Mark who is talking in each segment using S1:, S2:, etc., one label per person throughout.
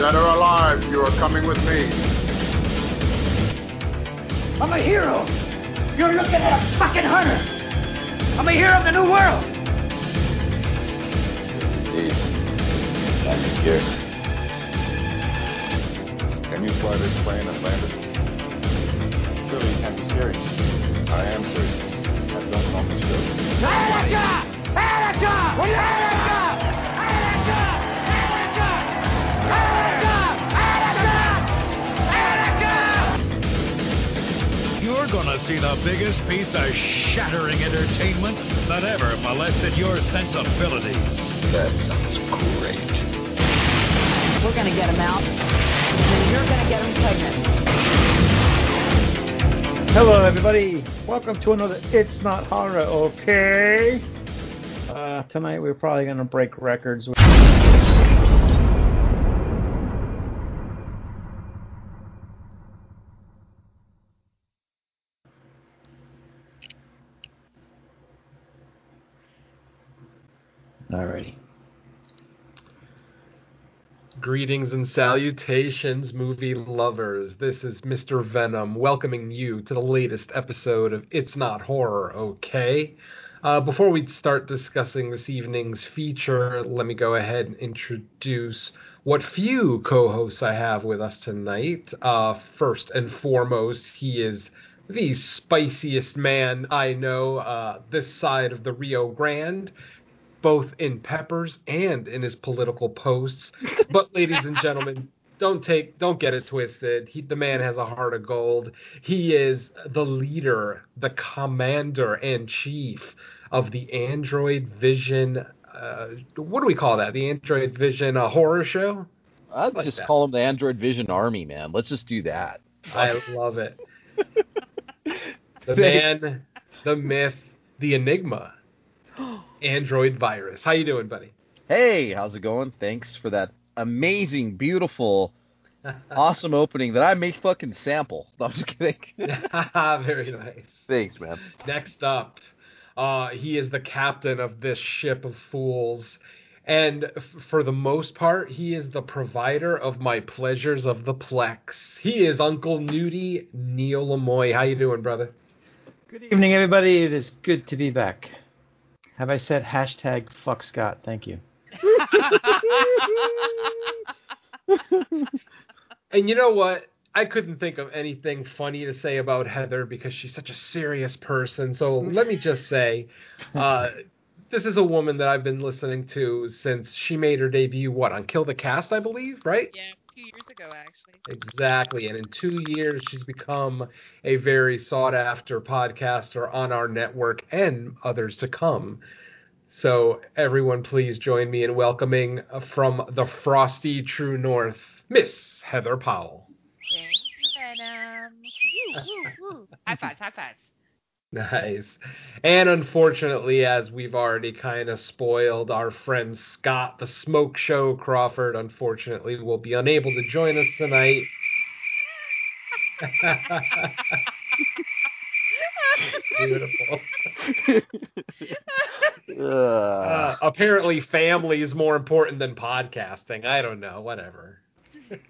S1: Dead or alive, you are coming with me.
S2: I'm a hero. You're looking at a fucking hunter. I'm a hero of the new world.
S1: Indeed. I'm here. Can you fly this plane and land it? Surely you can't be serious. I am serious. I don't normally show.
S2: Attica! Attica! Attica! Attica! Attica! Attica! Attica! Attica!
S3: You're gonna see the biggest piece of shattering entertainment that ever molested your sensibilities.
S1: That sounds great.
S4: We're going to get them out, and then you're going to get them pregnant.
S5: Hello, everybody. Welcome to another It's Not Horror, okay? Uh, tonight we're probably going to break records. With- Alrighty.
S6: Greetings and salutations, movie lovers. This is Mr. Venom welcoming you to the latest episode of It's Not Horror, okay? Uh, before we start discussing this evening's feature, let me go ahead and introduce what few co hosts I have with us tonight. Uh, first and foremost, he is the spiciest man I know uh, this side of the Rio Grande both in peppers and in his political posts. But ladies and gentlemen, don't take don't get it twisted. He, the man has a heart of gold. He is the leader, the commander and chief of the Android Vision. Uh, what do we call that? The Android Vision uh, horror show.
S7: I'd
S6: Like
S7: just
S6: that.
S7: call him the Android Vision Army, man. Let's just do that.
S6: I love it. The
S7: Thanks.
S6: man, the myth, the enigma, Android virus. How you doing, buddy?
S7: Hey, how's it going? Thanks for that amazing, beautiful, awesome opening that I may fucking sample. No, I'm just kidding.
S6: Very nice.
S7: Thanks, man.
S6: Next up, uh, he is the captain of this ship of fools. And f- for the most part, he is the provider of my pleasures of the plex. He is Uncle Nudie Neil Lemoy. How you doing, brother?
S5: Good evening, everybody. It is good to be back. Have I said hashtag fuck Scott? Thank you.
S6: And you know what? I couldn't think of anything funny to say about Heather because she's such a serious person. So let me just say, uh, this is a woman that I've been listening to since she made her debut. What on Kill the Cast, I believe, right?
S8: Yeah, two years ago actually.
S6: Exactly. And in two years, she's become a very sought after podcaster on our network and others to come. So, everyone, please join me in welcoming uh, from the frosty true north, Miss Heather Powell.
S8: Thanks, Venom. Woo, woo, woo. high fives, high fives.
S6: Nice. And unfortunately, as we've already kind of spoiled, our friend Scott, the Smoke Show Crawford, unfortunately will be unable to join us tonight. Beautiful. Uh, apparently, family is more important than podcasting. I don't know. Whatever.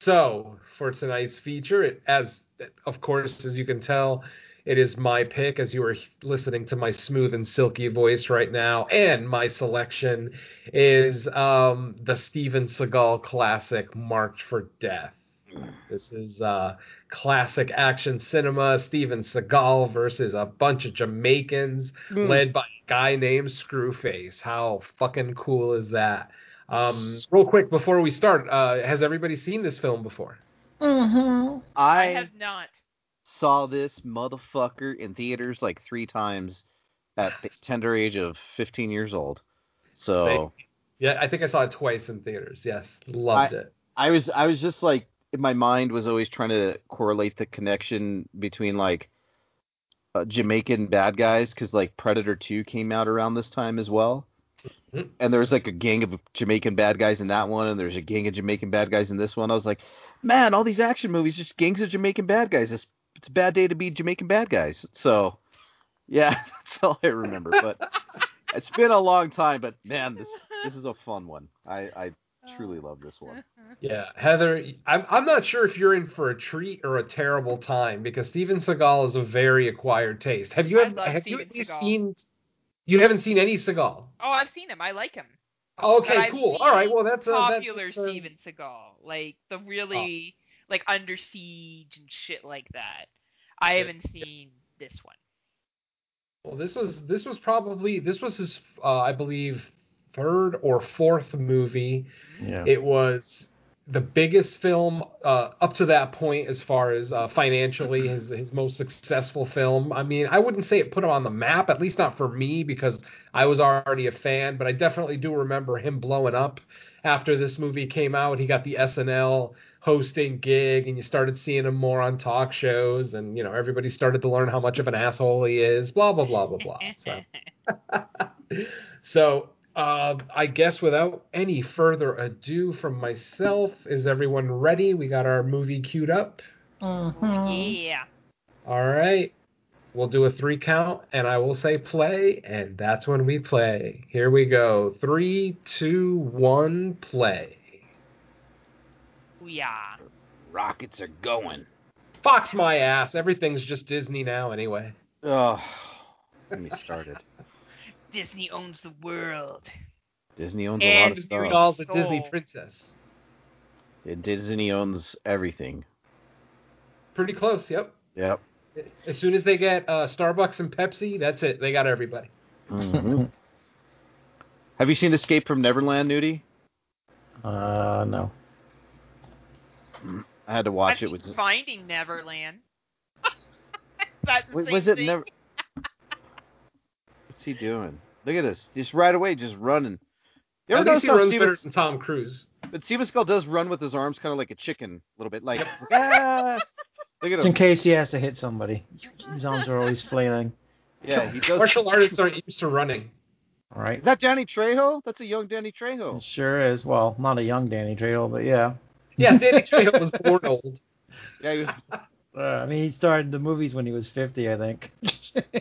S6: so, for tonight's feature, it, as of course, as you can tell, it is my pick. As you are listening to my smooth and silky voice right now, and my selection is um, the Steven Seagal classic "Marked for Death." This is uh, classic action cinema. Steven Seagal versus a bunch of Jamaicans,
S8: Hmm.
S6: led by a guy named Screwface. How fucking cool is that? Um, real quick before we start, uh, has everybody seen this film before?
S8: I
S7: I
S8: have not.
S7: saw this motherfucker in theaters like three times at the tender age of 15 years old. So
S6: Yeah, I think I saw it twice in theaters. Yes, loved
S7: I-
S6: it.
S7: I was, I was just like, my mind was always trying to correlate the connection between like uh, Jamaican bad guys because like Predator Two came out around this time as well.
S6: Mhm.
S7: and there was like a gang of Jamaican bad guys in that one, and there's a gang of Jamaican bad guys in this one. I was like, man, all these action movies, just gangs of Jamaican bad guys. It's, it's a bad day to be Jamaican bad guys. So, yeah, that's all I remember. But it's been a long time. But man, this this is a fun one. I, I truly love this one.
S6: Yeah, Heather, I'm, I'm not sure if you're in for a treat or a terrible time because Steven Seagal is a very acquired taste. Have you
S8: I
S6: ever
S8: love
S6: have you
S8: Steven
S6: at least
S8: Seagal.
S6: seen? You haven't seen any Seagal.
S8: Oh, I've seen him. I like him. But
S6: Okay,
S8: I've
S6: cool.
S8: seen
S6: All right, well that's uh, that-
S8: Popular
S6: that's, uh,
S8: Steven Seagal, like the really
S7: Oh.
S8: like Under Siege and shit like that. I
S6: Yeah.
S8: haven't seen this one.
S6: Well, this was this was probably this was his uh, I believe third or fourth movie.
S9: Yeah.
S6: It was the biggest film uh, up to that point as far as uh, financially his his most successful film. I mean, I wouldn't say it put him on the map, at least not for me because I was already a fan, but I definitely do remember him blowing up after this movie came out. He got the SNL hosting gig and you started seeing him more on talk shows and you know everybody started to learn how much of an asshole he is blah blah blah blah blah so so uh, I guess without any further ado from myself, is everyone ready? We got our movie queued up.
S8: Uh-huh. Yeah.
S6: All right. We'll do a three count, and I will say play, and that's when we play. Here we go. Three, two, one, play.
S8: Yeah.
S7: Rockets are going.
S6: Fox my ass. Everything's just Disney now, anyway.
S7: Oh, let me started.
S8: Disney owns the world.
S7: Disney owns a lot
S6: And
S7: of
S6: Mary
S9: Oh.
S7: stuff.
S6: Doll's a Disney
S8: Soul.
S6: princess.
S7: Yeah, Disney owns everything.
S6: Pretty close, yep.
S7: Yep.
S6: As soon as they get uh, Starbucks and Pepsi, that's it. They got everybody.
S7: Mhm. Have you seen Escape from Neverland, Nudie?
S9: Uh, no.
S7: I had to watch
S8: I've
S7: it.
S8: seen
S7: Was
S8: Finding Neverland. Is that the
S7: was,
S8: same
S7: was it
S8: thing?
S7: never? What's he doing? Look at this. Just right away, just running. You
S6: I
S7: ever
S6: think
S7: notice
S6: he
S7: how
S6: runs
S7: Steven,
S6: better than Tom Cruise.
S7: but Steven Skull does run with his arms kind of like a chicken, a little bit. Like, ah! look at
S9: Just in
S7: him.
S9: case he has to hit somebody, his arms are always flailing.
S7: Yeah, he does.
S6: Martial artists aren't used to running.
S9: All right.
S7: Is that Danny Trejo? That's a young Danny
S9: It
S7: Trejo.
S9: sure is. Well, not a young Danny Trejo, but yeah.
S6: Yeah, Danny Trejo was born old.
S7: Yeah, he was,
S9: Uh, I mean, he started the movies when he was 50, I think.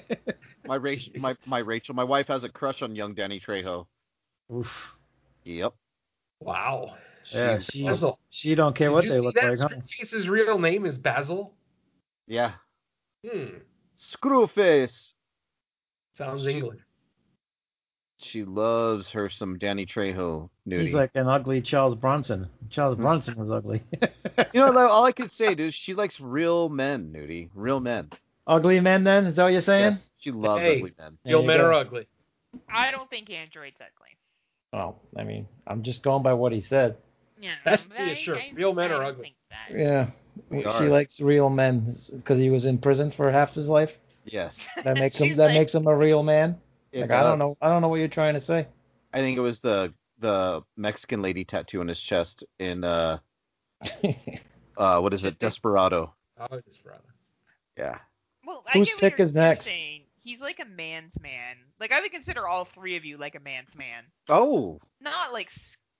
S7: my Rachel, my my Rachel, my wife has a crush on young Danny Trejo.
S9: Oof.
S7: Yep.
S6: Wow.
S9: Yeah,
S7: She's-
S9: she,
S6: Basil.
S9: she don't care what
S6: Did you
S9: they
S6: see
S9: look
S6: that?
S9: like, huh?
S6: Scarface's real name is Basil.
S7: yeah.
S6: Hmm.
S7: Screwface.
S6: Sounds English.
S7: She loves her some Danny Trejo nudie.
S9: He's like an ugly Charles Bronson. Charles Bronson was ugly.
S7: you know, though, all I could say, dude, she likes real men, nudie. Real men.
S9: ugly men, then? Is that what you're saying?
S7: Yes, she loves
S6: Hey.
S7: ugly men.
S9: There
S6: Yo,
S9: you
S6: men
S9: go.
S6: are ugly.
S8: I don't think Android's ugly.
S9: Well, I mean, I'm just going by what he said.
S8: No,
S6: That's the
S8: I-
S6: issue.
S8: I-
S6: Real men
S8: I
S6: are
S8: don't
S6: ugly.
S8: think that.
S9: Yeah.
S7: We
S9: she
S7: are.
S9: likes real men because he was in prison for half his life.
S7: Yes.
S9: That makes him
S8: She's
S9: that
S8: like-
S9: makes him a real man.
S7: it
S9: like I don't
S7: does.
S9: know I don't know what you're trying to say.
S7: I think it was the the Mexican lady tattoo on his chest in uh uh what is it? Desperado.
S6: Oh, it's rough.
S7: Yeah.
S8: Well, I
S9: Whose
S8: get what
S9: pick
S8: you're
S9: is next?
S8: saying. He's like a man's man. Like I would consider all three of you like a man's man,
S7: Oh.
S8: not like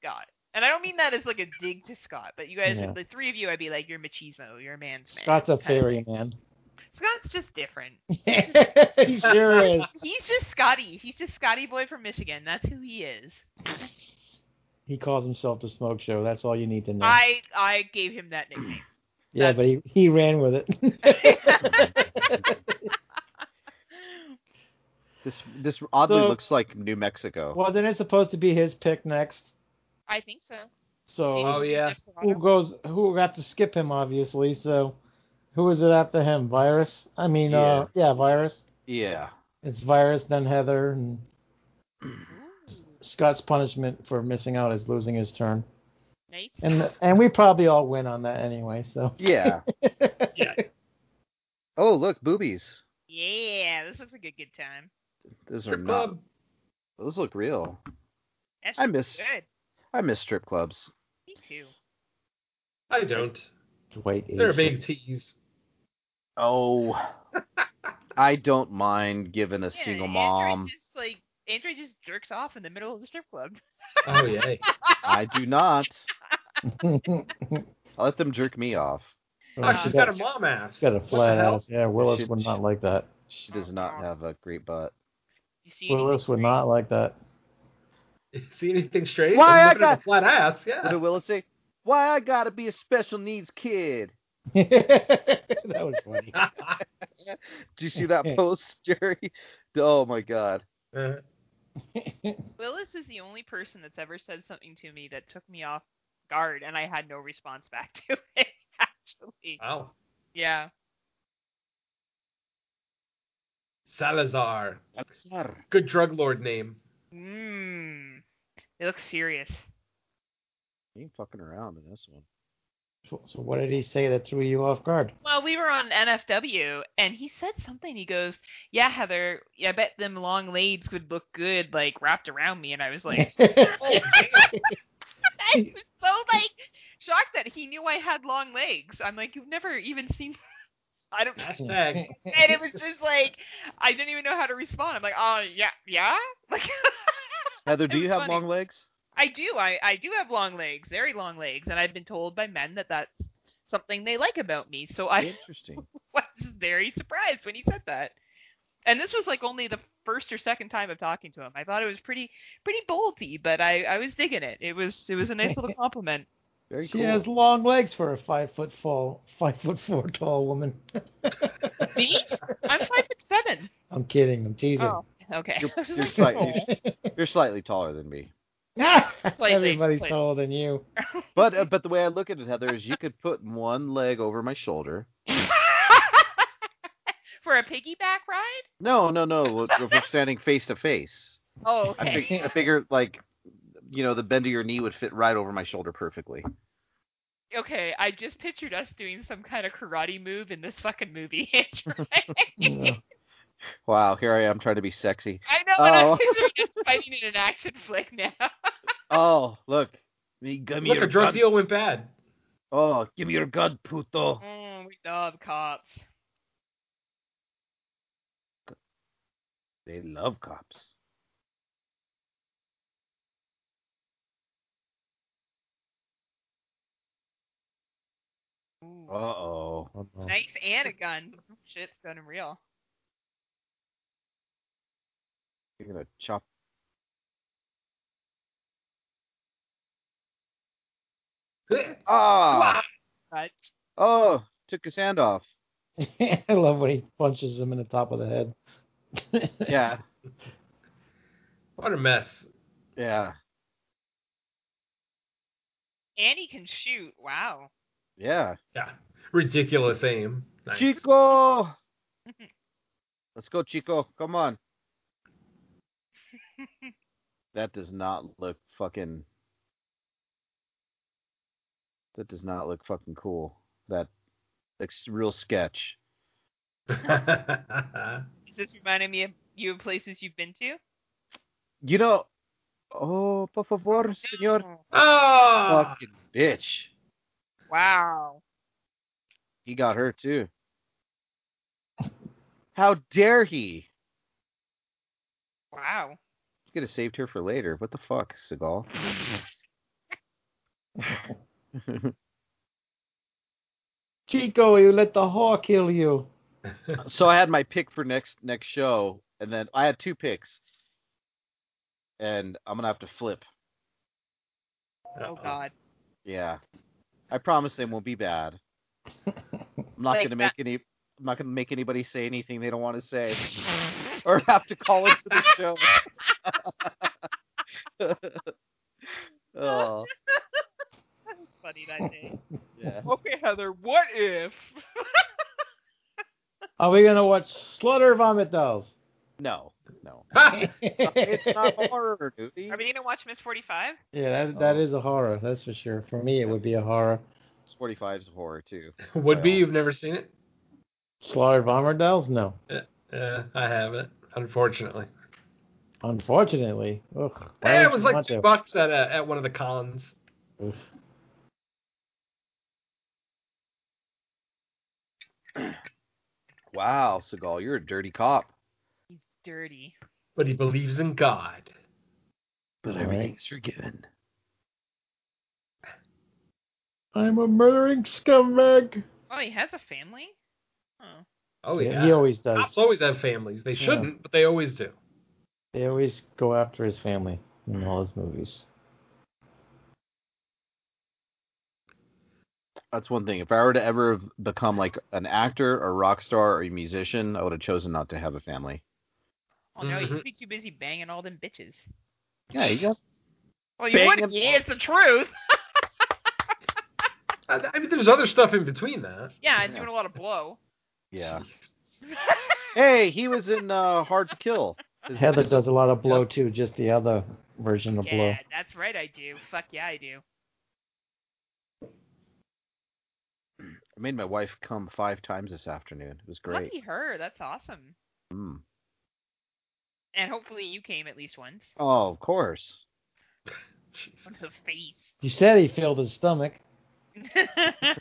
S8: Scott. And I don't mean that as like a dig to Scott, but you guys,
S9: Yeah.
S8: the three of you, I'd be like, you're machismo, you're a man's man.
S9: Scott's a
S8: kind of-
S9: fairy man.
S8: Scott's just different.
S9: he sure is.
S8: He's just Scotty. He's just Scotty boy from Michigan. That's who he is.
S9: He calls himself the smoke show. That's all you need to know.
S8: I I gave him that nickname.
S9: yeah, but he, he ran with it.
S7: This this oddly
S9: So-
S7: looks like New Mexico.
S9: well, then it's supposed to be his pick next.
S8: I think so.
S9: So
S6: Oh, yeah.
S9: who goes? Who got to skip him? Obviously. So who is it after him? Virus. I mean, uh, yeah, virus.
S7: yeah.
S9: It's virus, then Heather, and Scott's punishment for missing out is losing his turn.
S8: Nice.
S9: And and we probably all win on that anyway. So
S7: Yeah.
S6: Yeah.
S7: Oh look, boobies.
S8: Yeah, this looks like a good time.
S7: Those are
S6: Strip
S7: not
S6: club.
S7: those look real.
S8: That's
S7: I miss-
S8: good.
S7: I miss strip clubs.
S8: Me too.
S6: I don't.
S9: Dwight.
S6: They're a
S9: H.
S6: big tease.
S7: Oh I don't mind giving a
S8: Yeah,
S7: single
S8: Android
S7: mom.
S8: Just, like Andrew just jerks off in the middle of the strip club.
S6: Oh yeah.
S7: I do not. I let them jerk me off.
S6: oh, she's
S9: She's
S6: got a mom ass.
S9: she's got a
S6: What the
S9: flat
S6: hell?
S9: ass. Yeah, Willis
S7: Shit.
S9: would not like that.
S7: She does not have a great butt.
S8: Oh, You see anything
S9: Willis would
S8: great?
S9: not like that.
S6: See anything straight? I'm
S7: Why I
S6: looking at
S7: got-
S6: the flat ass?
S7: What
S6: Yeah.
S7: did Willis say? Why I gotta be a special needs kid?
S5: that was funny.
S7: Do you see that post, Jerry? Oh my god.
S6: Uh,
S8: Willis is the only person that's ever said something to me that took me off guard, and I had no response back to it. Actually,
S6: wow.
S8: yeah.
S6: Salazar. Good drug lord name.
S8: Mmm. They look serious.
S7: He ain't fucking around in this one.
S5: So, so what did he say that threw you off guard?
S8: Well, we were on NFW, and he said something. He goes, "Yeah, Heather, I bet them long legs would look good, like wrapped around me." And I was like, "Oh, I was so like shocked that he knew I had long legs." I'm like, "You've never even seen." I don't.
S6: Hashtag.
S8: And it was just like I didn't even know how to respond. I'm like, "Oh yeah, yeah." Like
S7: Heather, do
S8: It's
S7: you have
S8: funny.
S7: long legs?
S8: I do. I I do have long legs, very long legs, and I've been told by men that that's something they like about me. So I
S7: Interesting.
S8: was very surprised when he said that. And this was like only the first or second time of talking to him. I thought it was pretty pretty bolty, but I, I was digging it. It was it was a nice little compliment.
S7: Very
S5: she
S7: cool.
S5: has long legs for a five foot fall, five foot four tall woman.
S8: Me? I'm five foot seven.
S5: I'm kidding. I'm teasing.
S8: Oh, okay.
S7: You're, you're slightly, you're slightly taller than me.
S5: Everybody's
S8: slightly.
S5: taller than you.
S7: But uh, but the way I look at it, Heather, is you could put one leg over my shoulder.
S8: For a piggyback ride?
S7: No, no, no. If we're standing face to face,
S8: Oh,
S7: I,
S8: okay.
S7: fig- I figure like, you know, the bend of your knee would fit right over my shoulder perfectly.
S8: Okay, I just pictured us doing some kind of karate move in this fucking movie.
S5: No.
S7: Wow, here I am trying to be sexy.
S8: I know, and I'm
S7: Oh.
S8: picturing us fighting in an action flick now.
S7: Oh, look, me, give me
S6: Look,
S7: your
S6: a drug
S7: gun.
S6: deal went bad.
S7: Oh, give me your gun, puto.
S8: Mm, we love cops.
S7: They love cops.
S8: Ooh,
S7: Uh oh.
S8: Nice and a gun. Shit's done and real.
S7: You're gonna chop. Ah.
S8: But
S7: Oh, took his hand off.
S5: I love when he punches him in the top of the head.
S7: Yeah,
S6: What a mess.
S7: yeah,
S8: and he can shoot. Wow.
S7: yeah.
S6: Yeah. Ridiculous aim. Nice.
S7: Chico. Let's go, Chico. Come on. that does not look fucking. That does not look fucking cool. That looks real sketch.
S8: Is this reminding me of you of places you've been to?
S7: You know. Oh, por favor, senor.
S6: oh!
S7: Fucking bitch.
S8: Wow.
S7: He got her too. How dare he?
S8: Wow.
S7: You could have saved her for later. What the fuck, Seagal?
S5: Chico, you let the hawk kill you.
S7: so I had my pick for next next show, and then I had two picks, and I'm gonna have to flip.
S8: Oh God.
S7: Yeah, I promise they won't be bad. I'm not
S8: Like
S7: gonna make any. I'm not gonna make anybody say anything they don't want to say, or have to call into the show. oh
S8: That was funny that day.
S7: yeah.
S8: okay, Heather. What if?
S5: Are we gonna watch Slaughter Vomit Dolls?
S7: No, no.
S6: Ha!
S7: It's not horror, dude.
S8: Are we gonna watch Miss Forty Five?
S5: yeah, that, that
S7: Oh.
S5: is a horror. That's for sure. For me, it would be a horror.
S7: Forty Five is horror too.
S6: Would be. You've never seen it?
S5: Slaughter Vomit Dolls? No,
S6: Yeah, Uh, I haven't, unfortunately.
S5: unfortunately. Ugh, why
S6: Eh,
S5: would
S6: it was
S5: you
S6: like
S5: want
S6: two
S5: to?
S6: bucks at a, at one of the cons.
S5: Oof.
S7: Wow, Seagal, you're a dirty cop.
S8: He's dirty.
S6: But he believes in God.
S7: But
S5: All
S7: everything's forgiven.
S5: I'm a murdering scumbag.
S8: Oh, he has a family. Oh.
S6: Oh
S5: Yeah,
S6: yeah.
S5: He always
S6: Cops
S5: does.
S6: always have families. They shouldn't, but they always do.
S5: They always go after his family. in all his movies.
S7: That's one thing. If I were to ever have become like an actor, a rock star, or a musician, I would have chosen not to have a family.
S8: Oh no,
S6: Mhm.
S7: Mm-hmm.
S8: you'd be too busy banging all them bitches.
S7: Yeah, you got
S8: Well, you
S7: Bang
S8: would
S7: them-
S8: be. It's the truth.
S6: I, I mean, there's other stuff in between that.
S8: Yeah,
S7: Yeah.
S8: doing a lot of blow.
S7: yeah. Hey, he was in uh, Hard to Kill. His-
S5: Heather does a lot of blow too, just the other version of blow.
S8: yeah, that's right. I do. Fuck yeah, I do.
S7: I made my wife come five times this afternoon. It was great.
S8: Lucky her. That's awesome.
S7: Mm.
S8: And hopefully you came at least once.
S7: Oh, of course.
S8: Once the face.
S5: You said he filled his stomach.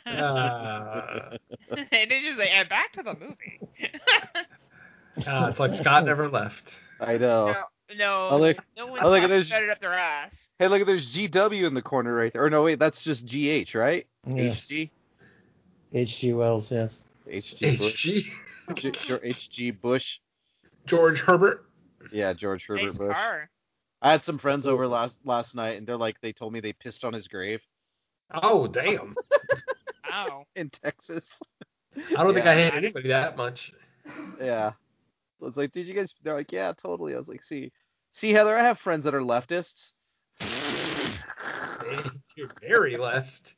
S6: Uh,
S8: and it's just like, and back to the movie.
S6: uh, it's like Scott never left.
S7: I know.
S8: no, no,
S7: Oh. I like-
S8: no one
S7: I like it
S8: talks
S7: as-
S8: about it up their ass.
S7: Hey, look, there's GW in the corner right there. Or no, wait, that's just GH, right?
S5: Yes.
S7: HG?
S5: H.G. Wells, yes.
S7: HG Bush.
S6: HG,
S7: G- Ge- HG Bush.
S6: George Herbert.
S7: Yeah, George Herbert
S8: Nice
S7: Bush.
S8: car.
S7: I had some friends over last last night, and they're like, they told me they pissed on his grave
S6: Oh damn!
S8: Wow.
S7: in Texas.
S6: I don't think
S7: Yeah.
S6: I hate anybody that much.
S7: Yeah. I was like, did you guys? They're like, yeah, totally. I was like, see, see, Heather, I have friends that are leftists.
S6: You're very left.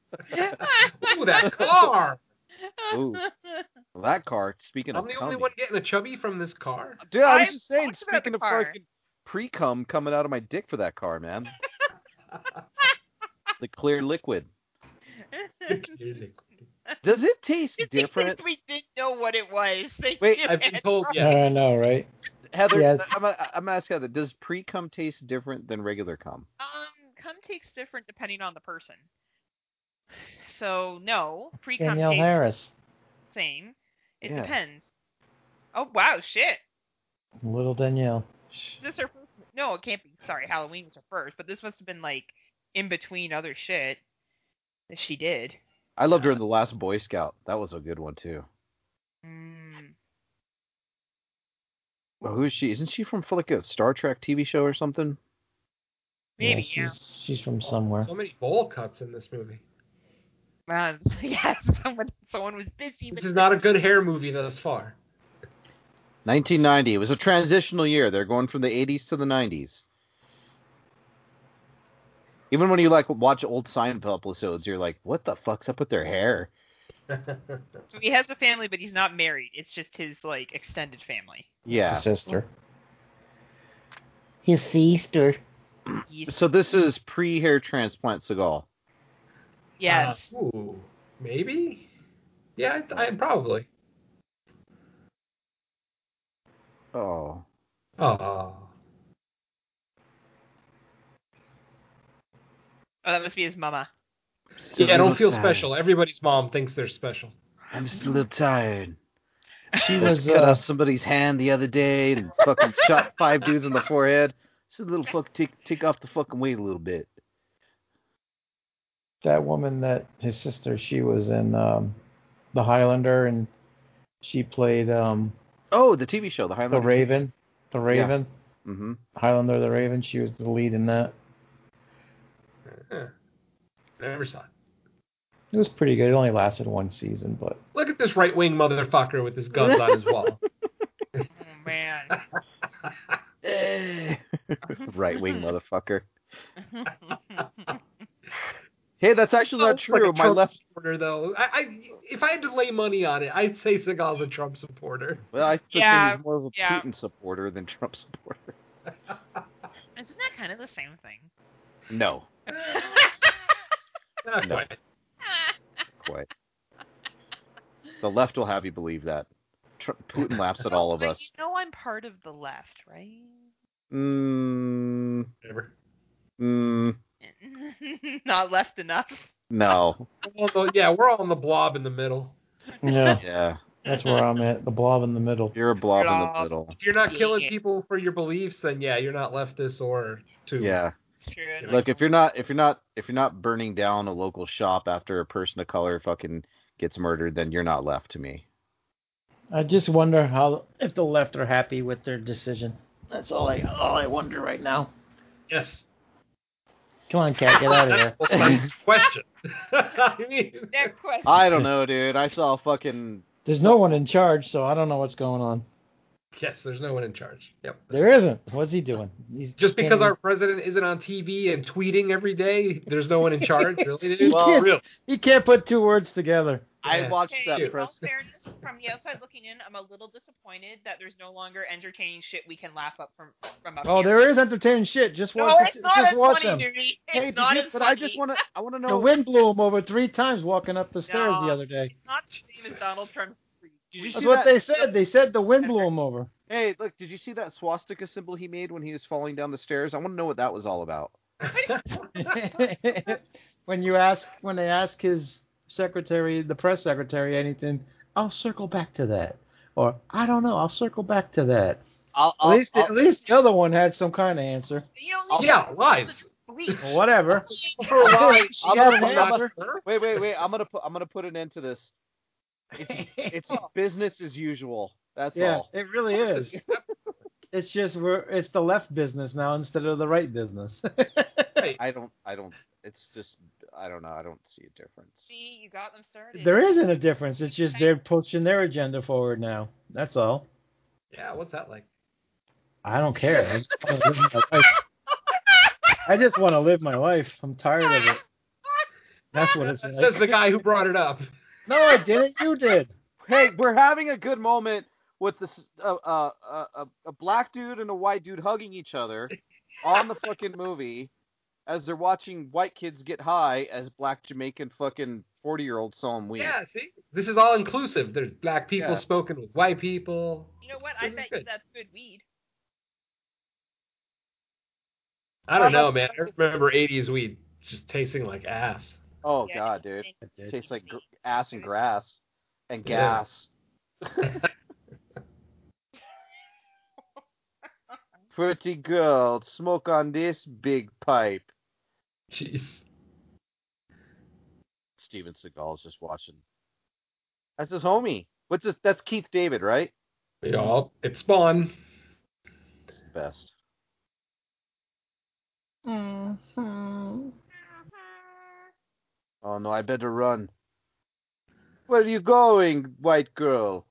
S6: Ooh, that car!
S7: Ooh. Well, that car. Speaking
S6: I'm
S7: of,
S6: the only
S7: coming-
S6: one getting a chubby from this car.
S7: Dude, I was
S8: I've
S7: just saying.
S8: talked about
S7: Speaking
S8: the
S7: of
S8: car.
S7: fucking pre cum coming out of my dick for that car, man. the clear liquid. Does it taste different?
S8: we didn't know what it was. They
S7: Wait,
S8: did
S6: I've been
S8: it.
S6: told yes.
S5: I know, right?
S7: Heather,
S5: Yes.
S7: I'm, I'm asking Heather, does pre cum taste different than regular cum?
S8: Um, cum tastes different depending on the person. So no, pre cum
S5: Danielle
S8: tastes
S5: Harris.
S8: the same. It
S7: Yeah.
S8: depends. Oh wow, shit!
S5: Little Danielle.
S8: Is This her first... no, it can't be. Sorry, Halloween was her first, but this must have been like in between other shit that she did.
S7: I loved her in The Last Boy Scout. That was a good one, too.
S8: Mm.
S7: Well, who is she? Isn't she from like a Star Trek TV show or something?
S8: Maybe,
S5: she's,
S8: yeah.
S5: she's from somewhere.
S6: So many bowl cuts in this movie.
S8: Um, so yeah, someone someone was busy.
S6: This
S8: With
S6: is not a good hair movie thus far.
S7: 1990. It was a transitional year. They're going from the 80s to the 90s. Even when you like watch old Seinfeld episodes, you're like, "What the fuck's up with their hair?"
S8: So he has a family, but he's not married. It's just his like extended family.
S7: Yeah.
S5: Sister. His sister.
S8: Yes.
S7: So this is pre-hair transplant Seagal.
S8: yes.
S7: Uh-huh.
S6: Uh, ooh, maybe. Yeah, I, I probably.
S7: Oh,
S6: Oh,
S8: Oh, that must be his mama.
S6: yeah. I don't feel special. Everybody's mom thinks they're special.
S7: I'm just a little tired.
S5: She
S7: I
S5: was
S7: just cut
S5: uh,
S7: off somebody's hand the other day and fucking shot five dudes in the forehead. Just a little fuck tick tick off the fucking weight a little bit.
S5: that woman that his sister. She was in um, the Highlander, and she played um,
S7: Oh, the TV show, The
S5: the
S7: Highlander.
S5: Raven. The Raven.
S7: Mm-hmm.
S5: Highlander, the Raven. She was the lead in that.
S6: Huh. Never saw it.
S5: It was pretty good. It only lasted one season, but
S6: Look at this right wing motherfucker with his guns on his wall.
S8: Oh man.
S7: right wing motherfucker. Hey, that's actually not
S6: Sounds like
S7: true.
S6: a
S7: My
S6: Trump
S7: left.
S6: supporter, though. I, I, if I had to lay money on it, I'd say Seagal's a Trump supporter.
S7: Well, I think
S8: Yeah,
S7: he's more of a
S8: yeah.
S7: Putin supporter than Trump supporter.
S8: Isn't that kind of the same thing?
S7: No,
S6: Not
S7: No.
S6: quite.
S7: quite. The left will have you believe that. Trump, Putin laughs at all of
S8: But
S7: us.
S8: You know I'm part of the left, right?
S7: Mm,
S6: Whatever.
S7: mm,
S8: Not left enough.
S7: no.
S6: We're on the- yeah, we're all in the blob in the middle.
S5: yeah,
S7: Yeah,
S5: that's where I'm at. The blob in the middle.
S7: you're a blob in the
S8: Blob.
S7: middle.
S6: If you're not killing
S8: Yeah.
S6: people for your beliefs, then yeah, you're not leftist or too.
S7: Yeah.
S8: It's true. and like-
S7: Look, if you're not if you're not if you're not burning down a local shop after a person of color fucking gets murdered, then you're not left to me.
S5: I just wonder how if the left are happy with their decision. That's all I all I wonder right now.
S6: Yes.
S9: Come on, cat, get out of here.
S6: Well, that's the question. I mean,
S8: That question.
S7: I don't know, dude. I saw a fucking
S9: There's no one in charge, so I don't know what's going on.
S6: yes, there's no one in charge. Yep.
S9: There isn't. What's he doing? He's
S6: Just
S9: can't
S6: because
S9: even-
S6: our president isn't on TV and tweeting every day, there's no one in charge, really?
S9: he,
S6: dude?
S9: can't,
S6: real.
S9: he can't put two words together.
S7: I
S6: Yeah.
S7: watched
S8: Okay,
S7: that
S8: in
S7: press.
S8: all fairness, from the outside looking in, I'm a little disappointed that there's no longer entertaining shit we can laugh up from from up
S9: Oh,
S8: here.
S9: there is entertaining shit. Just watch.
S8: No, it's
S9: just,
S8: not
S9: just
S8: as
S9: watch
S8: funny,
S9: him.
S8: Dewey. It's
S7: Hey, did
S8: not
S7: you-
S8: as
S7: but
S8: funny.
S7: I just want to. I want to know.
S9: The wind blew him over three times walking up the stairs
S8: No.
S9: the other day.
S8: It's not the same as Donald Trump.
S7: Did you
S9: That's
S7: see
S9: what
S7: that?
S9: they said. They said the wind blew him over.
S7: Hey, look. Did you see that swastika symbol he made when he was falling down the stairs? I want to know what that was all about.
S9: when you ask, when they ask his secretary, the press secretary, anything, I'll circle back to that, or I don't know, I'll circle back to that.
S7: I'll,
S9: At least, at least the other one had some kind of answer.
S8: You don't need
S6: Yeah, lies.
S8: to
S9: Well, whatever.
S6: For lies.
S9: She had an
S7: I'm
S9: answer.
S7: gonna- Wait, wait, wait. I'm gonna put. I'm gonna put an end to this. It's business as usual. That's
S9: yeah,
S7: all.
S9: it really is. It's just we're it's the left business now instead of the right business.
S7: I don't. I don't. It's just. I don't know. I don't see a difference.
S8: see. You got them started.
S9: there isn't a difference. It's just they're pushing their agenda forward now. That's all.
S6: Yeah, what's that like?
S9: I don't care. I just wanna live my life. I just want to live my life. I'm tired of it. That's what it's
S6: Says
S9: like.
S6: the guy who brought it up.
S9: No, I didn't. You did.
S7: Hey, we're having a good moment with this uh, uh, uh, a- a black dude and a white dude hugging each other on the fucking movie as they're watching white kids get high as black Jamaican fucking forty year olds saw him weed.
S6: Yeah, see? This is all inclusive. There's black people
S7: Yeah.
S6: spoken with white people.
S8: You know what? I
S6: This is
S8: bet you
S6: good.
S8: that's good weed.
S6: I don't know, man. I remember 80s weed just tasting like ass.
S7: Oh
S8: Yeah,
S7: god, dude,
S9: It
S7: tastes like gr- ass and grass and
S6: Yeah.
S7: gas. Pretty girl, smoke on this big pipe.
S6: Jeez.
S7: Steven Seagal's just watching. That's his homie. What's his? That's Keith David, right?
S6: Y'all, it's Spawn.
S7: It's the best.
S9: Mm-hmm.
S7: Oh no, I better run. Where are you going, white girl?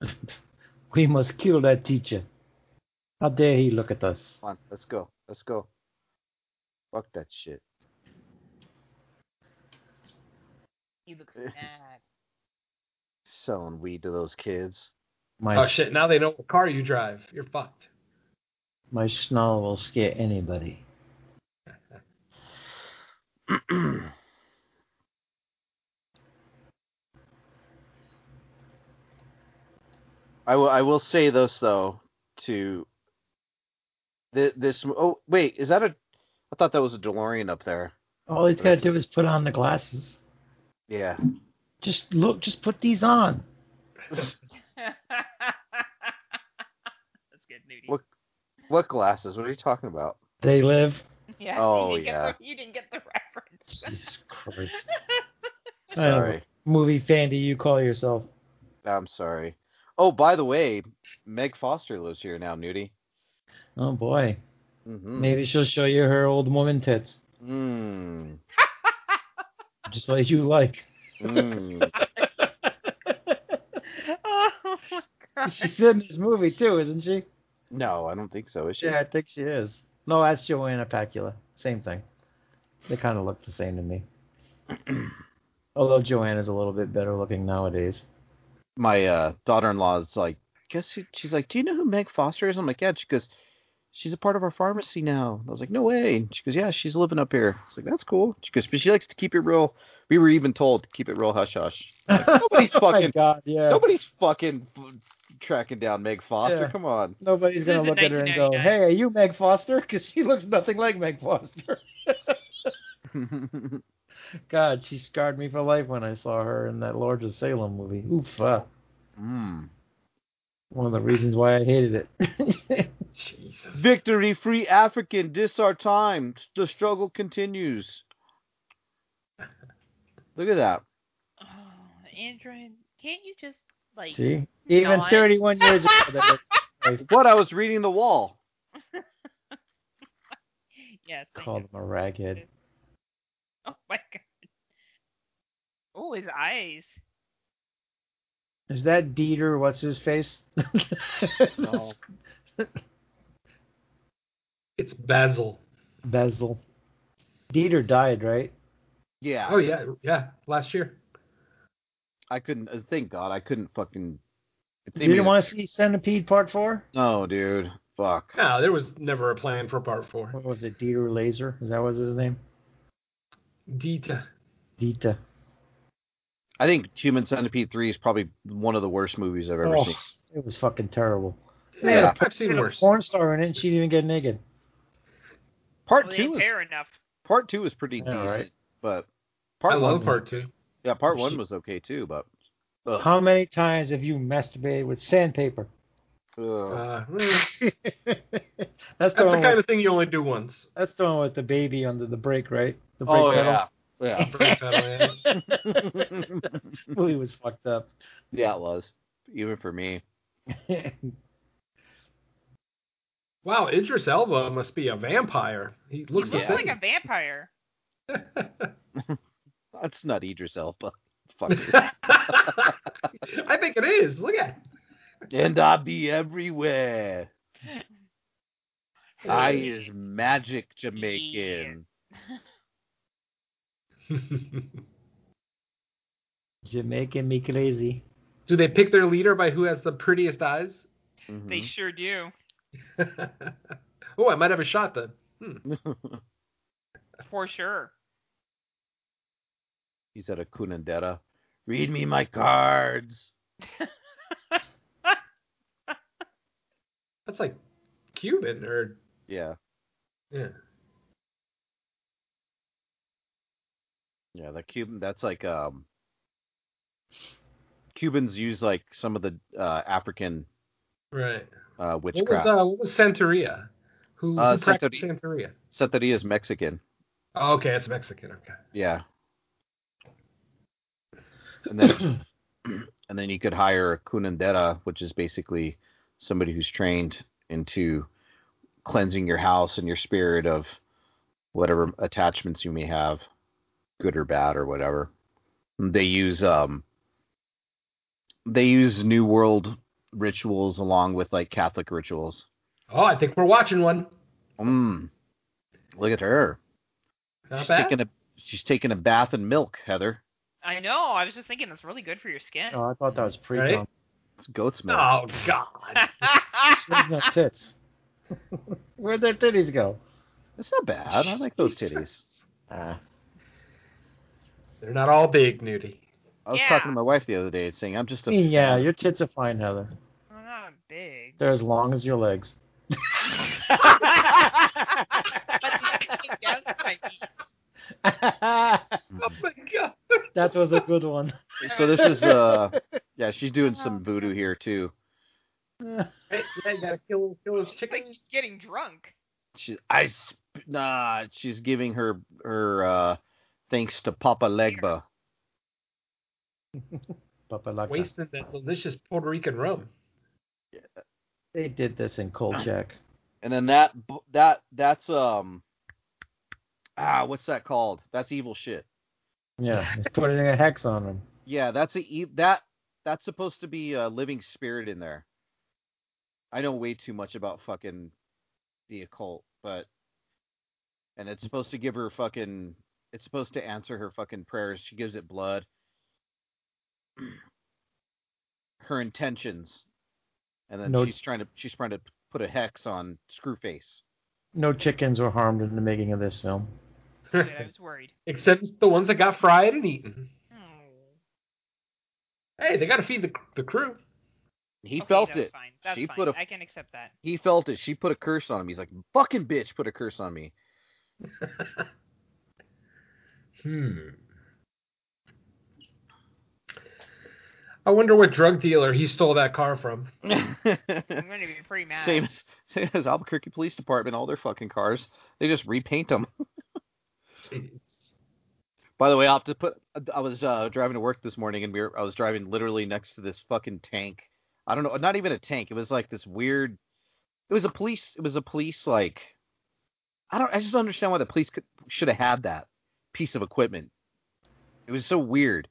S9: We must kill that teacher. How dare he look at us?
S7: Come on, let's go. Let's go. Fuck that shit.
S8: You look mad.
S7: Selling weed to those kids.
S9: My
S6: Oh, shit. Now they know what car you drive. You're fucked.
S9: my snarl will scare anybody.
S7: I will. I will say this though. To this. this oh wait, is that a? I thought that was a DeLorean up there.
S9: All he's got to do is put on the glasses.
S7: Yeah.
S9: Just look. Just put these on.
S8: that's good, Nudie.
S7: What- What glasses? What are you talking about?
S9: They live.
S8: Yeah,
S7: Oh,
S8: you didn't
S7: yeah.
S8: Get the, you didn't get the reference.
S9: Jesus Christ. I don't know.
S7: Sorry.
S9: Movie fan, do you call yourself?
S7: I'm sorry. Oh, by the way, Meg Foster lives here now, Nudie.
S9: Oh boy.
S6: Hmm.
S7: Mm-hmm.
S9: Maybe she'll show you her old woman tits,
S7: Mm.
S9: just like you like.
S7: Mm.
S8: oh my god.
S9: She's in this movie too, isn't she?
S7: no, I don't think so. Is she?
S9: Yeah, I think she is. No, that's Joanna Pacula. Same thing. They kind of look the same to me. Although Joanna's a little bit better looking nowadays.
S7: my uh, daughter-in-law is like, guess who? She's like, do you know who Meg Foster is? I'm like, yeah. She goes, she's a part of our pharmacy now. I was like, no way. And she goes, yeah, she's living up here. It's like, that's cool. She goes, but she likes to keep it real. We were even told to keep it real hush hush. Nobody's
S9: oh my
S7: fucking-
S9: God, yeah.
S7: Nobody's fucking f- tracking down Meg Foster.
S9: Yeah.
S7: Come on.
S9: Nobody's gonna
S8: This is
S9: look at her and go,
S8: 1999.
S9: "Hey, are you Meg Foster?" Because she looks nothing like Meg Foster. God, she scarred me for life when I saw her in that Lords of Salem movie. Oof. Uh,
S7: mm.
S9: one of the reasons why I hated it.
S6: Jesus.
S7: Victory, free African. This our time. The struggle continues. Look at that.
S8: Oh, Android, can't you just like?
S9: See? Even
S8: Not.
S9: 31 years ago. they look-
S7: What I was reading the wall.
S8: Yes. I
S9: Call
S8: know.
S9: them a raghead.
S8: Oh my god. Oh, his eyes.
S9: Is that Dieter? What's his face?
S7: No.
S6: It's Basil.
S9: Basil. Dieter died, right?
S7: Yeah.
S6: Oh yeah, yeah. Last year.
S7: I couldn't. uh, Thank God, I couldn't fucking. If they
S9: you didn't
S7: made-
S9: want to see Centipede Part Four?
S7: No, dude. Fuck.
S6: No, there was never a plan for part four.
S9: What was it? Dieter Laser? Is that was his name?
S6: Dita.
S9: Dieter.
S7: I think Human Centipede Three is probably one of the worst movies I've ever
S9: Oh,
S7: seen.
S9: it was fucking terrible.
S6: Yeah,
S7: Yeah.
S6: I've seen worse.
S9: Porn star in it. and She didn't even get naked.
S7: Part
S8: Well, they
S7: two
S8: didn't
S7: is
S8: care enough.
S7: part two is pretty
S9: Yeah,
S7: decent,
S9: right.
S7: but part
S6: I
S7: one
S6: love
S7: was-
S6: part two.
S7: yeah, part one was okay too, but ugh,
S9: How many times have you masturbated with sandpaper?
S7: ugh.
S6: Uh, mm,
S9: that's the
S6: that's
S9: one
S6: the kind
S9: with,
S6: of thing you only do once.
S9: that's the one with the baby under the brake, right? The brake
S7: oh
S9: pedal.
S7: yeah, yeah,
S6: Brake pedal, yeah.
S9: movie was fucked up.
S7: yeah, it was even for me.
S6: Wow, Idris Elba must be a vampire. He looks,
S8: He looks
S6: the
S8: like
S6: same.
S8: a vampire.
S7: That's not Idris Elba. Fuck. you.
S6: I think it is. Look at.
S7: and I be everywhere. I is magic Jamaican.
S6: it.
S9: You're making me crazy.
S6: do they pick their leader by who has the prettiest eyes?
S8: They
S7: Mm-hmm.
S8: sure do.
S6: oh, I might have a shot then. Hmm.
S7: Mhm.
S8: For sure.
S7: he said a kunandera. Read me my cards.
S6: That's like Cuban or
S7: Yeah,
S6: yeah.
S7: yeah. The Cuban. That's like um. Cubans use like some of the uh, African
S6: Right.
S7: uh,
S6: What was
S7: witchcraft.
S6: uh, what was Santeria? Who,
S7: Uh,
S6: who practiced
S7: Santeria.
S6: Santeria?
S7: Santeria is Mexican.
S6: Oh, okay, it's Mexican. Okay.
S7: Yeah. And then and then you could hire a kunandera, which is basically somebody who's trained into cleansing your house and your spirit of whatever attachments you may have, good or bad or whatever. They use um they use new world rituals along with like Catholic rituals.
S6: Oh, I think we're watching one.
S7: Mm. Look at her.
S6: Not
S7: she's
S6: bad.
S7: taking a she's taking a bath in milk, Heather.
S8: I know. I was just thinking that's really good for your skin.
S9: Oh, I thought that was pre
S6: Right?
S7: It's goat's milk.
S6: Oh God.
S9: There's no tits. Where'd their titties go?
S7: That's not bad. I like those titties.
S9: Ah.
S6: They're not all big, nudie.
S7: I was
S8: Yeah.
S7: talking to my wife the other day, saying I'm just a
S9: yeah, your tits are fine, Heather.
S8: Well, not big.
S9: They're as long as your legs.
S8: But the- that was my-
S9: that
S6: Oh my God.
S9: was a good one.
S7: So this is uh, yeah, she's doing some voodoo here too.
S6: Hey, yeah, you gotta kill kill those
S8: it's like
S6: chickens.
S8: he's getting drunk.
S7: She I sp- nah, she's giving her her uh, thanks to Papa Legba.
S9: Papa Laka.
S6: Wasting that delicious Puerto Rican rum.
S9: They did this in Kolchak.
S7: And then that bu- that that's um, ah, what's that called? That's evil shit.
S9: Yeah, he's putting a hex on them.
S7: Yeah, that's a e- that that's supposed to be a living spirit in there. I know way too much about fucking the occult, but and it's supposed to give her fucking it's supposed to answer her fucking prayers. She gives it blood. Her intentions. And then
S9: No-
S7: she's trying to she's trying to put a hex on Screwface.
S9: No chickens were harmed in the making of this film.
S8: Good, I was worried.
S6: Except the ones that got fried and eaten.
S8: Oh.
S6: Hey, they gotta feed the the crew.
S7: He
S8: Okay,
S7: felt
S8: that's
S7: it.
S8: Fine. That's
S7: she
S8: fine.
S7: put a
S8: I can accept that.
S7: he felt it. She put a curse on him. He's like, "Fucking bitch, put a curse on me."
S6: Hmm. I wonder what drug dealer he stole that car from.
S8: I'm going to be pretty mad.
S7: Same as, same as Albuquerque Police Department, all their fucking cars. They just repaint them. By the way, I'll have to put. I was uh, driving to work this morning, and we were. I was driving literally next to this fucking tank. I don't know, not even a tank. It was like this weird. It was a police. It was a police like I don't. I just don't understand why the police could, should have had that piece of equipment. It was so weird,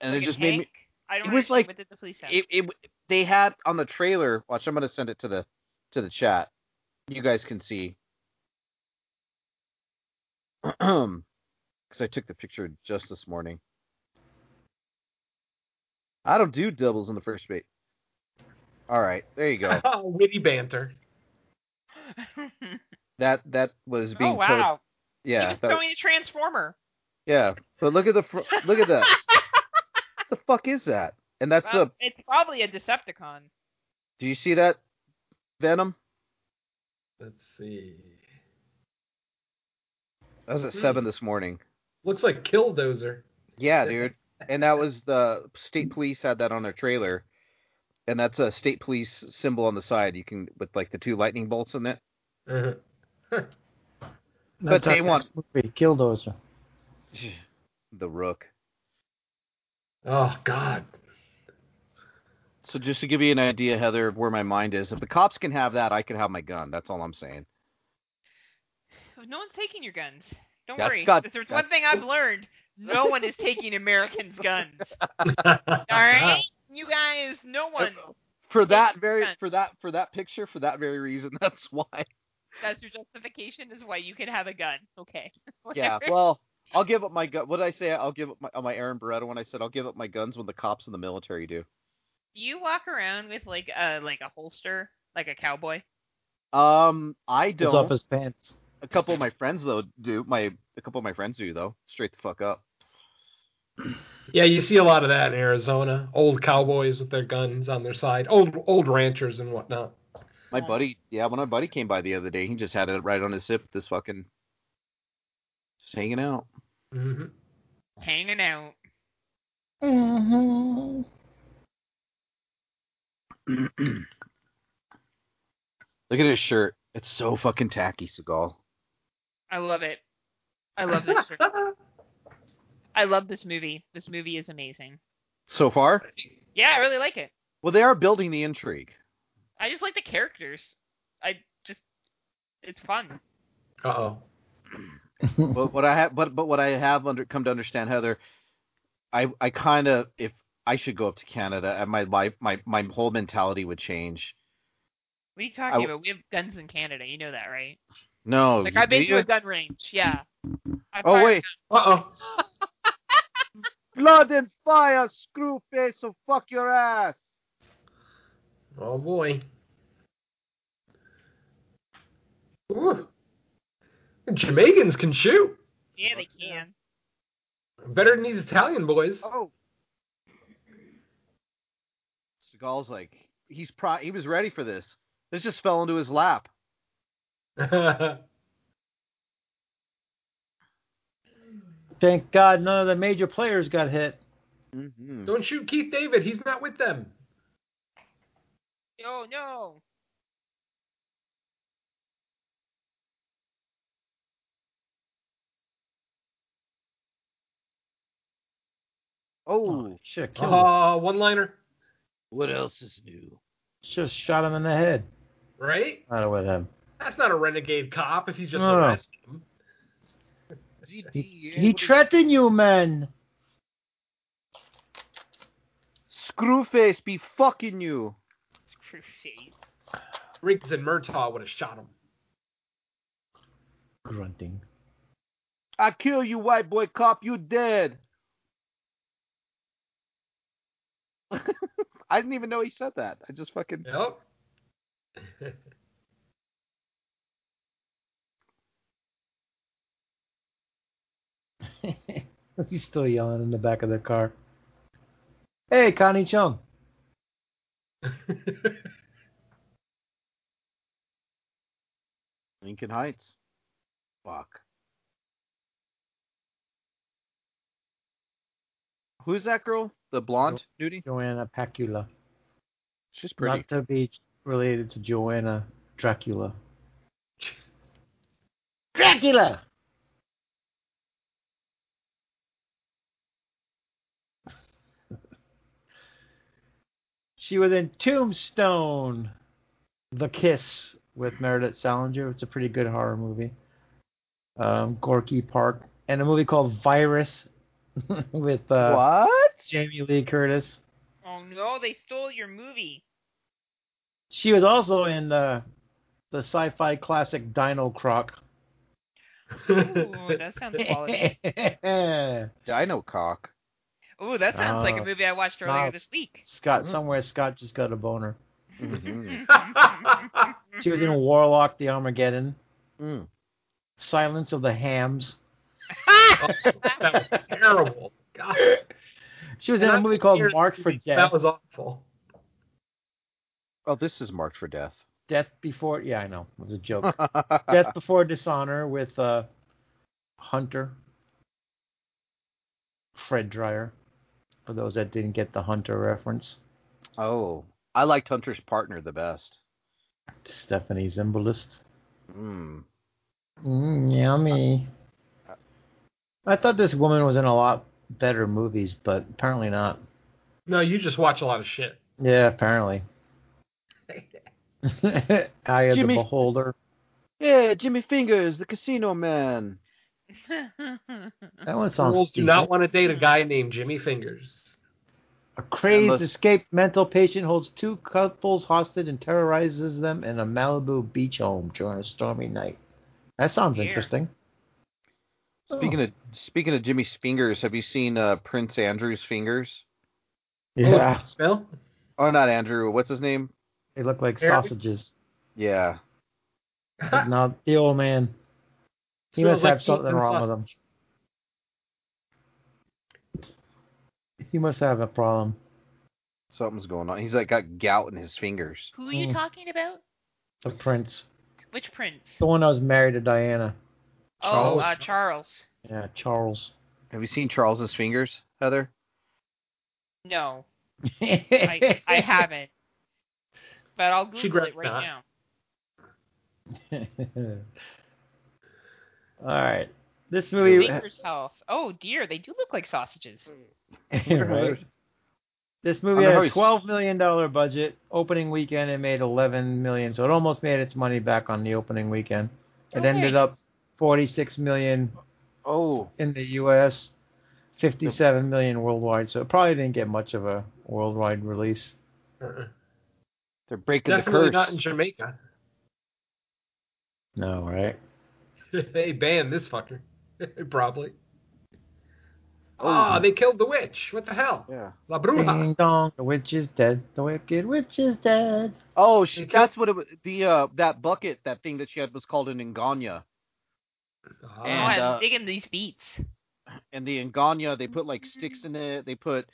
S7: and
S8: Like
S7: it
S8: a
S7: just made me.
S8: tank? I don't
S7: it
S8: understand.
S7: was like-
S8: what did the police have?
S7: It, it they had on the trailer. Watch, I'm gonna send it to the to the chat. You guys can see. Because I took the picture just this morning. I don't do doubles in the first base. All right, there you
S6: Oh.
S7: go.
S6: Witty banter.
S7: that that was being
S8: oh wow!
S7: towed. Yeah,
S8: he was
S7: that-
S8: towing a transformer.
S7: Yeah, but look at the fr- look at that. the fuck is that? And that's
S8: Well,
S7: a.
S8: it's probably a Decepticon.
S7: Do you see that Venom?
S6: Let's see.
S7: That was at
S6: Hmm.
S7: seven this morning.
S6: Looks like Killdozer.
S7: Yeah, dude. And that was the state police had that on their trailer, and that's a state police symbol on the side. You can with like the two lightning bolts in it.
S6: Uh-huh.
S7: But
S9: That's our
S7: they want-
S9: next movie, Killdozer.
S7: The Rook.
S6: Oh God.
S7: So just to give you an idea, Heather, of where my mind is, if the cops can have that, I could have my gun. That's all I'm saying.
S8: No one's taking your guns. Don't
S7: That's
S8: worry.
S7: got-
S8: if there's
S7: that's-
S8: one thing I've learned, no one is taking Americans' guns. All right, you guys, no one.
S7: For that
S8: your
S7: very
S8: gun.
S7: for that for that picture for that very reason. That's why.
S8: That's your justification is why you can have a gun. Okay.
S7: Yeah, well, I'll give up my gun. What did I say? I'll give up my, on my Aaron Beretta when I said I'll give up my guns when the cops and the military do.
S8: Do you walk around with like a like a holster, like a cowboy?
S7: Um, I
S9: It's up
S7: don't.
S9: his pants.
S7: A couple of my friends though do. My a couple of my friends do though. Straight the fuck up.
S6: Yeah, you see a lot of that in Arizona. Old cowboys with their guns on their side. Old old ranchers and whatnot.
S7: My
S8: Oh.
S7: buddy, yeah, when my buddy came by the other day, he just had it right on his hip. This fucking just hanging out.
S6: hmm
S8: Hanging out.
S7: Look at his shirt. It's so fucking tacky, Seagal.
S8: I love it. I love this shirt. I love this movie. This movie is amazing.
S7: So far,
S8: Yeah, I really like it.
S7: well, they are building the intrigue.
S8: I just like the characters. I just it's fun.
S6: Uh oh.
S7: but what I have, but but what I have under come to understand, Heather, I I kind of if I should go up to Canada, and my life, my my whole mentality would change.
S8: What are you
S7: I
S8: talking
S7: w-
S8: about? We have guns in Canada. You know that, right?
S7: No,
S8: Like
S7: you-
S8: I've been
S7: you-
S8: to a gun range. Yeah. I
S7: oh
S8: fired-
S7: wait,
S6: Uh oh.
S7: blood and fire, screw face, so fuck your ass.
S6: Oh boy. Ooh. Jamaicans can shoot
S8: Yeah, they can.
S6: better than these Italian boys.
S7: Oh, Seagal's like he's pro. He was ready for this. This just fell into his lap.
S9: Thank God none of the major players got hit.
S7: Mm-hmm.
S6: Don't shoot Keith David. He's not with them.
S8: Oh no.
S7: Oh,
S9: Should have killed him.
S6: Uh, one liner,
S7: what else is new?
S9: Just shot him in the head.
S6: right?
S9: Out of with him.
S6: That's not a renegade cop if you just
S9: No.
S6: arrest him.
S9: He threatened you, man.
S7: Screwface be fucking you.
S8: Screw face.
S6: Riggs and Murtaugh would have shot him.
S9: Grunting.
S7: I kill you, white boy cop. You dead. I didn't even know he said that. I just fucking.
S6: Yep.
S9: He's still yelling in the back of the car. Hey, Connie Chung.
S7: Lincoln Heights. Fuck. Who's that girl? The blonde nudie?
S9: Joanna Pacula.
S7: She's pretty.
S9: Not to be related to Joanna Dracula. Dracula! she was in Tombstone, The Kiss, with Meredith Salinger. It's a pretty good horror movie. Um, Gorky Park and a movie called Virus with uh,
S7: what?
S9: Jamie Lee Curtis.
S8: Oh no, they stole your movie.
S9: She was also in the the sci-fi classic Dino Croc.
S8: Ooh, that sounds quality.
S7: Dino cock.
S8: Ooh, that sounds like a
S7: Uh,
S9: Oh.
S8: movie I watched earlier
S9: Wow.
S8: this week.
S9: Scott, somewhere Scott just got a boner.
S7: Mhm.
S9: She was in Warlock, the Armageddon,
S7: Mm.
S9: Silence of the Hams.
S6: Oh, that was terrible. God.
S9: She was
S6: And
S9: in a
S6: I'm
S9: movie called
S6: scared
S9: Mark
S6: of
S9: for
S6: movies.
S9: Death.
S6: That was awful.
S7: Oh, this is marked for death.
S9: Death Before. Yeah, I know. It was a joke. Death Before Dishonor with uh, Hunter. Fred Dreyer. For those that didn't get the Hunter reference,
S7: oh, I liked Hunter's partner the best.
S9: Stephanie Zimbalist.
S7: Mm.
S9: Mm, yummy. I thought this woman was in a lot better movies, but apparently not.
S6: No, you just watch a lot of shit.
S9: Yeah, apparently. Eye of
S7: Jimmy.
S9: the Beholder.
S7: Yeah, Jimmy Fingers, the casino man.
S9: That one sounds
S6: Girls do
S9: decent.
S6: not want to date a guy named Jimmy Fingers.
S9: A crazed
S7: Unless-
S9: escaped mental patient holds two couples hostage and terrorizes them in a Malibu beach home during a stormy night. That sounds
S8: Yeah.
S9: interesting.
S6: Oh.
S7: Speaking of speaking of Jimmy's fingers, have you seen uh, Prince Andrew's fingers?
S9: Yeah,
S6: Oh, smell?
S7: Oh, not Andrew. What's his name?
S9: they look like
S6: Very-
S9: sausages.
S7: Yeah.
S9: But now the old man, he
S6: Smells
S9: must
S6: like
S9: have something
S6: pizza and
S9: wrong with him.
S6: sausage.
S9: He must have a problem.
S7: Something's going on. He's like got gout in his fingers.
S8: Who are you
S9: Mm.
S8: talking about?
S9: The prince,
S8: Which prince?
S9: the one that was married to Diana.
S8: Oh,
S6: Charles.
S8: uh, Charles.
S9: Yeah, Charles.
S7: Have you seen Charles's fingers, Heather?
S8: No, I, I haven't. But I'll Google
S6: grabbed
S8: it right
S6: that.
S8: now.
S9: All right. This movie,
S8: Baker's health. Oh dear, they do look like sausages.
S9: Right. This movie
S7: I'm
S9: had a
S7: always-
S9: twelve million dollar budget. Opening weekend, it made eleven million, so it almost made its money back on the opening weekend. It
S8: Okay.
S9: ended up forty six million
S7: Oh,
S9: in the U.S., fifty seven million worldwide. So it probably didn't get much of a worldwide release.
S6: Uh-uh.
S7: they're breaking
S6: Definitely
S7: the
S6: not in
S7: curse.
S6: Jamaica.
S9: No, right?
S6: they banned this fucker. Probably.
S7: Oh.
S6: Oh, they killed the witch. What the hell?
S7: yeah.
S6: La Bruja.
S9: Ding dong, the witch is dead. The wicked witch is dead.
S7: Oh, she,
S6: Okay.
S7: that's what it was. The uh, that bucket, that thing that she had was called an ingania.
S6: Ah,
S8: oh,
S7: And,
S8: I'm
S7: uh,
S8: digging these beats.
S7: And the ingania, they put like sticks in it. They put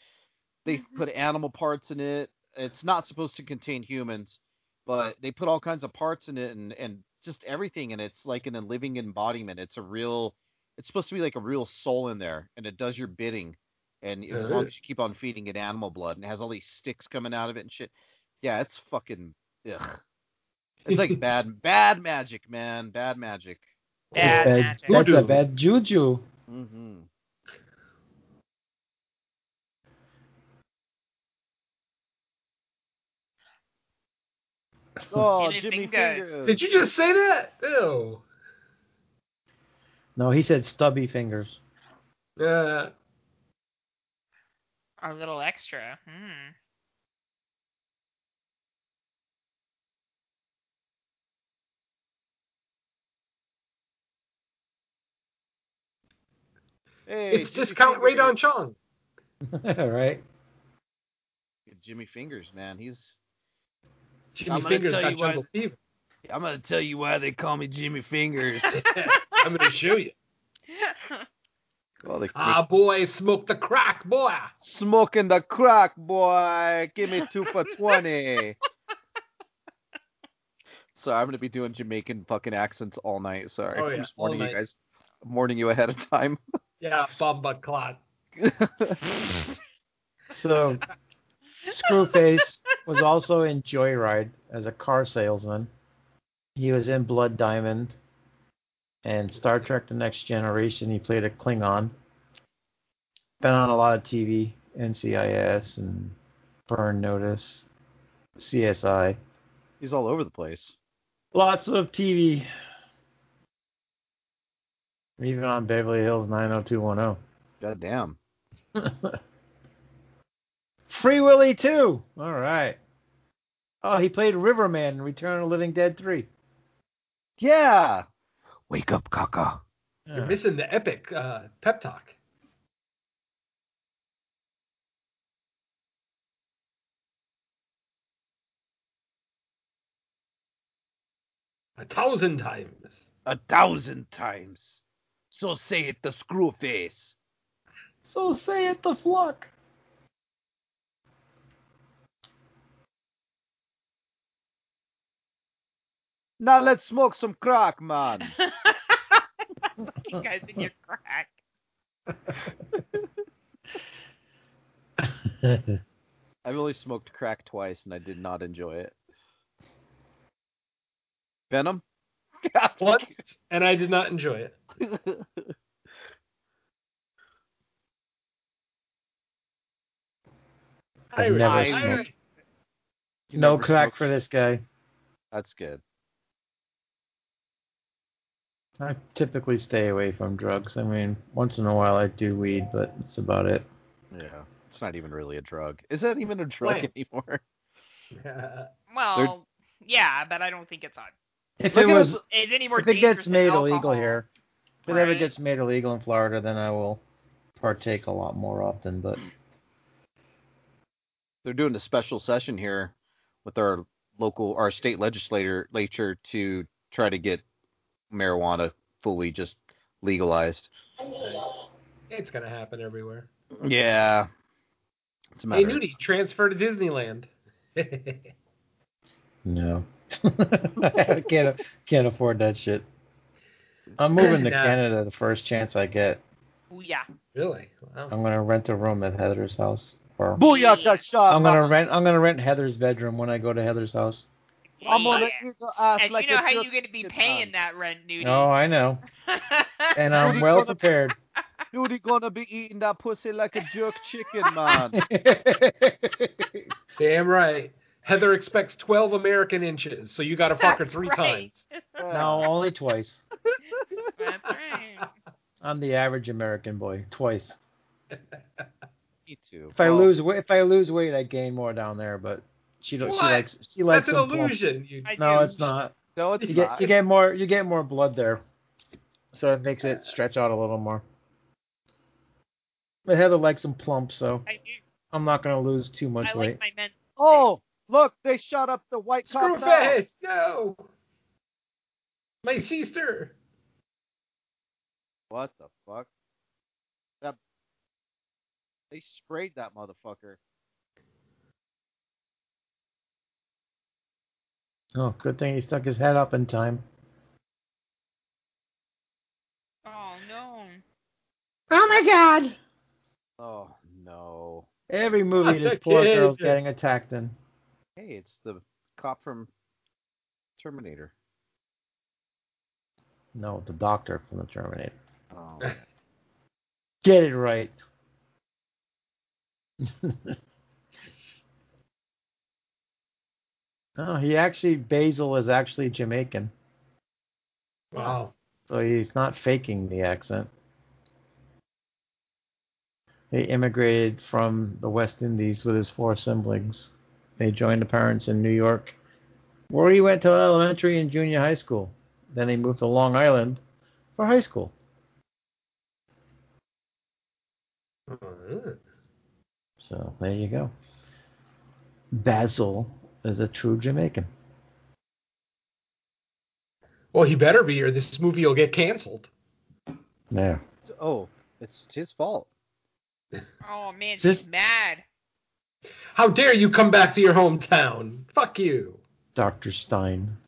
S7: they put animal parts in it. It's not supposed to contain humans, but they put all kinds of parts in it and and just everything. And it's like in a living embodiment. It's a real. It's supposed to be like a real soul in there, and it does your bidding. And as long
S6: Ugh.
S7: as you keep on feeding it animal blood, and it has all these sticks coming out of it and shit. Yeah, it's fucking. Ugh. It's like bad, bad magic, man. Bad magic.
S9: Bad-
S8: Bad magic.
S9: That's a
S6: Voodoo.
S9: bad juju.
S7: hmm Oh,
S8: Get it,
S7: Jimmy
S8: fingers.
S7: Fingers.
S6: Did you just say that? Ew.
S9: No, he said stubby fingers.
S6: Uh,
S8: A little extra. Hmm.
S7: Hey,
S6: it's
S7: Jimmy
S6: discount
S7: Fingers.
S6: Radon Chong.
S9: right?
S7: Jimmy Fingers, man. He's.
S6: Jimmy
S7: I'm gonna
S6: Fingers
S7: tell
S6: got
S7: you why-
S6: jungle fever.
S7: I'm gonna tell you why they call me Jimmy Fingers.
S6: I'm going to show you.
S7: oh, they
S6: Ah, boy, smoke the crack, boy.
S7: smoking the crack, boy. Give me two for twenty. Sorry, I'm gonna be doing Jamaican fucking accents all night. Sorry,
S6: Oh,
S7: I'm
S6: yeah,
S7: just warning
S6: all
S7: you
S6: night.
S7: guys. I'm warning you ahead of time.
S6: Yeah, Ah, Bamba Clot.
S9: So, Screwface was also in Joyride as a car salesman. He was in Blood Diamond and Star Trek: The Next Generation. He played a Klingon. Been on a lot of TV, NCIS and Burn Notice, CSI.
S7: He's all over the place.
S9: Lots of TV. Even on Beverly Hills 90210.
S7: God damn.
S9: Free Willy 2. All right. Oh, he played Riverman in Return of the Living Dead 3.
S7: Yeah. Wake up, Kaka.
S6: You're
S9: Yeah.
S6: missing the epic uh, pep talk. A thousand times.
S7: A thousand times. So say it, the screw face.
S9: So say it the fluck.
S7: Now let's smoke some crack, man.
S8: you guys in your crack.
S7: I've only smoked crack twice, and I did not enjoy it. Venom.
S6: Once, and I did not enjoy it.
S9: I've never
S6: Irish.
S9: smoked.
S6: Irish.
S7: You
S9: No
S7: never
S9: crack
S7: smoked-
S9: for this guy.
S7: That's good.
S9: I typically stay away from drugs. I mean, once in a while I do weed, but that's about it.
S7: Yeah. It's not even really a drug. Is that even a drug
S6: Right.
S7: anymore?
S8: Well, yeah, but I don't think it's on.
S9: If
S7: Look
S9: it
S7: at
S9: was,
S7: us-
S8: It's any more
S9: if it
S8: dangerous
S9: gets
S8: than
S9: made
S8: alcohol.
S9: illegal here, if it ever
S8: Right.
S9: gets made illegal in Florida, then I will partake a lot more often. But
S7: They're doing a special session here with our local, our state legislator, legislature to try to get marijuana fully just legalized.
S6: It's gonna happen everywhere.
S7: Yeah. It's a
S6: Hey,
S7: matter.
S6: Nudie, transfer to Disneyland. Can't
S9: no, I can't can't afford that shit. I'm moving to
S6: Nah.
S9: Canada the first chance I get.
S8: Ooh, yeah.
S6: Really? Wow.
S9: I'm gonna rent a room at Heather's house. Or
S7: Booyaka shot.
S9: I'm gonna rent. I'm gonna rent Heather's bedroom when I go to Heather's house.
S7: I'm gonna
S8: Yeah.
S7: eat your ass
S8: And
S7: like
S8: you know
S7: a
S8: how
S7: jerk
S8: you're going to be
S7: chicken.
S8: paying that rent, Nudie.
S9: Oh, I know, and I'm well prepared.
S7: Nudie gonna be eating that pussy like a jerk chicken, man.
S6: Damn right. Heather expects 12 American inches, so you got to fuck her
S8: That's
S6: three
S8: right.
S6: times.
S9: no, only twice.
S8: That's right.
S9: I'm the average American boy. Twice.
S7: Me too.
S9: If I
S7: Well,
S9: lose weight, if I lose weight, I gain more down there. But she don't. She
S6: What?
S9: likes. She likes
S6: That's an
S9: them plump.
S6: illusion. You,
S8: I
S9: No,
S8: do.
S9: it's not.
S7: no, it's
S9: You
S7: not.
S9: get you get more you get more blood there, so it makes it stretch out a little more. But Heather likes them plump, so
S8: I, do.
S9: I'm not gonna lose too much
S8: I
S9: weight.
S8: like my men.
S7: Oh, look, they shot up the white cops. out.
S6: Screwface, no. My sister.
S7: What the fuck? That they sprayed that motherfucker.
S9: Oh, good thing he stuck his head up in time.
S8: Oh, no.
S4: Oh my god.
S7: Oh no.
S9: Every movie this
S6: Fuck
S9: poor
S6: it.
S9: girl's getting attacked in.
S7: Hey, it's the cop from Terminator.
S9: No, the doctor from the Terminator.
S7: Oh,
S9: Get it right. oh, he actually Basil is actually Jamaican,
S6: Wow.
S9: so he's not faking the accent. He immigrated from the West Indies with his four siblings. They joined the parents in New York, where he went to elementary and junior high school. Then he moved to Long Island for high school.
S6: Uh,
S9: So there you go. Basil is a true Jamaican.
S6: Well, he better be, or this movie will get canceled.
S9: Yeah.
S7: oh, it's his fault.
S8: Oh, man,
S9: This-
S8: she's mad.
S6: How dare you come back to your hometown? Fuck you.
S9: Dr. Stein.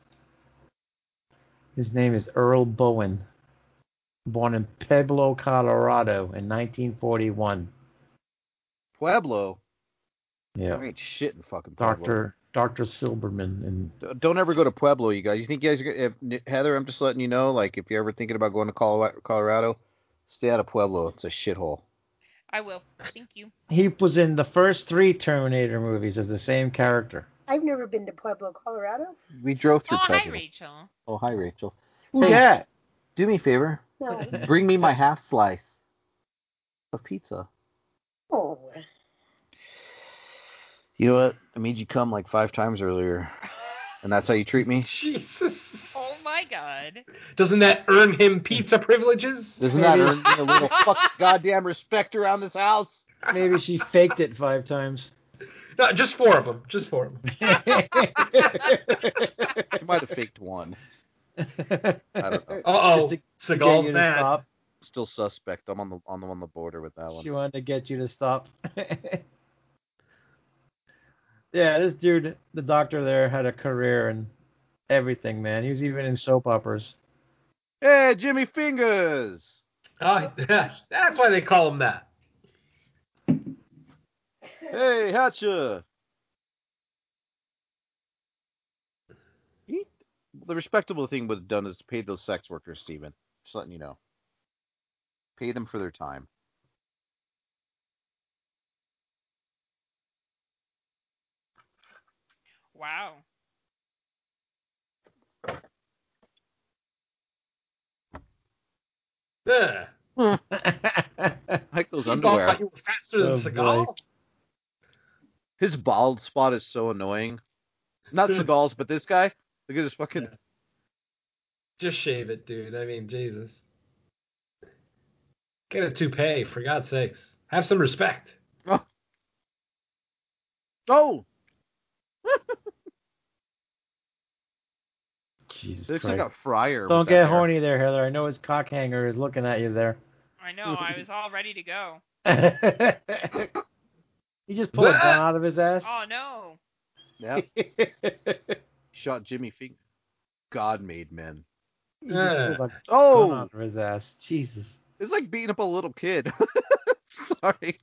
S9: His name is Earl Bowen. Born in Pueblo, Colorado in 1941.
S7: Pueblo.
S9: Yeah.
S7: There ain't shit in fucking Pueblo.
S9: Dr. Dr. Silberman and
S7: D- Don't ever go to Pueblo, you guys. You think you guys, are gonna- if, Heather? I'm just letting you know. Like, if you're ever thinking about going to Colo- Colorado, stay out of Pueblo. It's a shithole.
S8: I will. Thank you.
S9: he was in the first three Terminator movies as the same character.
S10: I've never been to Pueblo, Colorado.
S7: We drove
S8: Oh,
S7: through
S8: hi,
S7: Pueblo.
S8: Rachel.
S7: Oh, hi, Rachel.
S9: Who's
S7: Hey.
S9: that?
S7: Do me a favor.
S10: No.
S7: Bring me my half slice of pizza.
S10: Oh.
S7: You know what? I made you come like five times earlier, and that's how you treat me.
S6: Jesus.
S8: Oh my god.
S6: Doesn't that earn him pizza privileges?
S7: Doesn't that earn me a little fuck goddamn respect around this house?
S9: Maybe she faked it five times.
S6: No, just four of them. Just four of them.
S7: I might have faked one. I don't know.
S6: Uh
S9: Just
S6: oh.
S9: to- To get
S6: Seagal's
S9: you to
S6: mad.
S9: stop.
S7: Still suspect. I'm on the on the on the border with that one.
S9: She wanted to get you to stop. yeah, this dude, the doctor there, had a career in everything, man. He was even in soap operas.
S7: Hey, Jimmy Fingers.
S6: Uh, that's why they call him that.
S7: Hey, Hatcha. He, the respectable thing would have done is paid those sex workers, Steven. Just letting you know. Pay them for their time.
S8: Wow.
S6: Yeah.
S7: Like those
S6: He
S7: underwear.
S6: thought you were faster than
S9: Oh,
S6: Seagal.
S9: boy.
S7: His bald spot is so annoying. Not
S6: Dude.
S7: Seagal's, but this guy. Look at his fucking.
S6: Yeah. Just shave it, dude. I mean, Jesus. Get a toupee, for God's sakes. Have some respect.
S7: Oh,
S9: Jesus
S7: it looks
S9: Christ.
S7: like a fryer. with
S9: Don't
S7: that
S9: get
S7: hair.
S9: horny there, Heather. I know his cock hanger is looking at you there.
S8: I know. I was all ready to go.
S9: he just pulled a gun out of his ass.
S8: Oh no.
S7: Yep. Shot Jimmy Fing. God made men.
S9: He just pulled a gun
S7: Oh,
S9: out of his ass. Jesus.
S7: it's like beating up a little kid. Sorry.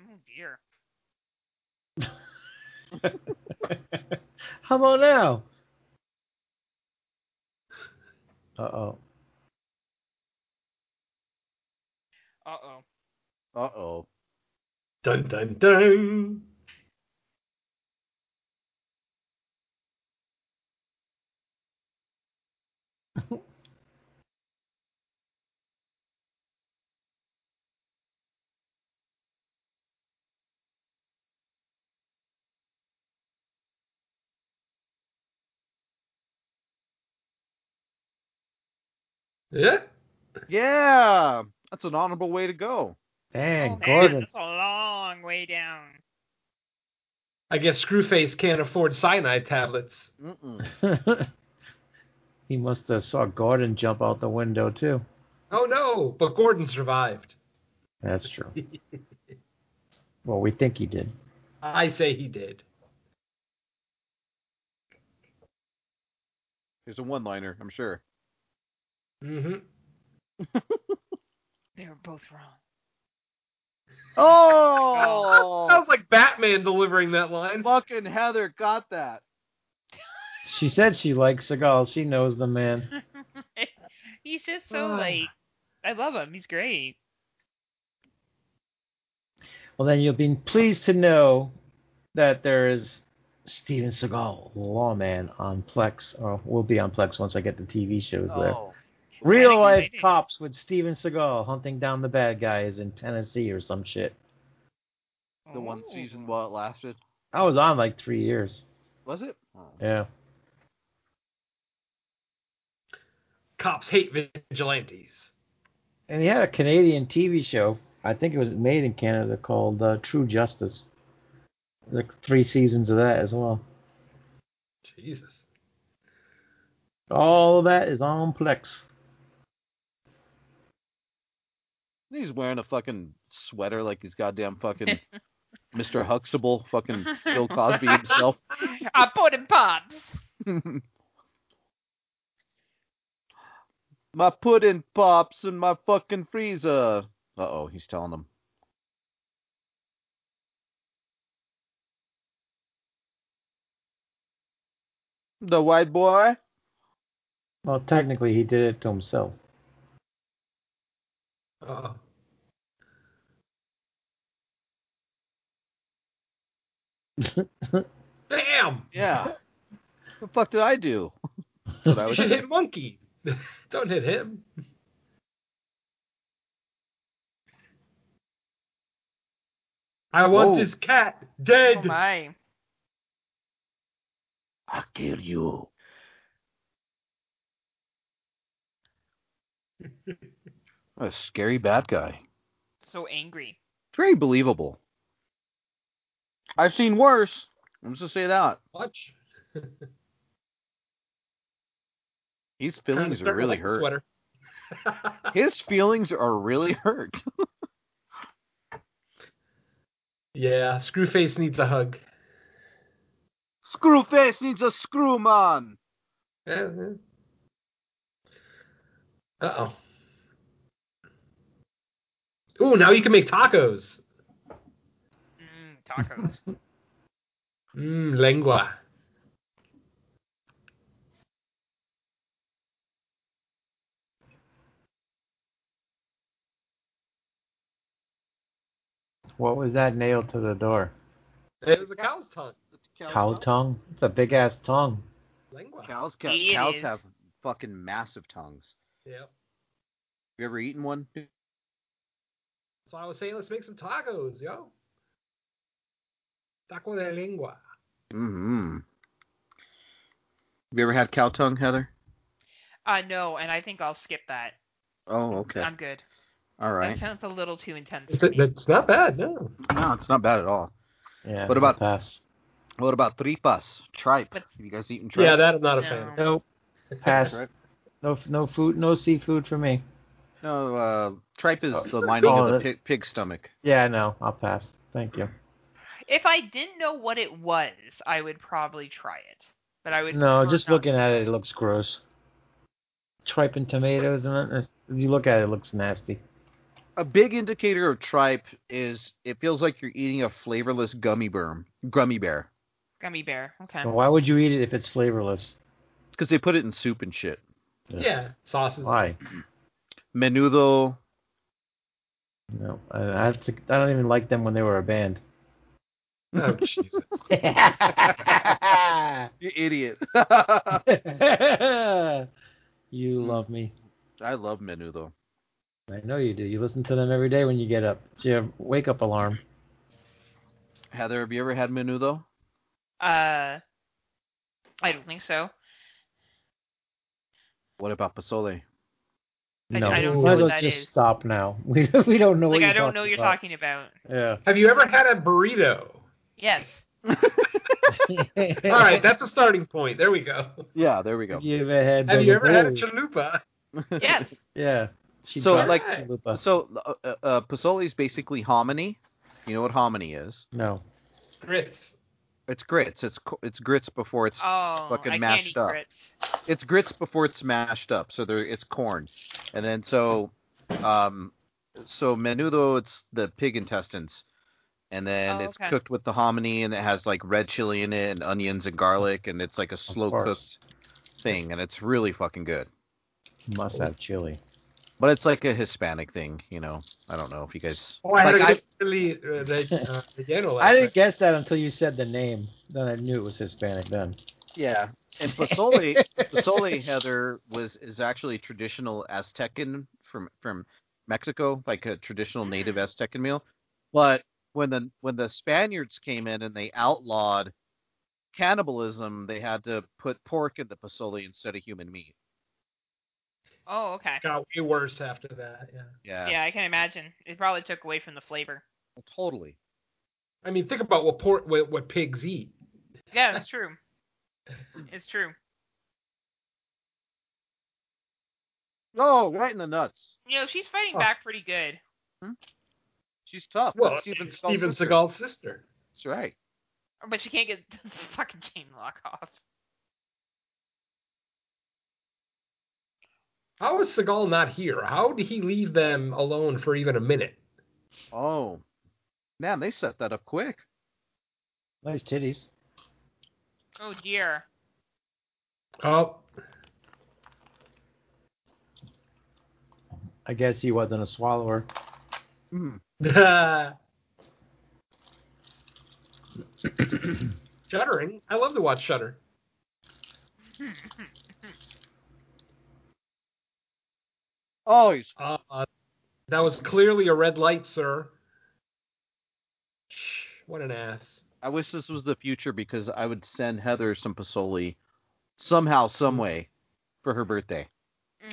S8: Oh dear.
S9: How about now? Uh oh.
S8: Uh oh.
S7: Uh oh.
S6: Dun dun dun. Yeah.
S7: Yeah, that's an honorable way to go.
S9: Dang,
S8: oh, man,
S9: Gordon.
S8: That's a long way down.
S6: I guess Screwface can't afford cyanide tablets.
S7: Mm-mm.
S9: he must have saw Gordon jump out the window too.
S6: Oh no, but Gordon survived.
S9: That's true. well, we think he did.
S6: I say he did.
S7: Here's a one-liner, I'm sure.
S6: hmm
S8: They were both wrong. Oh,
S7: Oh,
S9: Oh!
S6: Sounds like Batman delivering that line.
S7: fucking Heather got that.
S9: She said she likes Seagal. She knows the man.
S8: He's just so
S6: Ah.
S8: like. I love him. He's great.
S9: Well, then you'll be pleased to know that there is Steven Seagal, lawman on Plex, or will be on Plex once I get the TV shows there. Real life
S8: Exciting.
S9: cops with Steven Seagal hunting down the bad guys in Tennessee or some shit.
S7: The one
S8: Ooh.
S7: season while it lasted.
S9: I was on like three years.
S7: Was it? Oh.
S9: Yeah.
S6: Cops hate vigilantes.
S9: And he had a Canadian TV show. I think it was made in Canada called uh, True Justice. Like three seasons of that as well.
S6: Jesus.
S9: All of that is on Plex.
S7: He's wearing a fucking sweater like he's goddamn fucking Mr. Huxtable, fucking Bill Cosby himself.
S8: I put in pops.
S7: my pudding pops in my fucking freezer. Uh oh, he's telling them. The white boy?
S9: Well, technically, he did it to himself.
S6: Uh-huh. Uh-oh. Bam!
S7: Yeah. what the fuck did I do? That's what I
S6: You
S7: was.
S6: should hit Monkey. Don't hit him. I want
S7: Whoa.
S6: this cat dead.
S8: Oh my.
S7: I'll kill you. what a scary bad guy.
S8: So angry.
S7: Very believable. I've seen worse. I'm just gonna say that.
S6: Watch.
S7: His
S6: Kinda
S7: feelings are
S6: starting to
S7: really
S6: like the
S7: hurt.
S6: Sweater.
S7: His feelings are really hurt.
S6: yeah, Screwface needs a hug.
S7: Screwface needs a screw, man.
S6: Uh oh. Ooh, now you can make tacos.
S8: Mm, tacos.
S6: Mmm, lengua.
S9: What was that nailed to the door?
S6: It was a cow's tongue.
S9: Cow tongue? It's a big ass tongue.
S6: Lengua.
S7: Cows, ca-
S8: It
S7: cows
S8: is.
S7: have fucking massive tongues.
S6: Yeah.
S7: You ever eaten one?
S6: So I was saying, let's make some tacos, yo. Taco de lengua.
S7: Mm-hmm. You ever had cow tongue, Heather?
S8: Uh, no, and I think I'll skip that.
S7: Oh, okay.
S8: I'm good.
S7: All
S8: That
S7: right.
S8: sounds a little too intense
S6: It's,
S8: for me.
S6: it's not bad, no.
S7: No, it's not bad at all.
S9: Yeah.
S7: What about-
S9: pass?
S7: What about tripas? Tripe.
S8: But-
S7: Have you guys eaten tripe?
S6: Yeah, that I'm not a
S8: No.
S6: fan.
S9: Nope. Pass.
S7: Tripe?
S9: No, f- no food, no seafood for me.
S7: No, uh, tripe is the lining
S9: Oh,
S7: of the
S9: that-
S7: pig, pig stomach.
S9: Yeah, no, I'll pass. Thank you.
S8: If I didn't know what it was, I would probably try it. But I would
S9: No,
S8: prefer
S9: just
S8: not
S9: looking at it, it looks gross. Tripe and tomatoes, and it, it's- you look at it, it looks nasty.
S7: A big indicator of tripe is it feels like you're eating a flavorless gummy worm, gummy bear,
S8: Gummy bear. Okay.
S9: Why would you eat it if it's flavorless?
S7: because they put it in soup and shit.
S6: Yeah, sauces.
S9: Why?
S7: Menudo.
S9: No, I, I have to. I don't even like them when they were a band.
S6: Oh, Jesus.
S7: You idiot.
S9: you love me.
S7: I love menudo.
S9: I know you do. You listen to them every day when you get up. It's your wake up alarm.
S7: Heather, have you ever had menudo?
S8: Uh, I don't think so.
S7: What about pozole?
S8: I-
S9: No,
S8: I don't
S9: might
S8: know
S9: as
S8: what
S9: well
S8: that
S9: just
S8: is.
S9: stop now. We we don't know.
S8: like
S9: what
S8: I don't know what
S9: you're
S8: you're
S9: about.
S8: talking about.
S6: Have you ever had a burrito?
S8: Yes.
S9: Yeah.
S6: All right, that's a starting point. There we go.
S7: Yeah, there we go.
S9: Have you ever had?
S6: Have you ever had a
S9: Boogaloo?
S6: chalupa?
S8: Yes.
S9: Yeah. She
S7: So,
S9: dropped
S7: like-
S9: chalupa.
S7: So, uh, uh, pozole is basically hominy. You know what hominy is?
S9: no.
S6: Chris.
S7: It's grits. It's co- it's grits before it's
S8: Oh,
S7: fucking
S8: I can't
S7: mashed
S8: eat
S7: up.
S8: grits.
S7: it's grits before it's mashed up. So there, it's corn, and then so, um, so menudo it's the pig intestines, and then
S8: Oh,
S7: it's
S8: okay.
S7: cooked with the hominy, and it has like red chili in it, and onions and garlic, and it's like a slow
S9: course.
S7: cooked thing, and it's really fucking good.
S9: Must have chili.
S7: But it's like a Hispanic thing, you know. I don't know if you guys.
S6: Oh, I had
S7: like,
S6: a
S7: I,
S6: good chili uh, re- uh, relleno last
S9: I didn't
S6: night.
S9: guess that until you said the name. Then I knew it was Hispanic. Then.
S7: yeah, and pozole, pozole Heather was is actually traditional Aztecan from from Mexico, like a traditional native Aztecan meal. But when the when the Spaniards came in and they outlawed cannibalism, they had to put pork in the pozole instead of human meat.
S8: Oh, okay.
S6: got way worse after that. Yeah.
S7: Yeah,
S8: Yeah, I can imagine. It probably took away from the flavor.
S7: totally.
S6: I mean, think about what pork, what, what pigs eat.
S8: Yeah, it's true. It's true.
S7: Oh, right in the nuts.
S8: You know, she's fighting
S6: Huh.
S8: back pretty good.
S7: She's tough. That's
S6: Well,
S7: Steven
S6: Steven, Steven
S7: Seagal's sister.
S6: Seagal's sister.
S7: That's right.
S8: But she can't get the fucking chain lock off.
S6: How was Seagal not here? How did he leave them alone for even a minute?
S7: Oh, man, they set that up quick.
S9: Nice titties.
S8: Oh dear.
S6: Oh,
S9: I guess he wasn't a
S7: Hmm.
S9: swallower.
S7: Mm.
S6: yeah, Shuddering. I love to watch Shudder.
S7: Oh, he's
S6: Uh, that was clearly a red light, sir. What an ass.
S7: I wish this was the future because I would send Heather some Pasoli somehow, some
S8: Mm.
S7: way, for her birthday.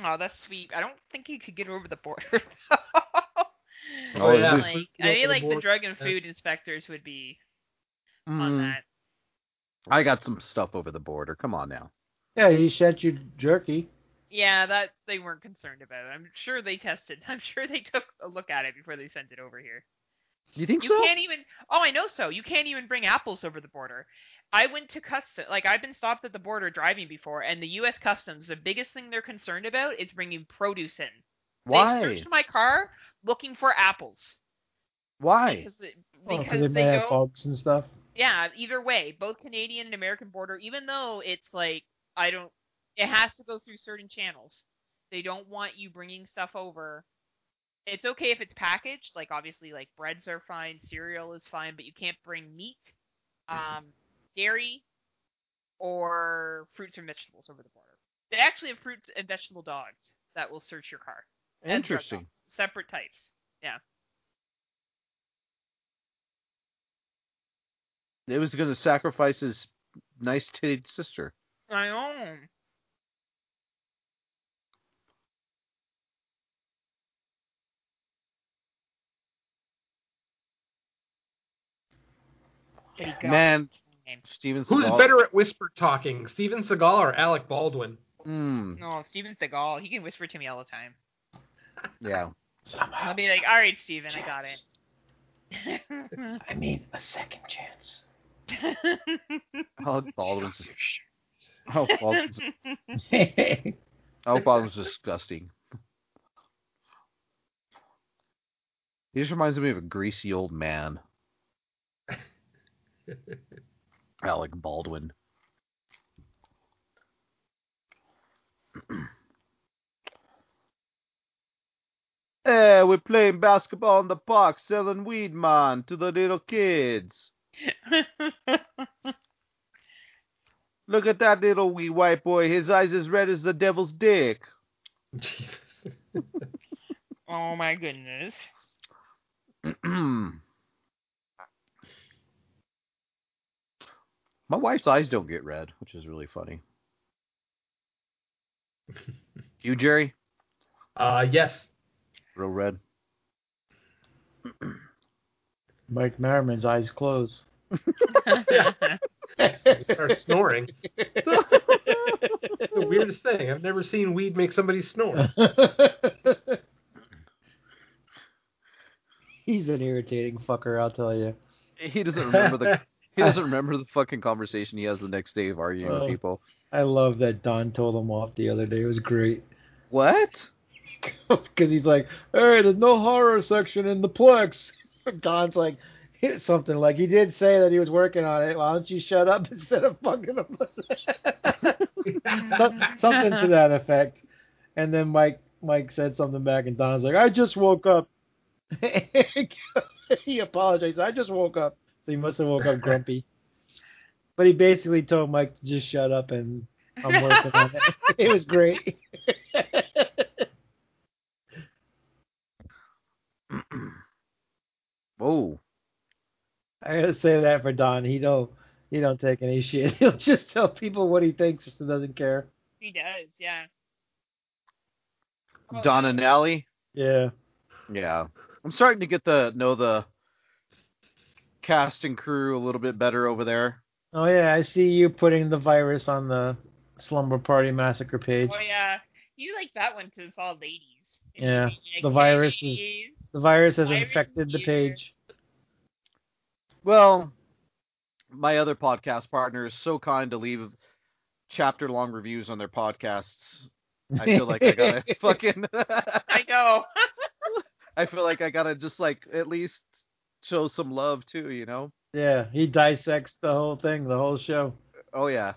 S8: Oh, that's sweet. I don't think he could get over the border. though.
S7: Oh, yeah.
S8: Like, I
S6: Over the
S8: feel like the
S6: border.
S8: drug and
S6: yeah.
S8: food inspectors would be on
S7: Mm,
S8: that.
S7: I got some stuff over the border. Come on now.
S9: Yeah, he sent you jerky.
S8: Yeah, that they weren't concerned about. I'm sure they tested. I'm sure they took a look at it before they sent it over here.
S7: You think
S8: You
S7: so?
S8: can't even. Oh, I know so. You can't even bring apples over the border. I went to custom. Like I've been stopped at the border driving before, and the U.S. Customs, the biggest thing they're concerned about is bringing produce in.
S7: Why?
S8: They searched my car looking for apples
S7: Why?
S8: because, it-
S9: Well,
S8: because
S9: they
S8: they
S9: Oh, may have
S8: go.
S9: bugs and stuff.
S8: Yeah, either way, both Canadian and American border, even though it's like I don't it has to go through certain channels. They don't want you bringing stuff over. It's okay if it's packaged, like obviously like breads are fine, cereal is fine, but you can't bring meat, um, dairy or fruits and vegetables over the border. They actually have fruit and vegetable dogs that will search your car. and drug
S7: Interesting.
S8: dogs, separate types. Yeah.
S7: It was going to sacrifice his nice titted sister.
S8: I own. But he got
S7: Man,
S8: him.
S7: Steven
S6: Who's
S7: Seagal-
S6: better at whisper talking, Steven Seagal or Alec Baldwin?
S7: Mm,
S8: No, Steven Seagal, he can whisper to me all the time.
S7: yeah.
S8: I'll
S9: Somehow.
S8: be like, all right, Steven, I got
S9: Chance.
S8: it.
S9: I mean, a second chance.
S7: Alec Baldwin's. Oh, Baldwin's, Alec Baldwin's disgusting. He just reminds me of a greasy old man. Alec Baldwin. hey, Eh, we're playing basketball in the park, selling weed, man, to the little kids. Look at that little wee white boy. His eyes as red as the devil's dick.
S6: Jesus.
S8: oh my goodness.
S7: My wife's eyes don't get red, which is really funny. you, Jerry?
S6: Uh, yes.
S7: Real red.
S9: Mike Merriman's eyes closed.
S6: Start snoring. the weirdest thing. I've never seen weed make somebody snore.
S9: He's an irritating fucker, I'll tell you.
S7: He doesn't remember the he doesn't remember the fucking conversation he has the next day of arguing
S9: Oh.
S7: with people.
S9: I love that Don told him off the other day. It was great.
S7: What?
S9: Because he's like, hey, there's no horror section in the Plex. Don's like, "Here's something like, he did say that he was working on it. Why don't you shut up instead of fucking up? Some, something to that effect. And then Mike Mike said something back, and Don's like, I just woke up. he apologized. I just woke up. So he must have woke up grumpy. But he basically told Mike to just shut up and I'm working on it. It was great.
S7: Whoa.
S9: I gotta say that for Don. He don't he don't take any shit. He'll just tell people what he thinks so doesn't care.
S8: He does, yeah. Oh,
S7: Donna Nally?
S9: Yeah.
S7: Yeah. I'm starting to get the know the cast and crew a little bit better over there.
S9: Oh yeah, I see you putting the virus on the slumber party massacre page.
S8: Oh yeah, you like that one because it's all ladies. It's
S9: Yeah,
S8: like,
S9: the virus is-
S8: ladies.
S9: The virus has
S8: Virus
S9: infected the
S8: here.
S9: page.
S7: Well, my other podcast partner is so kind to leave chapter long reviews on their podcasts. I feel like I gotta fucking
S8: I know.
S7: I feel like I gotta just like at least show some love too, you know?
S9: Yeah, he dissects the whole thing, the whole show.
S7: Oh yeah.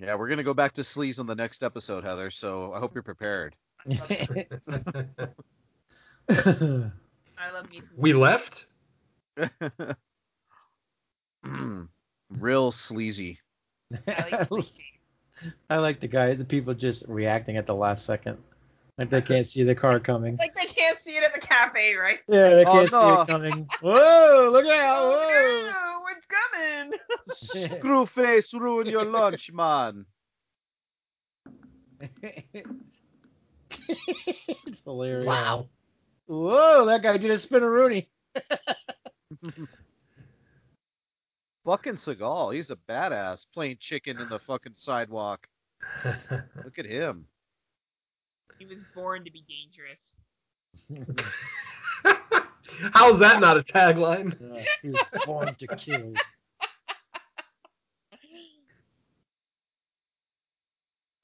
S7: Yeah, we're gonna go back to sleaze on the next episode, Heather. So I hope you're prepared.
S8: I love me. some-
S6: We left?
S7: Mm. Real sleazy.
S8: I like sleeping.
S9: I like the guy, the people just reacting at the last second, like they can't see the car coming.
S8: Like they can't see it at the cafe, right?
S9: Yeah, they
S7: Oh,
S9: can't see
S7: no.
S9: it coming. Whoa, look out! Whoa.
S8: Oh, no, it's coming.
S7: Screwface ruin your lunch, man.
S9: it's hilarious.
S6: Wow.
S9: Whoa, that guy did a spinneroonie.
S7: Fucking Seagal, he's a badass playing chicken in the fucking sidewalk. Look at him.
S8: He was born to be dangerous.
S6: How's that not a tagline?
S9: Yeah, he was born to kill.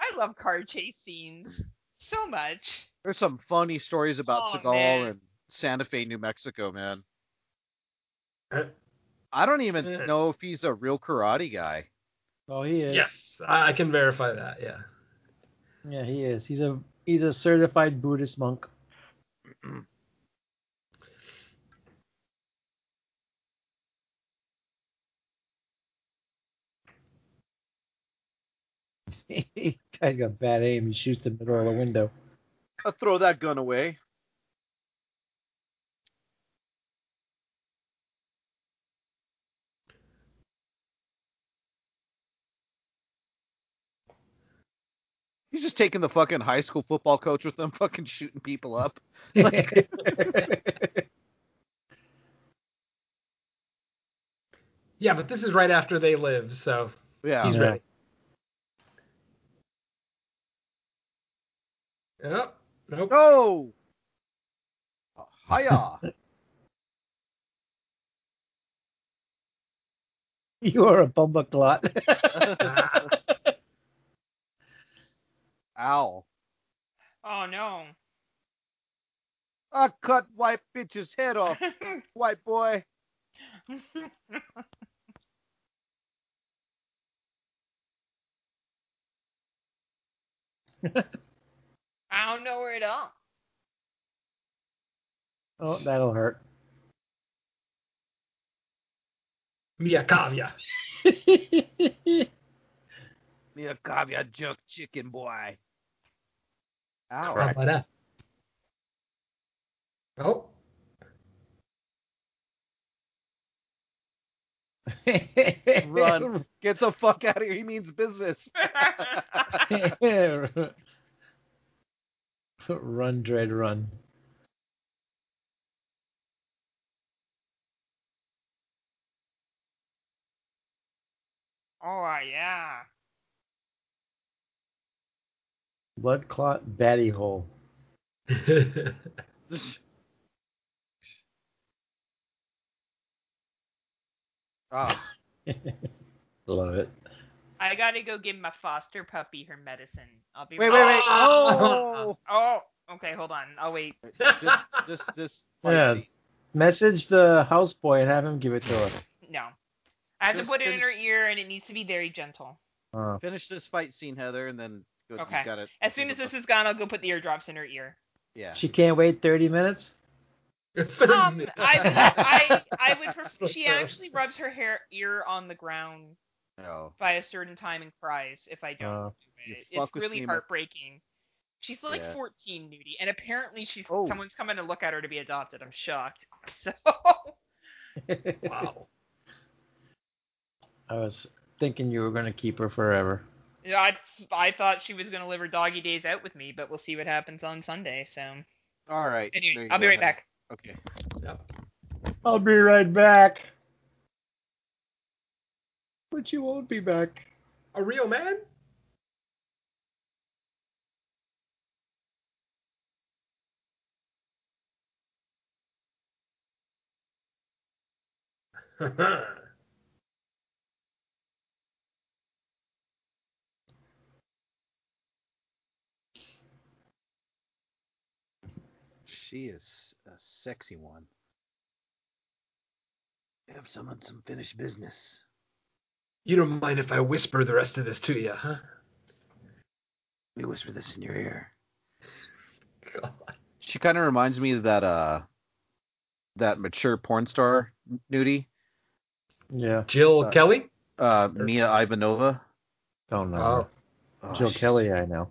S8: I love car chase scenes so much.
S7: There's some funny stories about
S8: Oh,
S7: Seagal
S8: man.
S7: and Santa Fe, New Mexico, man.
S6: Uh,
S7: I don't even
S6: Yeah.
S7: know if he's a real karate guy.
S9: Oh, he is.
S6: Yes, I I can verify that. Yeah.
S9: Yeah, he is. He's a he's a certified Buddhist monk. He's got bad aim. He shoots the middle of the window.
S7: I'll throw that gun away. He's just taking the fucking high school football coach with them, fucking shooting people up. Like-
S6: Yeah, but this is right after they live, so
S7: Yeah.
S6: he's
S9: Yeah.
S6: ready. Oh, nope.
S7: No. Hiya.
S9: You are a bumba clot.
S7: Ow.
S8: Oh no.
S7: I cut white bitch's head off, white boy.
S8: I don't know where it all.
S9: oh, that'll hurt.
S6: Mia Kavya.
S7: Me a caviar junk chicken boy. Ow.
S6: How about that? Oh,
S7: Run. Get the fuck out of here. He means business.
S9: run, dread, run.
S8: oh yeah.
S9: Blood clot, batty hole.
S7: Ah,
S9: Love it.
S8: I gotta go give my foster puppy her medicine. I'll be
S7: wait, wait,
S8: right
S7: wait.
S6: Ah.
S7: Oh.
S8: Oh, okay, hold on. I'll wait.
S7: just, just, just. fight
S9: Yeah.
S7: scene.
S9: Message the houseboy and have him give it to us.
S8: No. I have to
S7: Just
S8: put it in her
S7: finish-
S8: ear and it needs to be very gentle.
S9: Uh,
S7: Finish this fight scene, Heather, and then go,
S8: Okay.
S7: you got it.
S8: As soon as this is gone, I'll go put the eardrops in her ear.
S7: Yeah.
S9: she can't wait 30 minutes?
S8: Um, I, I, I would prefer. She actually rubs her hair ear on the ground
S7: No.
S8: by a certain time and cries if I don't.
S9: Uh,
S8: do
S7: you
S8: it.
S7: fuck
S8: It's
S7: with
S8: really
S7: me, Mar-
S8: heartbreaking. She's like
S7: Yeah.
S8: 14, nudie, and apparently she's
S7: Oh.
S8: someone's coming to look at her to be adopted. I'm shocked. So
S6: wow.
S9: I was thinking you were going to keep her forever.
S8: yeah, I I thought she was gonna live her doggy days out with me, but we'll see what happens on Sunday. So
S7: All right. There
S8: anyway,
S7: you
S8: I'll be
S7: go,
S8: right
S7: Heather.
S8: back.
S7: Okay.
S9: I'll be right back. But you won't be back.
S6: A real man?
S7: She is a sexy one. Have someone some finished business.
S6: you don't mind if I whisper the rest of this to you, huh?
S7: Let me whisper this in your ear.
S6: God.
S7: She kind of reminds me of that uh that mature porn star nudie,
S9: Yeah.
S6: Jill
S7: Uh,
S6: Kelly?
S7: uh Mia Ivanova.
S9: Don't know.
S6: Oh,
S7: Oh,
S9: Jill
S7: she's-
S9: Kelly, I know.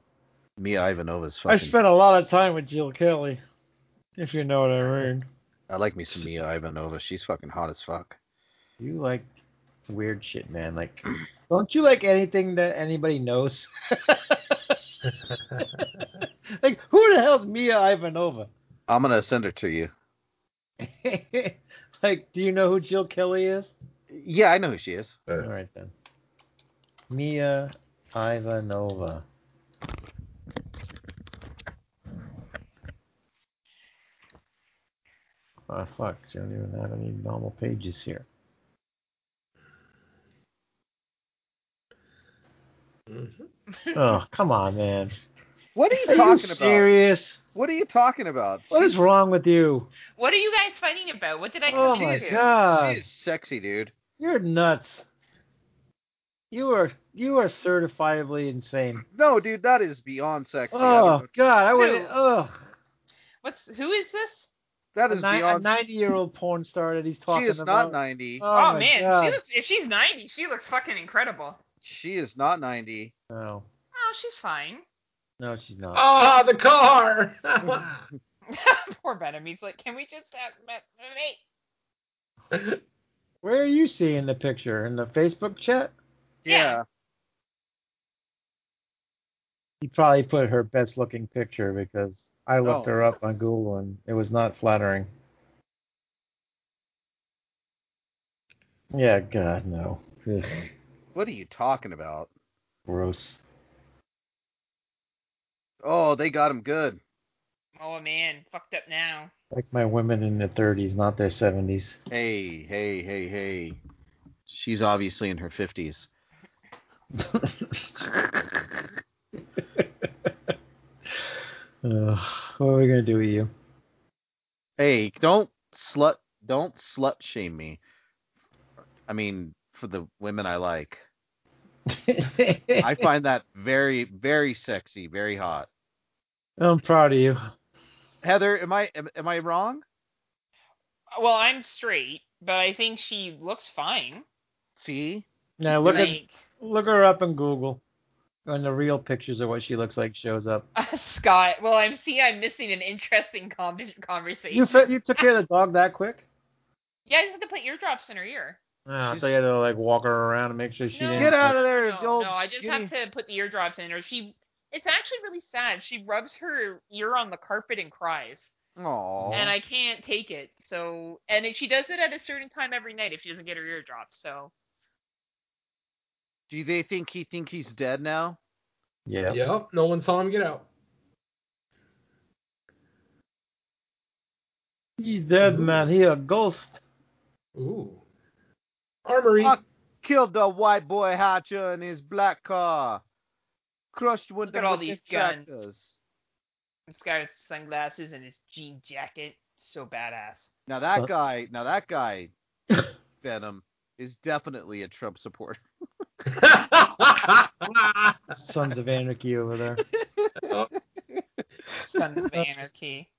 S7: Mia Ivanova's fucking.
S5: I spent a lot of time with Jill Kelly, if you know what I mean.
S7: I like me some Mia Ivanova. She's fucking hot as fuck.
S9: You like weird shit, man. Like, don't you like anything that anybody knows? like, who the hell's Mia Ivanova?
S7: I'm gonna send her to you.
S9: like, do you know who Jill Kelly is?
S7: Yeah, I know who she is.
S6: Uh.
S9: All right then. Mia Ivanova. Oh fuck! I don't even have any normal pages here. Oh come on, man!
S7: Mm-hmm. What are you
S9: Are
S7: talking
S9: you
S7: about?
S9: serious?
S7: What are you talking about?
S9: What is wrong with you?
S8: What are you guys fighting about? What did I
S9: Oh
S8: do
S9: my
S8: to?
S9: god!
S7: She is sexy, dude.
S9: You're nuts. You are you are certifiably insane.
S7: No, dude, that is beyond sexy. I don't
S9: Oh
S7: know-
S9: god, I would.
S8: No.
S9: Ugh.
S8: What's who is this?
S7: that
S9: A
S7: is
S9: ni- a
S7: beyond.
S9: ninety-year-old porn star that he's
S7: She
S9: talking
S7: is
S9: about.
S7: not 90.
S8: Oh,
S9: my
S8: man,
S9: God.
S8: she looks, if she's ninety, she looks fucking incredible.
S7: She is not 90.
S9: No,
S8: Oh, she's fine.
S9: no, she's
S8: Oh.
S9: not.
S6: Ah, the car!
S8: Poor Venom. He's like, can we just talk about wait?
S9: Where are you seeing the picture in the Facebook chat?
S8: Yeah.
S7: Yeah.
S9: He probably put her best-looking picture because I looked
S7: Oh.
S9: her up on Google and it was not flattering. Yeah, God, no. Ugh,
S7: What are you talking about?
S9: gross.
S7: Oh, they got him good.
S8: Oh man, fucked up now.
S9: Like my women in their 30s, not their 70s.
S7: Hey, hey, hey, hey. She's obviously in her 50s.
S9: Ugh, what are we gonna do with you?
S7: Hey, don't slut don't slut shame me. I mean, for the women I like. I find that very very sexy, very hot.
S9: I'm proud of you.
S7: Heather, am I am, am I wrong?
S8: Well, I'm straight, but I think she looks fine.
S7: See?
S9: Now look at
S8: like
S9: look her up on Google. And the real pictures of what she looks like shows up.
S8: Scott. Well, I'm see, I'm missing an interesting com- conversation.
S9: You fit, you took care of the dog that quick?
S8: yeah, I just had to put eardrops in her ear.
S9: Ah, I
S7: She's-
S9: thought you had to like walk her around and make sure she
S8: No.
S9: didn't.
S7: Get out of there,
S8: No,
S7: you old
S8: Oh, no, I just
S7: skinny-
S8: have to put the eardrops in her. She. It's actually really sad. She rubs her ear on the carpet and cries,
S7: Aw.
S8: and I can't take it. So, and it, she does it at a certain time every night if she doesn't get her eardrops. So,
S7: Do they think he think he's dead now?
S9: Yeah.
S6: Yep, no one saw him get out.
S9: He's dead, man. He a ghost.
S6: Ooh. Armory.
S7: Fuck. Killed the white boy Hatcher in his black car. Crushed one
S8: Look at
S7: of
S8: all
S7: the
S8: these guns.
S7: tractors.
S8: this guy with sunglasses and his jean jacket, so badass.
S7: Now that
S9: Huh?
S7: guy, now that guy, Venom is definitely a Trump supporter.
S9: Sons of Anarchy over there.
S8: Sons of Anarchy.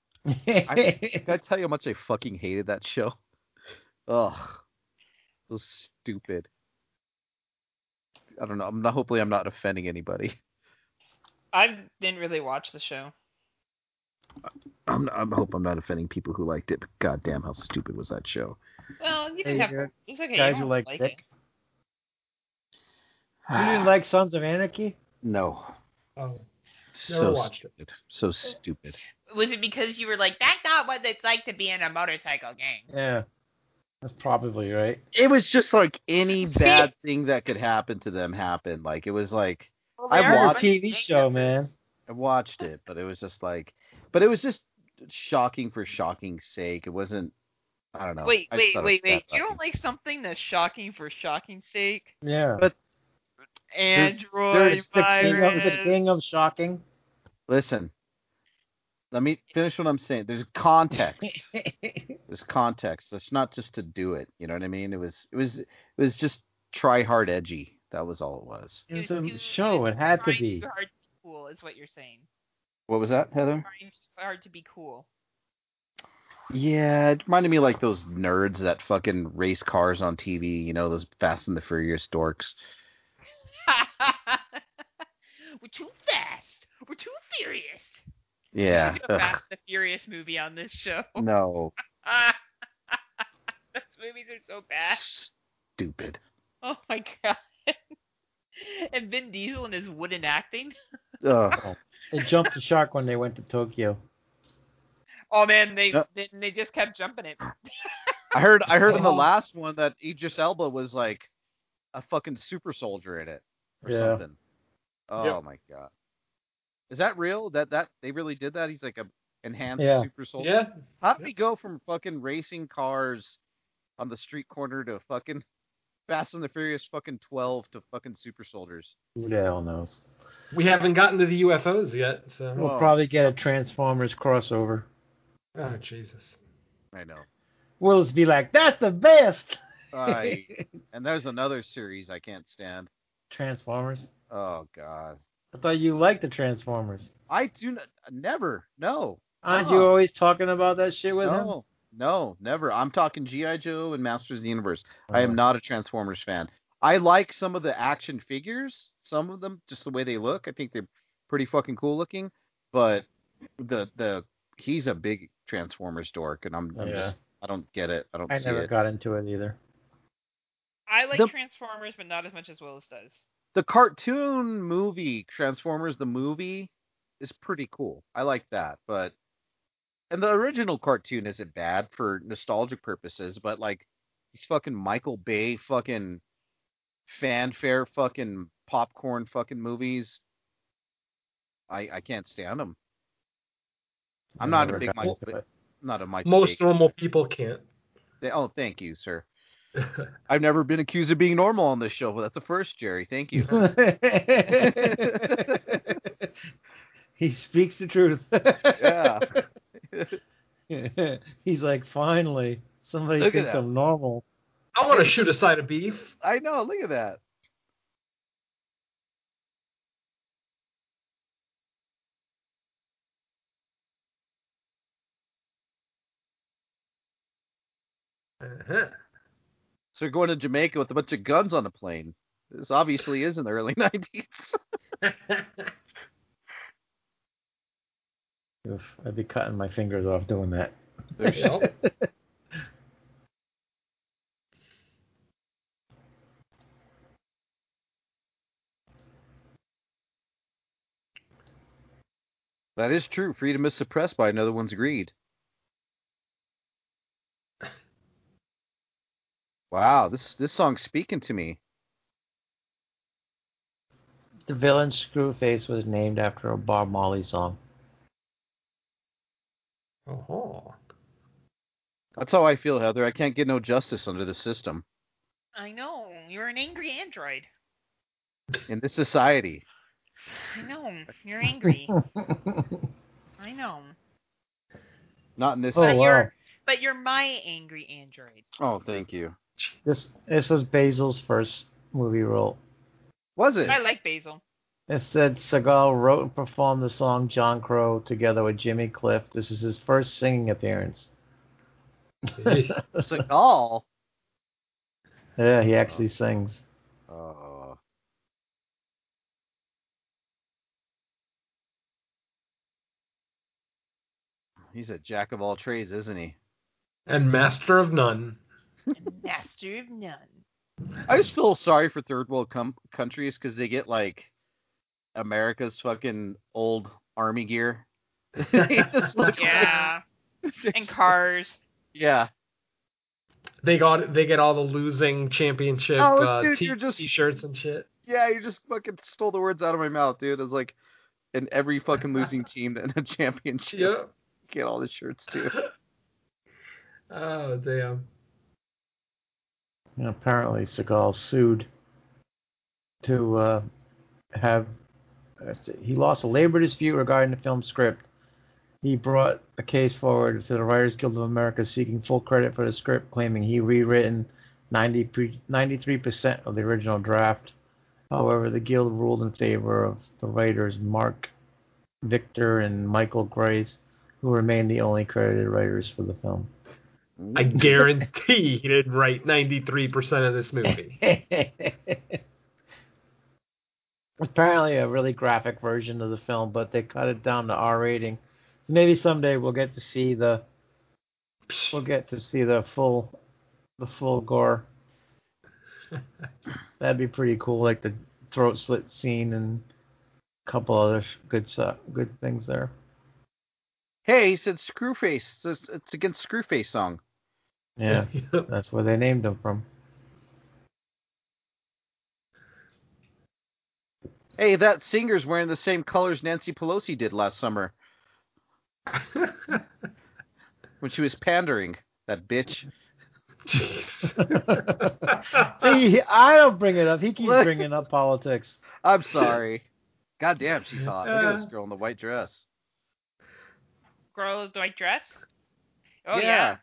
S7: Can I tell you how much I fucking hated that show? Ugh, it was stupid. I don't know. I'm not. Hopefully, I'm not offending anybody.
S8: I didn't really watch the show.
S7: I'm. I'm I hope I'm not offending people who liked it. But goddamn, how stupid was that show?
S8: Well, you didn't
S9: Hey,
S8: have.
S9: good.
S8: It's okay.
S9: Guys who
S8: you don't
S9: like
S8: like
S9: dick.
S8: it.
S9: you didn't like Sons of Anarchy?
S7: No,
S6: Oh,
S7: so
S6: watched it.
S7: stupid. So stupid.
S8: Was it because you were like, that's not what it's like to be in a motorcycle gang?
S9: Yeah. That's probably right.
S7: It was just like any bad thing that could happen to them happened. Like it was like
S8: Well,
S7: I
S8: there are a
S7: watched-
S8: bunch
S9: TV
S8: of gang
S9: show,
S8: members.
S7: I watched it, but it was just like, but it was just shocking for shocking's sake. It wasn't. I don't know.
S8: Wait,
S7: I just
S8: wait,
S7: thought it
S8: wait,
S7: was
S8: wait.
S7: bad
S8: You don't
S7: fucking-
S8: like something that's shocking for shocking's sake?
S9: Yeah.
S8: Android
S9: the king, of,
S8: virus.
S9: the king of shocking.
S7: Listen, let me finish what I'm saying. There's context. There's context. It's not just to do it. You know what I mean? It was. It was. It was just try hard edgy. That was all it was.
S9: It was
S8: You
S9: a
S8: do-
S9: show.
S8: you
S9: It had to
S8: try
S9: be.
S8: too hard to be cool, is what you're saying.
S7: What was that, Heather?
S8: Trying too hard to be cool.
S7: Yeah, it reminded me like those nerds that fucking race cars on TV. You know, those Fast and the Furious dorks.
S8: We're too fast. We're too furious.
S7: Yeah.
S8: We do a
S7: Ugh,
S8: Fast and the Furious movie on this show.
S7: no.
S8: Those movies are so bad.
S7: Stupid.
S8: Oh my god. and Vin Diesel and his wooden acting.
S7: Ugh.
S9: They jumped the shark when they went to Tokyo.
S8: Oh man, they
S7: Yeah.
S8: they, they just kept jumping it.
S7: I heard. I heard in the last one that Idris Elba was like a fucking super soldier in it or
S9: Yeah.
S7: something. Oh
S6: Yep.
S7: my god. Is that real? That that they really did that? He's like a enhanced
S9: Yeah.
S7: super soldier.
S6: Yeah.
S7: How did we go from fucking racing cars on the street corner to fucking Fast and the Furious fucking 12 to fucking super soldiers?
S9: Who the hell knows?
S6: We haven't gotten to the UFOs yet, so.
S9: We'll
S7: Whoa.
S9: probably get a Transformers crossover.
S6: Oh, Jesus.
S7: I know.
S9: We'll just be like, that's the best!
S7: I, and there's another series I can't stand.
S9: Transformers?
S7: Oh god.
S9: I thought you liked the Transformers.
S7: I do n- never. No.
S9: Aren't
S7: Uh-uh.
S9: you always talking about that shit with him?
S7: No. No, never. I'm talking GI Joe and Masters of the Universe. I
S9: Uh-huh.
S7: am not a Transformers fan. I like some of the action figures, some of them, just the way they look. I think they're pretty fucking cool looking. But the the he's a big Transformers dork, and I'm, I'm
S9: Yeah.
S7: just I don't get it. I don't
S9: I
S7: see
S9: never
S7: it.
S9: got into it either.
S8: I like
S7: The-
S8: Transformers, but not as much as Willis does.
S7: the cartoon movie Transformers the movie is pretty cool. I like that, but and the original cartoon isn't bad for nostalgic purposes, but like these fucking Michael Bay fucking fanfare fucking popcorn fucking movies I I can't stand them. I'm
S9: I
S7: not a
S9: never
S7: big
S9: got
S7: Michael
S9: into
S7: Bay,
S9: it.
S7: not a Michael
S6: Most
S7: Bay.
S6: normal people can't.
S7: They- oh, thank you, sir. I've never been accused of being normal on this show, but that's the first, Jerry. Thank you.
S9: he speaks the truth.
S7: yeah.
S9: He's like, finally, somebody
S7: Look at
S9: thinks
S7: that.
S9: I'm normal.
S6: I want to shoot a side of beef.
S7: I know. Look at that.
S6: Uh-huh.
S7: So you're going to Jamaica with a bunch of guns on a plane. This obviously is in the early 90s.
S9: Oof, I'd be cutting my fingers off doing that.
S6: Yep.
S7: That is true. Freedom is suppressed by another one's greed. Wow, this this song's speaking to me.
S9: The villain Screwface was named after a Bob Marley song.
S6: Oh.
S7: That's how I feel, Heather. I can't get no justice under the system
S8: I know you're an angry android.
S7: in this society.
S8: I know you're angry. I know,
S7: Oh, Not in this.
S9: Oh
S8: But
S9: wow!
S8: you're- but you're my angry android.
S7: oh thank you.
S9: This this was Basil's first movie role.
S7: Was it?
S8: I like Basil.
S9: It said Seagal wrote and performed the song John Crow together with Jimmy Cliff. This is his first singing appearance.
S7: Seagal.
S9: Yeah, he actually sings.
S7: Oh. He's a jack of all trades, isn't he?
S6: and master of none.
S8: Master of none.
S7: I just feel sorry for third world com- countries because they get like America's fucking old army gear. They just look
S8: Yeah,
S7: like-
S8: and cars.
S7: yeah.
S6: They got they get all the losing championship
S7: Oh,
S6: uh,
S7: dude,
S6: t-
S7: you're just-
S6: shirts and shit.
S7: Yeah, you just fucking stole the words out of my mouth, dude. It's like, and every fucking losing team that in a championship
S6: Yep.
S7: get all the shirts too.
S6: Oh damn.
S9: And apparently, Seagal sued to uh, have. uh, He lost a labor dispute regarding the film script. He brought a case forward to the Writers Guild of America seeking full credit for the script, claiming he rewritten 90 pre- 93% of the original draft. However, the Guild ruled in favor of the writers Mark Victor and Michael Grace, who remain the only credited writers for the film.
S6: I guarantee he didn't write 93% of this movie.
S9: Apparently, a really graphic version of the film, but they cut it down to R rating. So maybe someday we'll get to see the we'll get to see the full the full gore. That'd be pretty cool, like the throat slit scene and a couple other sh- good su- good things there.
S7: Hey, he said Screwface. It's, it's against Screwface song.
S9: Yeah, that's where they named him from.
S7: Hey, that singer's wearing the same colors Nancy Pelosi did last summer when she was pandering. That bitch.
S9: See, I don't bring it up. He keeps bringing up politics.
S7: I'm sorry. God damn, she's hot. Look
S8: Uh.
S7: at this girl in the white dress.
S8: Girl with the white dress. Oh yeah.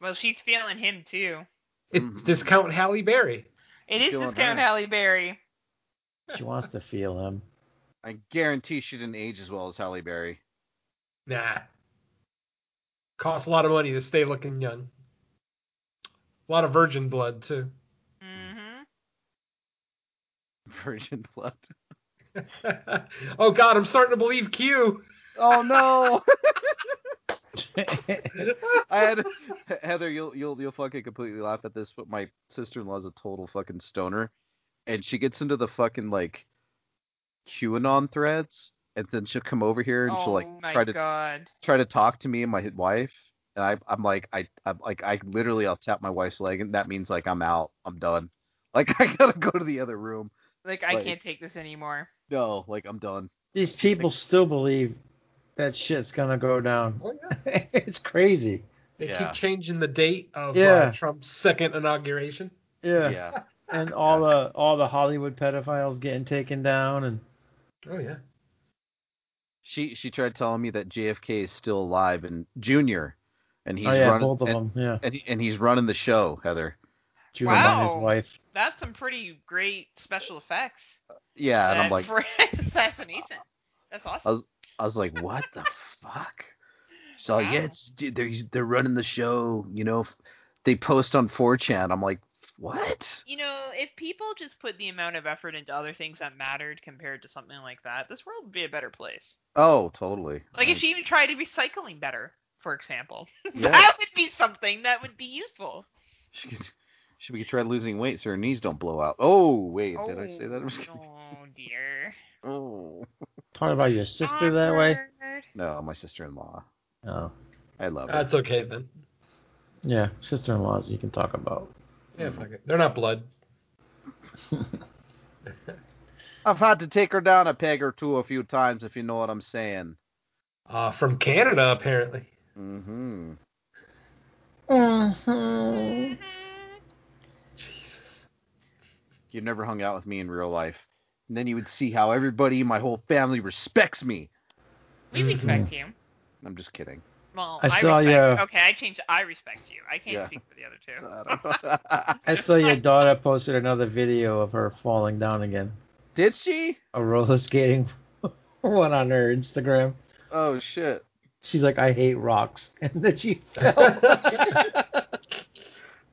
S8: Well, she's feeling him too.
S7: Mm-hmm.
S6: It's discount Halle Berry.
S8: It is
S7: Feeling
S8: discount
S7: her.
S8: Halle Berry.
S9: She wants to feel him.
S7: I guarantee she didn't age as well as Halle Berry.
S6: Nah. Costs a lot of money to stay looking young. A lot of virgin blood, too.
S8: hmm
S7: Virgin blood.
S6: oh, God, I'm starting to believe Q.
S7: Oh no! I had Heather. You'll you'll you'll fucking completely laugh at this, but my sister in law's a total fucking stoner, and she gets into the fucking like QAnon threads, and then she'll come over here and she'll
S8: Oh
S7: like
S8: my
S7: try to
S8: god.
S7: try to talk to me and my wife, and I I'm like I I'm like I literally I'll tap my wife's leg, and that means like I'm out, I'm done, like I gotta go to the other room.
S8: Like I
S7: Like-
S8: can't take this anymore.
S7: No, like I'm done.
S9: These people still believe that shit's gonna go down.
S6: Oh, yeah.
S9: it's crazy.
S6: They
S7: Yeah.
S6: keep changing the date of
S9: Yeah.
S6: uh, Trump's second inauguration.
S9: Yeah.
S7: yeah.
S9: And all the all the Hollywood pedophiles getting taken down and
S6: Oh, yeah.
S7: She she tried telling me that JFK is still alive and Junior, and he's
S9: oh yeah,
S7: running
S9: both of
S7: and,
S9: them. Yeah.
S7: And, he, and he's running the show, Heather.
S9: Judah and
S8: Wow.
S9: his wife.
S8: That's some pretty great special effects.
S7: Yeah, and I'm
S8: uh,
S7: like,
S8: for assassination. That's awesome.
S7: I was like, what the fuck? She's like, yeah,
S8: Wow.
S7: it's, dude, they're they're running the show. You know, f- they post on 4chan. I'm like, what?
S8: You know, if people just put the amount of effort into other things that mattered compared to something like that, this world would be a better place.
S7: Oh, totally.
S8: Like if she even tried to recycling better, for example,
S7: Yes.
S8: that would be something that would be useful.
S7: she could, she could try losing weight so her knees don't blow out. Oh wait, did I say that? I'm just kidding.
S8: Oh dear.
S7: Oh
S9: Talking about your sister that way.
S8: Awkward.
S7: no, my sister-in-law.
S9: Oh.
S7: I love
S8: Uh,
S7: her.
S6: That's okay, then.
S9: Yeah, sister in laws you can talk about.
S6: Yeah, fuck it. They're not blood.
S7: I've had to take her down a peg or two a few times, if you know what I'm saying.
S6: Uh, from Canada, apparently.
S7: Mm-hmm.
S8: Mm-hmm.
S7: You never hung out with me in real life. And then you would see how everybody in my whole family respects me.
S8: We respect you.
S7: I'm just kidding.
S8: Mm-hmm. Well,
S9: I saw
S8: respect-
S9: your-
S8: Okay, I changed. I respect you. I can't
S7: Yeah.
S8: speak for the other two.
S9: I saw your daughter posted another video of her falling down again.
S7: Did she?
S9: A roller skating one on her Instagram.
S7: Oh shit.
S9: She's like, I hate rocks. And then she fell.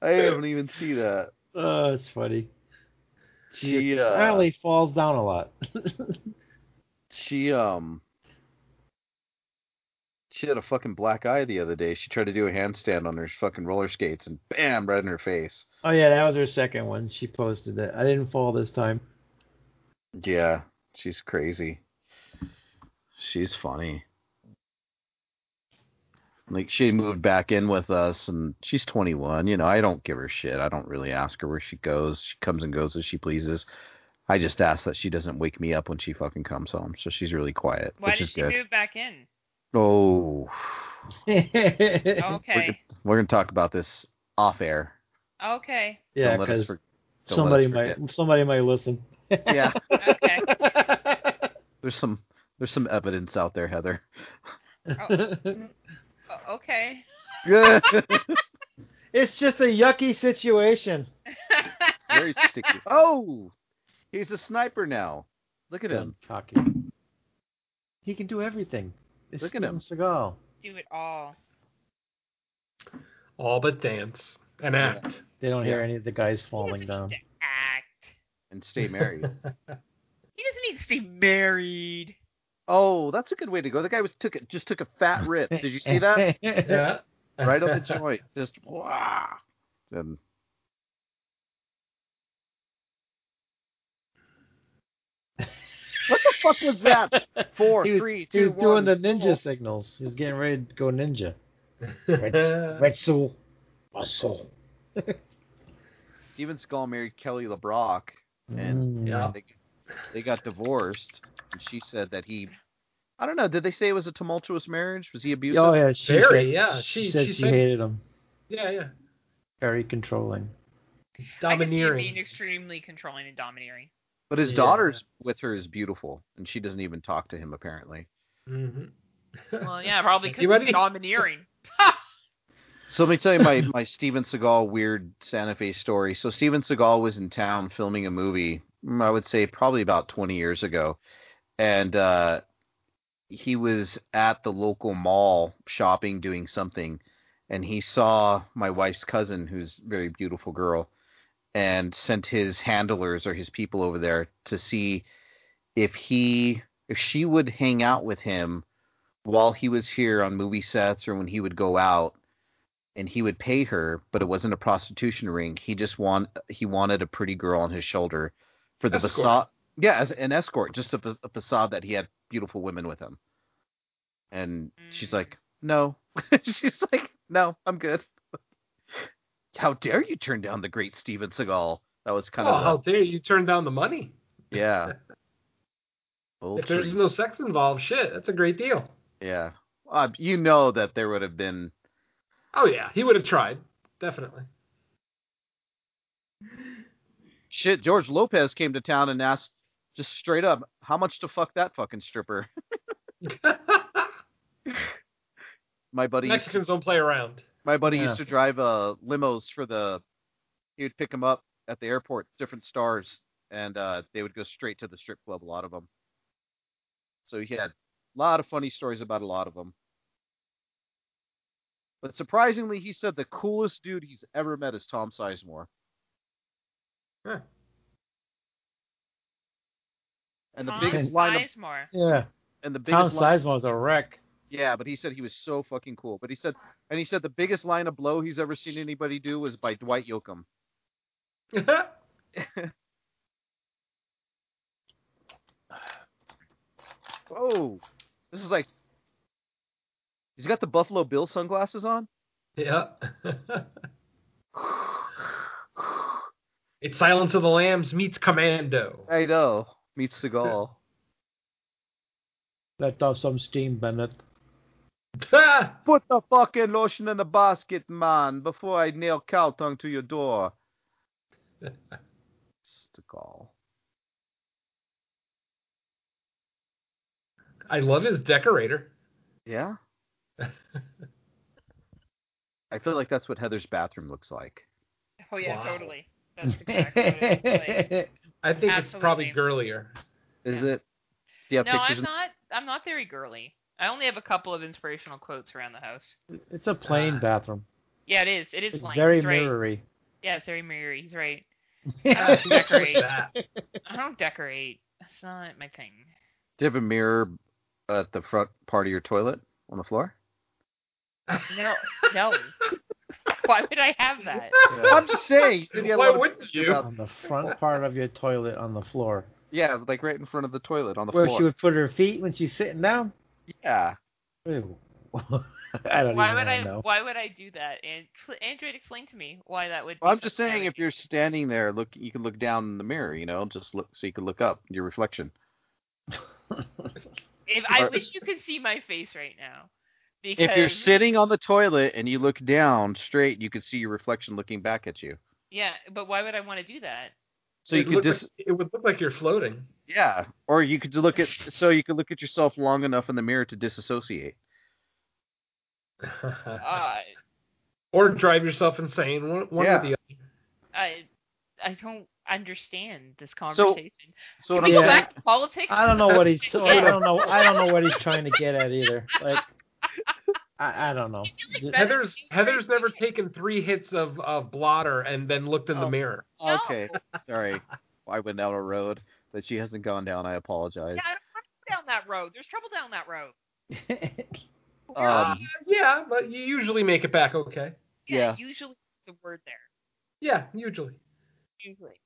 S7: I haven't even seen that.
S9: oh, it's funny.
S7: She uh,
S9: Apparently falls down a lot.
S7: she um she had a fucking black eye the other day. She tried to do a handstand on her fucking roller skates and bam, right in her face.
S9: oh yeah, that was her second one. She posted it. I didn't fall this time.
S7: Yeah, she's crazy. She's funny. Like she moved back in with us and she's 21, you know, I don't give her shit. I don't really ask her where she goes. She comes and goes as she pleases. I just ask that she doesn't wake me up when she fucking comes home. So she's really quiet,
S8: Why
S7: which
S8: did
S7: is
S8: she
S7: good.
S8: move back in?
S7: Oh.
S9: yeah,
S8: Okay.
S7: We're going to talk about this off air.
S8: Okay.
S7: Don't let
S9: because
S7: us for- don't let us
S9: somebody might
S7: forget.
S9: somebody might listen.
S7: Yeah.
S8: Okay.
S7: There's some there's some evidence out there, Heather.
S8: O- okay.
S9: it's just a yucky situation.
S7: Very sticky. Oh, he's a sniper now. Look at him.
S9: Cocky. He can do everything. It's
S7: Look at him.
S9: Steven Seagal.
S8: Do it all.
S6: All but dance and act.
S9: They don't hear
S7: Yeah.
S9: any of the guys falling
S8: he doesn't
S9: down.
S8: need to act.
S7: and stay married.
S8: He doesn't need to stay married.
S7: oh, that's a good way to go. The guy was took it just took a fat rip. Did you see that?
S6: yeah.
S7: right on the joint. Just wow. And what the fuck was that? Four,
S9: he was,
S7: three,
S9: he
S7: two,
S9: was doing
S7: one.
S9: the ninja signals. He was getting ready to go ninja. Rets- Retsu. Muscle.
S7: Steven Skull married Kelly LeBrock,
S9: Mm.
S7: and
S6: Yeah.
S7: they, they got divorced. And she said that he, I don't know. Did they say it was a tumultuous marriage? Was he abusive?
S9: Oh yeah, she
S6: Very,
S9: said,
S6: yeah,
S9: She,
S6: she-
S9: said
S6: she
S9: she,
S6: said-
S9: hated him.
S6: yeah, yeah.
S9: Very controlling.
S8: I can see him
S6: Domineering.
S8: being extremely controlling and domineering.
S7: But his
S6: Yeah.
S7: daughter's with her is beautiful, and she doesn't even talk to him apparently.
S6: Mhm.
S8: Well, yeah, probably
S6: You
S8: because
S6: ready?
S8: he's domineering.
S7: So let me tell you my, my Steven Seagal weird Santa Fe story. So Steven Seagal was in town filming a movie, mm, I would say probably about 20 years ago. And uh, he was at the local mall shopping, doing something. And he saw my wife's cousin, who's a very beautiful girl, and sent his handlers or his people over there to see if he if she would hang out with him while he was here on movie sets or when he would go out and he would pay her, but it wasn't a prostitution ring. He just want he wanted a pretty girl on his shoulder for the
S6: Escort.
S7: facade. Yeah, as an escort, just a, fa- a facade that he had beautiful women with him. And she's
S8: Mm.
S7: like, "No." she's like, "No, I'm good." How dare you turn down the great Steven Seagal? That was kind
S6: Well,
S7: of
S6: Oh, how dare you turn down the money?
S7: the- yeah.
S6: If there's
S7: Bullshit.
S6: no sex involved, shit, that's a great deal.
S7: Yeah. Uh, you know that there would have been
S6: Oh yeah, he would have tried, definitely.
S7: Shit, George Lopez came to town and asked just straight up, how much to fuck that fucking stripper? My buddy, used,
S6: Mexicans don't play around.
S7: my buddy
S9: Yeah.
S7: used to drive uh, limos for the. He would pick them up at the airport, different stars, and uh, they would go straight to the strip club. A lot of them. So he had a lot of funny stories about a lot of them. But surprisingly, he said the coolest dude he's ever met is Tom Sizemore.
S6: Huh.
S7: And the
S8: Tom
S7: biggest line of,
S8: Sizemore.
S9: Yeah.
S7: and the biggest
S9: Tom
S7: line,
S9: Sizemore's a wreck.
S7: Yeah, but he said he was so fucking cool. But he said, and he said the biggest line of blow he's ever seen anybody do was by Dwight Yoakam. Whoa, this is like he's got the Buffalo Bill sunglasses on.
S6: yeah. it's Silence of the Lambs meets Commando.
S7: I know. Meets Seagal.
S9: Let off some steam, Bennett.
S7: Put the fucking lotion in the basket, man, before I nail cow tongue to your door. Seagal.
S6: I love his decorator.
S7: Yeah. I feel like that's what Heather's bathroom looks like.
S8: Oh yeah,
S6: Wow.
S8: totally. That's exactly what it looks like.
S6: I think it's probably girlier.
S7: Is it? Do you have
S8: No,
S7: pictures?
S8: I'm not. I'm not very girly. I only have a couple of inspirational quotes around the house.
S9: It's a plain bathroom.
S8: Yeah, it is. It is.
S9: It's
S8: blank.
S9: very
S8: He's right.
S9: mirrory.
S8: Yeah, it's very mirrory. He's right. I don't decorate.
S6: That.
S8: I don't decorate. That's not my thing.
S7: Do you have a mirror at the front part of your toilet on the floor?
S8: No, no. Why would I have that?
S7: I'm just saying. you get a
S6: Why
S7: lot of-
S6: wouldn't you?
S9: on the front part of your toilet on the floor.
S7: Yeah, like right in front of the toilet on the
S9: Where
S7: floor.
S9: she would put her feet when she's sitting down.
S7: Yeah.
S9: Ew. I don't
S8: Why
S9: even
S8: would I?
S9: know.
S8: Why would I do that? And Android, explain to me why that would.
S7: Well,
S8: be
S7: I'm just saying, if you're standing there, look, you can look down in the mirror. You know, just look so you can look up your reflection.
S8: If I
S7: Or-
S8: wish you could see my face right now, because
S7: If you're sitting on the toilet and you look down straight, you can see your reflection looking back at you.
S8: yeah, but why would I want to do that?
S7: So you
S6: It
S7: could
S6: looked
S7: just
S6: like- it would look like you're floating.
S7: yeah, or you could look at so you could look at yourself long enough in the mirror to disassociate.
S8: Uh,
S6: or drive yourself insane. One, one
S7: Yeah.
S6: or the other.
S8: I, I don't. understand this conversation.
S7: So what
S8: we
S7: I'm
S8: go
S9: Yeah.
S7: saying,
S8: back to politics?
S9: I don't know what he's. I don't know. I don't know what he's trying to get at either. Like, I, I don't know.
S6: Heather's Heather's never taken three hits of, of blotter and then looked in
S7: Oh.
S6: the mirror.
S8: No.
S7: okay, sorry, I went down a road that she hasn't gone down. I apologize.
S8: Yeah, I don't want to go down that road. There's trouble down that road.
S7: Um,
S6: Uh, yeah, but you usually make it back okay.
S7: Yeah.
S8: Usually the word there.
S6: Yeah, usually.
S8: Usually.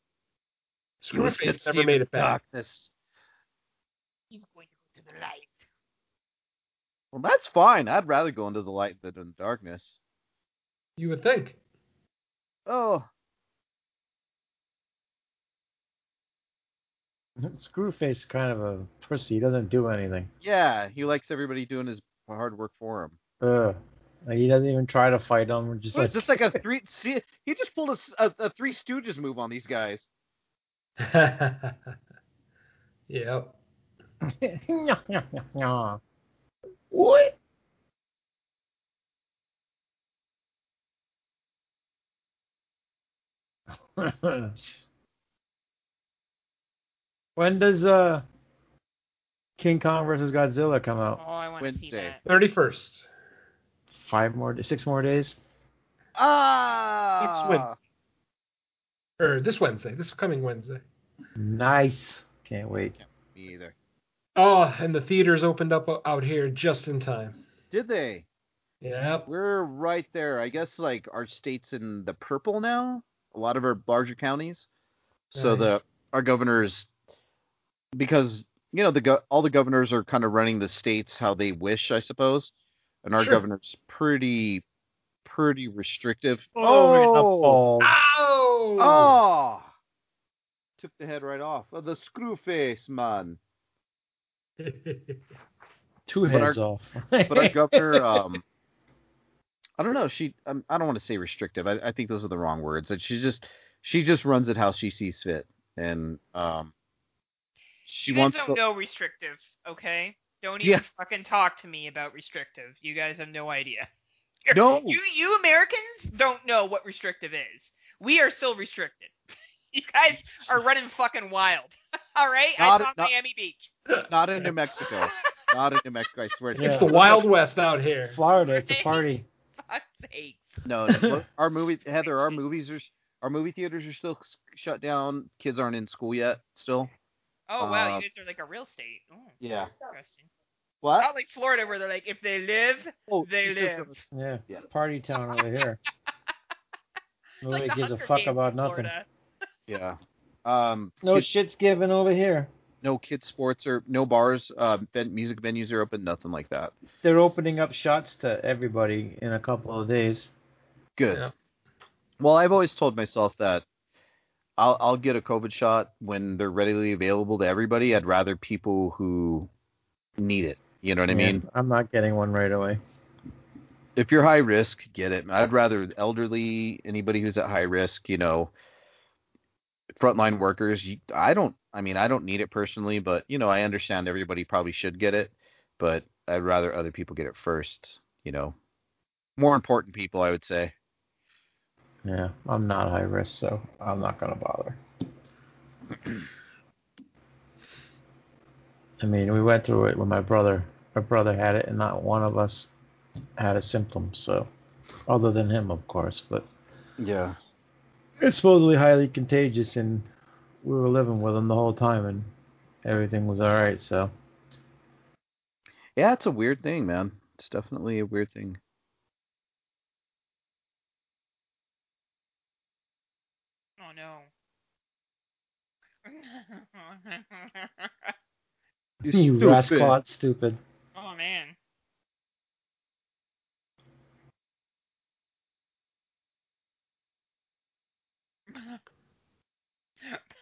S6: Screwface never made it back.
S7: darkness.
S8: He's going to go to the light.
S7: Well, that's fine. I'd rather go into the light than in the darkness.
S6: You would think.
S7: Oh,
S9: Screwface is kind of a pussy. He doesn't do anything.
S7: yeah, he likes everybody doing his hard work for him.
S9: Ugh. Like, he doesn't even try to fight him. We're just
S7: What
S9: like,
S7: is this like a three? See, he just pulled a, s- a- a Three Stooges move on these guys.
S6: yeah.
S9: "Nyah, nyah, nyah, nyah."
S6: What?
S9: when does uh King Kong versus Godzilla come out?
S8: Oh, I want to see
S7: Wednesday.
S8: that.
S6: Thirty first.
S9: Five more, da- six more days.
S7: Ah,
S6: Wednesday. Or this Wednesday, this coming Wednesday.
S9: Nice. Can't wait.
S7: me either.
S6: Oh, and the theaters opened up o- out here just in time.
S7: Did they?
S6: Yep.
S7: We're right there. I guess like our state's in the purple now. A lot of our larger counties. So
S6: Right.
S7: the our governors, because you know the go- all the governors are kind of running the states how they wish, I suppose. And our
S6: Sure.
S7: governor's pretty, pretty restrictive.
S9: we're gonna fall.
S6: Oh.
S7: Oh! Took the head right off. Oh, the screw face, man.
S9: Two
S7: But our-
S9: heads off.
S7: But our governor, um, I don't know. She, um, I don't want to say restrictive. I, I think those are the wrong words. And she just, she just runs it how she sees fit, and um, she
S8: You guys
S7: wants
S8: don't
S7: the,
S8: know restrictive, okay? Don't
S7: Yeah.
S8: even fucking talk to me about restrictive. You guys have no idea.
S7: No.
S8: You you Americans don't know what restrictive is. We are still restricted. You guys are running fucking wild. All right?
S7: Not-
S8: I saw
S7: not-
S8: Miami Beach.
S7: not in New Mexico, not in New Mexico. I swear. to
S9: Yeah.
S6: It's the Wild West out here.
S9: Florida, it's a party.
S8: Fuck's sakes.
S7: No, no, our movie Heather, our movies are our movie theaters are still shut down. Kids aren't in school yet. Still.
S8: Oh wow,
S7: Uh,
S8: you guys are like a real state. Oh,
S7: Yeah.
S8: interesting.
S7: What?
S8: Not like Florida where they're like if they live,
S7: Oh,
S8: they
S7: she said
S8: live.
S7: something-
S9: Yeah,
S7: Yeah.
S9: party town over here. Nobody
S8: like the
S9: gives a
S8: Hunger
S9: fuck
S8: Games in
S9: about nothing.
S8: Florida.
S7: Yeah. Um.
S9: No
S7: kids-
S9: shit's given over here.
S7: no kids sports or no bars. Uh, ven- music venues are open. Nothing like that.
S9: They're opening up shots to everybody in a couple of days.
S7: Good.
S6: Yeah.
S7: Well, I've always told myself that I'll I'll get a COVID shot when they're readily available to everybody. I'd rather people who need it. You know what I
S9: Yeah,
S7: mean?
S9: I'm not getting one right away.
S7: if you're high risk, get it. I'd rather the elderly, anybody who's at high risk, you know, frontline workers. You, I don't. I mean, I don't need it personally, but you know, I understand everybody probably should get it, but I'd rather other people get it first. You know, more important people, I would say.
S9: Yeah, I'm not high risk, so I'm not gonna bother. I mean, we went through it when my brother, my brother had it, and not one of us had a symptom. So, other than him, of course, but
S7: Yeah.
S9: it's supposedly highly contagious, and we were living with him the whole time, and everything was all right. So,
S7: Yeah, it's a weird thing, man. It's definitely a weird thing.
S8: Oh no.
S9: you rascal, stupid.
S8: oh man.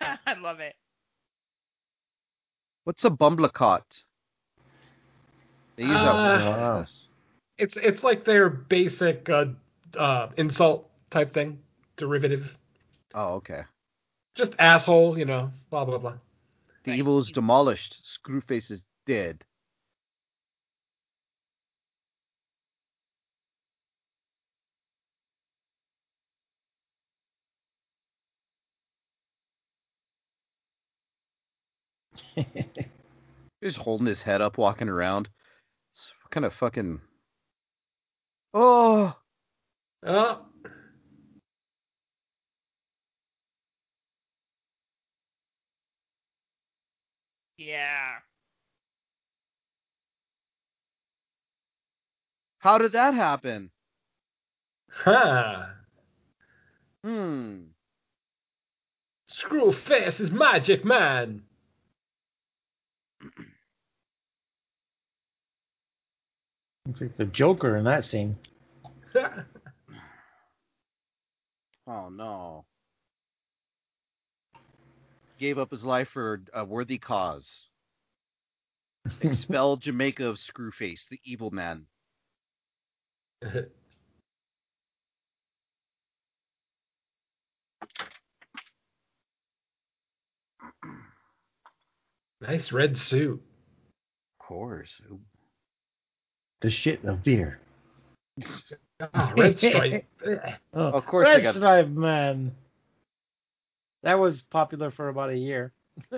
S8: I love it.
S7: What's a bumblecot? They use that word.
S6: Uh,
S7: on
S9: Wow.
S7: this.
S6: It's it's like their basic uh, uh, insult type thing, derivative.
S7: Oh, okay.
S6: Just asshole, you know, blah blah blah.
S7: The
S8: Right.
S7: evil is demolished. Screwface is dead. He's holding his head up, walking around. It's kind of fucking.
S5: Oh,
S6: Oh,
S8: Yeah.
S7: How did that happen?
S6: huh.
S7: Hmm.
S6: Screw face is magic, man.
S9: Looks like the Joker in that scene.
S7: Oh no. Gave up his life for a worthy cause. Expel Jamaica of Screwface, the evil man.
S6: nice red suit.
S7: Of course.
S9: The shit of beer.
S6: Ah, red stripe.
S9: Oh,
S7: Of course
S9: Red
S7: they got-
S9: Stripe Man. That was popular for about a year.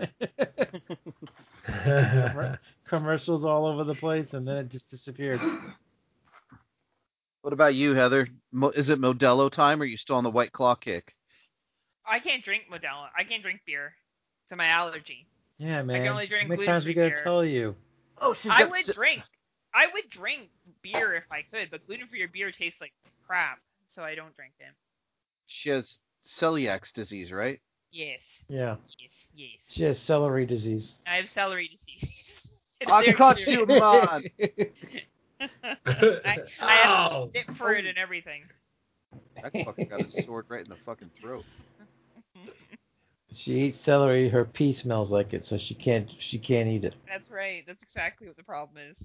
S9: Commercials all over the place, and then it just disappeared.
S7: What about you, Heather? Mo- is it Modelo time? Or are you still on the White Claw kick?
S8: I can't drink Modelo. I can't drink beer. It's my allergy.
S9: Yeah, man.
S8: only drink
S9: How many times we
S8: gluten-free
S9: gotta
S8: beer.
S9: tell you?
S5: oh, she's
S8: I
S5: got
S8: would
S5: si-
S8: drink. I would drink beer if I could, but gluten free beer tastes like crap, so I don't drink them.
S7: She has celiac's disease, right?
S8: Yes,
S9: Yeah.
S8: yes, yes.
S9: She has celery disease.
S8: I have celery disease. It's
S7: I
S8: very
S7: caught
S8: clear.
S7: you, man.
S8: I, I have
S5: Oh.
S6: Ow.
S8: dip for it and everything.
S7: That fucker got a sword right in the fucking throat.
S9: She eats celery. Her pee smells like it, so she can't. She can't eat it.
S8: That's right. That's exactly what the problem is.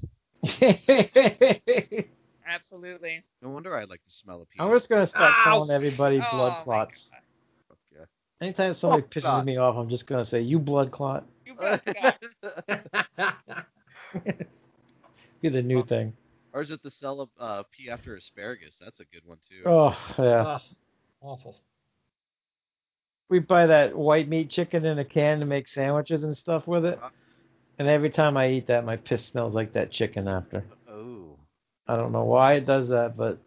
S8: Absolutely.
S7: No wonder I like the smell of pee.
S9: I'm just gonna start
S6: Ow.
S9: calling everybody blood
S8: Oh my
S9: clots.
S8: God.
S7: Fuck yeah.
S9: Anytime somebody
S7: Blood
S9: pisses
S7: clot.
S9: me off, I'm just gonna say, "You blood clot."
S8: You both got
S9: Be the new
S7: Oh.
S9: thing.
S7: Or is it the cell of uh, pee after asparagus? That's a good one too.
S9: Oh yeah.
S6: Ah, awful.
S9: we buy that white meat chicken in a can to make sandwiches and stuff with
S8: Uh-huh.
S9: it. And every time I eat that, my piss smells like that chicken after.
S7: Oh,
S9: I don't know why it does that, but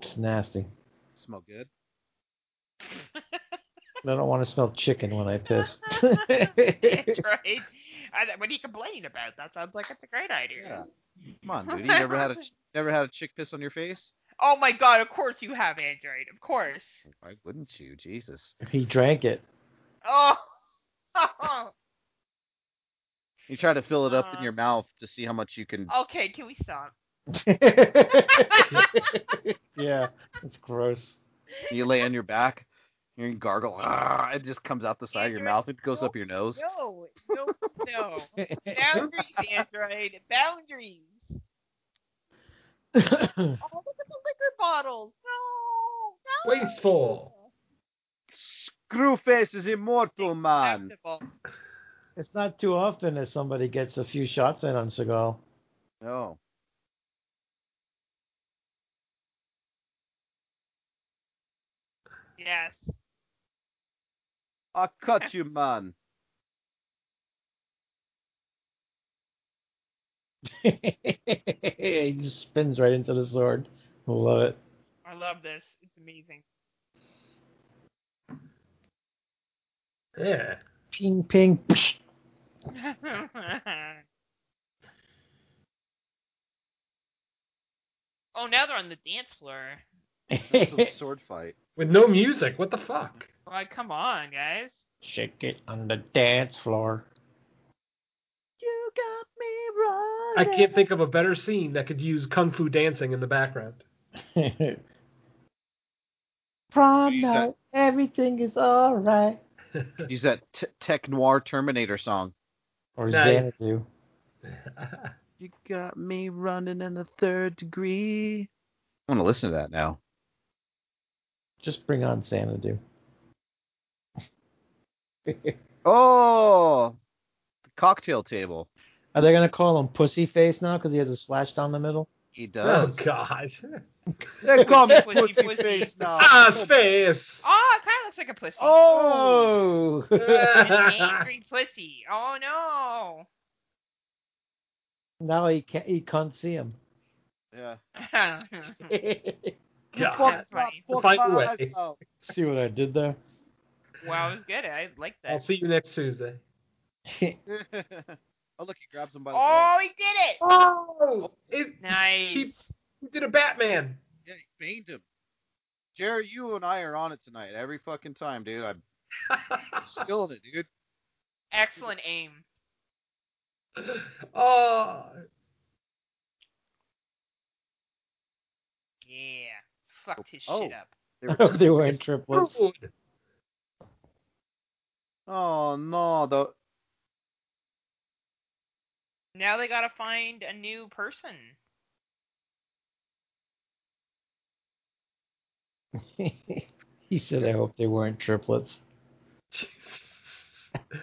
S9: it's nasty.
S7: smell good.
S9: I don't want to smell chicken when I piss.
S8: That's right. I, what do you complain about? That sounds like it's a great idea.
S7: Yeah. Come on, dude. You never had a never had a chick piss on your face?
S8: Oh my god, of course you have Android. Of course.
S7: Why wouldn't you? Jesus.
S9: he drank it.
S8: Oh.
S7: You try to fill it up in
S8: Uh.
S7: your mouth to see how much you can.
S8: okay, can we stop?
S9: yeah, it's gross.
S7: You lay on your back. and You gargle. Ah, it just comes out the side of your
S8: Andrew,
S7: mouth. It goes
S8: no,
S7: up your nose.
S8: No, no, no. Boundaries, Android. Boundaries. Oh, look at the liquor bottles. No. no.
S6: Wasteful.
S7: Screwface is immortal, man.
S8: Acceptable.
S9: it's not too often that somebody gets a few shots in on Seagal.
S7: No.
S8: Yes.
S7: I cut you, man.
S9: he just spins right into the sword. Love it.
S8: I love this. It's amazing.
S6: Yeah.
S9: Ping, ping.
S8: oh, now they're on the dance floor.
S7: Some sword fight.
S6: With no music. What the fuck?
S8: Like, come on, guys.
S9: Shake it on the dance floor.
S7: You got me wrong.
S6: I can't think of a better scene that could use kung fu dancing in the background.
S9: Prom
S7: Use that-
S9: night, everything is alright.
S7: Use that t- tech noir Terminator song.
S9: Or
S6: Nice.
S9: Xanadu.
S7: You got me running in the third degree. I want to listen to that now.
S9: Just bring on Xanadu.
S7: Oh, the cocktail table.
S9: Are they gonna call him Pussy Face now because he has a slash down the middle?
S7: He
S6: oh
S7: does.
S6: god.
S7: They call me
S8: Pussy,
S7: pussy
S8: pussy.
S7: face now.
S6: Ah, space.
S8: Oh, it kind looks like a pussy.
S9: Oh!
S8: An angry pussy. Oh no.
S9: now he can't, he can't see him.
S7: Yeah.
S6: God. Find a way.
S9: see what I did there?
S8: wow, it was good. I like
S6: I'll
S8: that.
S6: see you next Tuesday.
S7: oh look, he grabs him by the
S8: Oh, he did it!
S6: Oh, it,
S8: Nice.
S6: he did a Batman.
S7: Yeah, he banged him. Jerry, you and I are on it tonight every fucking time, dude. I'm still in it, dude.
S8: Excellent aim.
S6: oh,
S8: Yeah. Fucked his
S7: Oh.
S8: shit up.
S9: they were in triplets.
S6: dude.
S7: Oh no, the
S8: Now they gotta find a new person.
S9: he said, I hope they weren't triplets.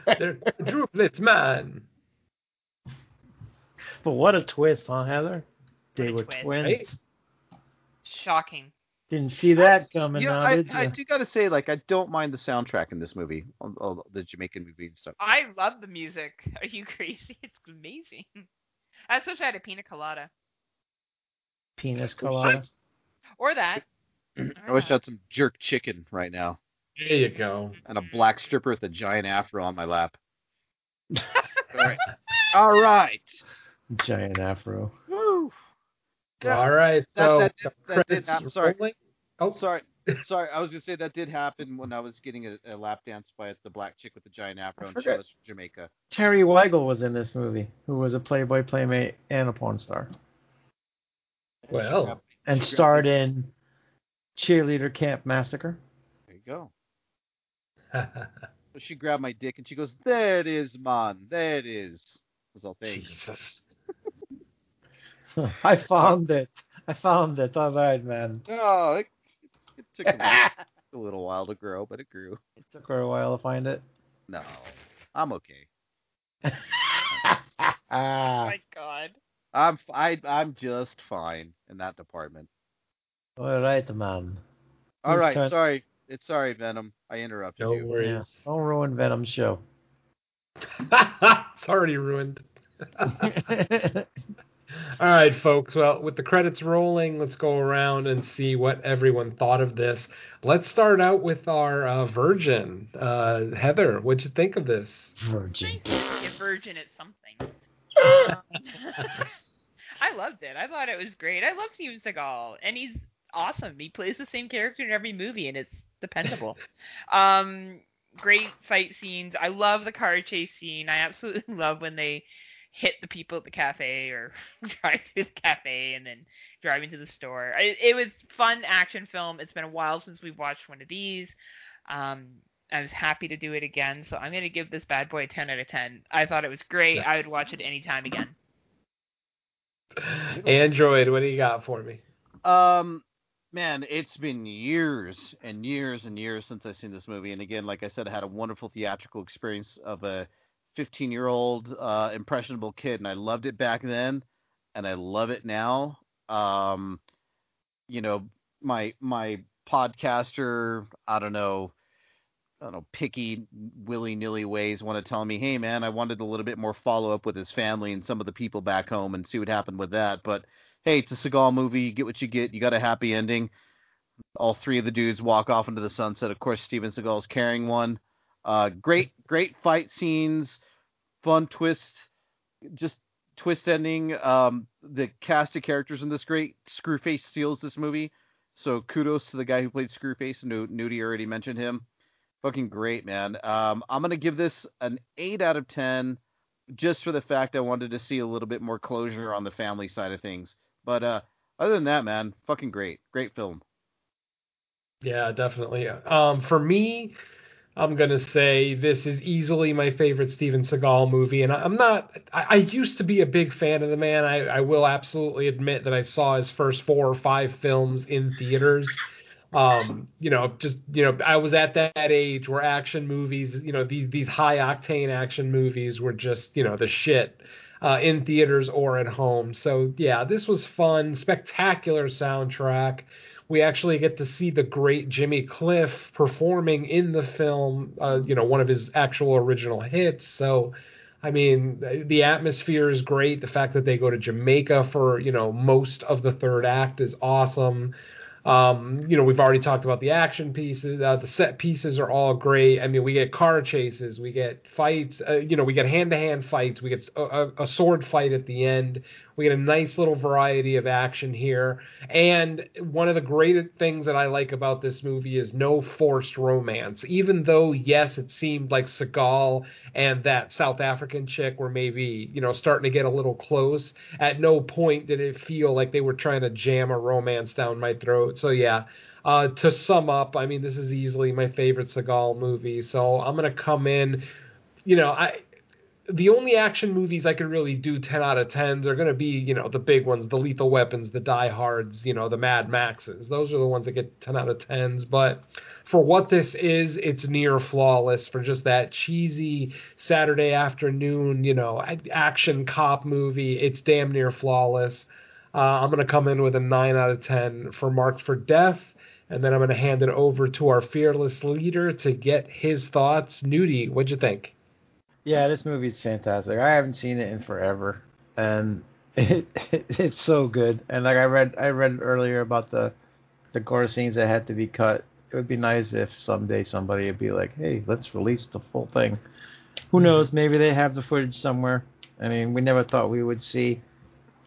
S6: They're quadruplets, man.
S9: But what a twist, huh, Heather? They
S8: a
S9: were
S8: twist.
S9: twins.
S6: Right?
S8: Shocking.
S9: Didn't see that coming
S7: Yeah,
S9: out,
S7: I,
S9: did
S7: I
S9: ya?
S7: do gotta say, like, I don't mind the soundtrack in this movie, all, all the Jamaican movie and stuff.
S8: I love the music. Are you crazy? It's amazing. I wish I had a pina colada.
S9: Penis colada.
S8: Or that.
S7: I wish I had some jerk chicken right now
S6: There you go.
S7: and
S9: Mm.
S7: a black stripper with a giant afro on my lap. all right, all right,
S9: Giant afro.
S7: woo. Yeah.
S6: All right.
S7: That-
S6: So
S7: that did-
S6: the
S7: that did
S6: credits
S7: happen. Sorry.
S6: rolling. Oh,
S7: Sorry, sorry. I was gonna say that did happen when I was getting a, a lap dance by the black chick with the giant afro, and she
S9: forgot.
S7: was from Jamaica.
S9: Terry Weigel was in this movie, who was a Playboy Playmate and a porn star.
S7: And she
S6: Well.
S7: grabbed-
S9: And
S7: she grabbed
S9: starred
S7: me.
S9: in Cheerleader Camp Massacre.
S7: There you go. She grabbed my dick and she goes, "There it is, man. There it is." I was all thanks.
S6: Jesus.
S9: I found it. I found it. All right, man.
S7: Oh, it, it took a, little, a little while to grow, but it grew.
S9: It took her a while to find it.
S7: No, I'm okay.
S8: Oh
S9: ah,
S8: my god.
S7: I'm f- I, am i am just fine in that department.
S9: all right, man.
S7: All right,
S9: Okay.
S7: sorry. It's sorry, Venom. I interrupted
S6: No
S7: you.
S9: Yeah.
S6: worries.
S9: Don't ruin Venom's show.
S6: it's already ruined. All right, folks. Well, with the credits rolling, let's go around and see what everyone thought of this. Let's start out with our uh, virgin, uh, Heather. What'd you think of this?
S9: Virgin.
S8: Nice to be a virgin at something. Um, I loved it. I thought it was great. I love Steven Seagal, and he's awesome. He plays the same character in every movie, and it's dependable. um, great fight scenes. I love the car chase scene. I absolutely love when they hit the people at the cafe or drive through the cafe and then drive into the store. I, it was fun action film. It's been a while since we've watched one of these. Um, I was happy to do it again, so I'm going to give this bad boy a 10 out of 10. I thought it was great. I would watch it any time again.
S6: Android, what do you got for me?
S7: Um, man, it's been years and years and years since I've seen this movie. And again, like I said, I had a wonderful theatrical experience of a 15 year old uh, impressionable kid, and I loved it back then, and I love it now. Um, you know, my my podcaster, I don't know. I don't know, picky willy nilly ways want to tell me, hey man, I wanted a little bit more follow up with his family and some of the people back home and see what happened with that. But hey, it's a Seagal movie. You get what you get. You got a happy ending. All three of the dudes walk off into the sunset. Of course, Steven Seagal's carrying one. Uh, great, great fight scenes, fun twist, just twist ending. Um, the cast of characters in this great. Screwface steals this movie, so kudos to the guy who played Screwface. No, Nudie already mentioned him. Fucking great, man. Um, I'm gonna give this an eight out of ten, just for the fact I wanted to see a little bit more closure on the family side of things. But uh, other than that, man, fucking great, great film.
S6: Yeah, definitely. Um, for me, I'm gonna say this is easily my favorite Steven Seagal movie, and I, I'm not. I, I used to be a big fan of the man. I, I will absolutely admit that I saw his first four or five films in theaters. Um, you know, just you know, I was at that age where action movies, you know, these these high octane action movies were just you know the shit uh, in theaters or at home. So yeah, this was fun. Spectacular soundtrack we actually get to see the great Jimmy Cliff performing in the film, uh, you know, one of his actual original hits. So, I mean, th- the atmosphere is great. The fact that they go to Jamaica for, you know, most of the third act is awesome. Um, you know, we've already talked about the action pieces. Uh, the set pieces are all great. I mean, we get car chases, we get fights. Uh, you know, we get hand-to-hand fights. We get a, a, a sword fight at the end. We get a nice little variety of action here. And one of the great things that I like about this movie is no forced romance. Even though, yes, it seemed like Seagal and that South African chick were maybe, you know, starting to get a little close, at no point did it feel like they were trying to jam a romance down my throat. So, yeah. Uh, to sum up, I mean, this is easily my favorite Seagal movie. So I'm gonna come in, you know, I the only action movies I could really do 10 out of 10s are going to be, you know, the big ones, the Lethal Weapons, the Die Hards, you know, the Mad Maxes. Those are the ones that get 10 out of 10s. But for what this is, it's near flawless for just that cheesy Saturday afternoon, you know, a- action cop movie. It's damn near flawless. Uh, I'm going to come in with a 9 out of 10 for Marked for Death. And then I'm going to hand it over to our fearless leader to get his thoughts. Nudie, what'd you think?
S9: Yeah, this movie's fantastic. I haven't seen it in forever, and it, it's so good. And like I read, I read earlier about the the gore scenes that had to be cut. It would be nice if someday somebody would be like, "Hey, let's release the full thing." Who knows? Maybe they have the footage somewhere. I mean, we never thought we would see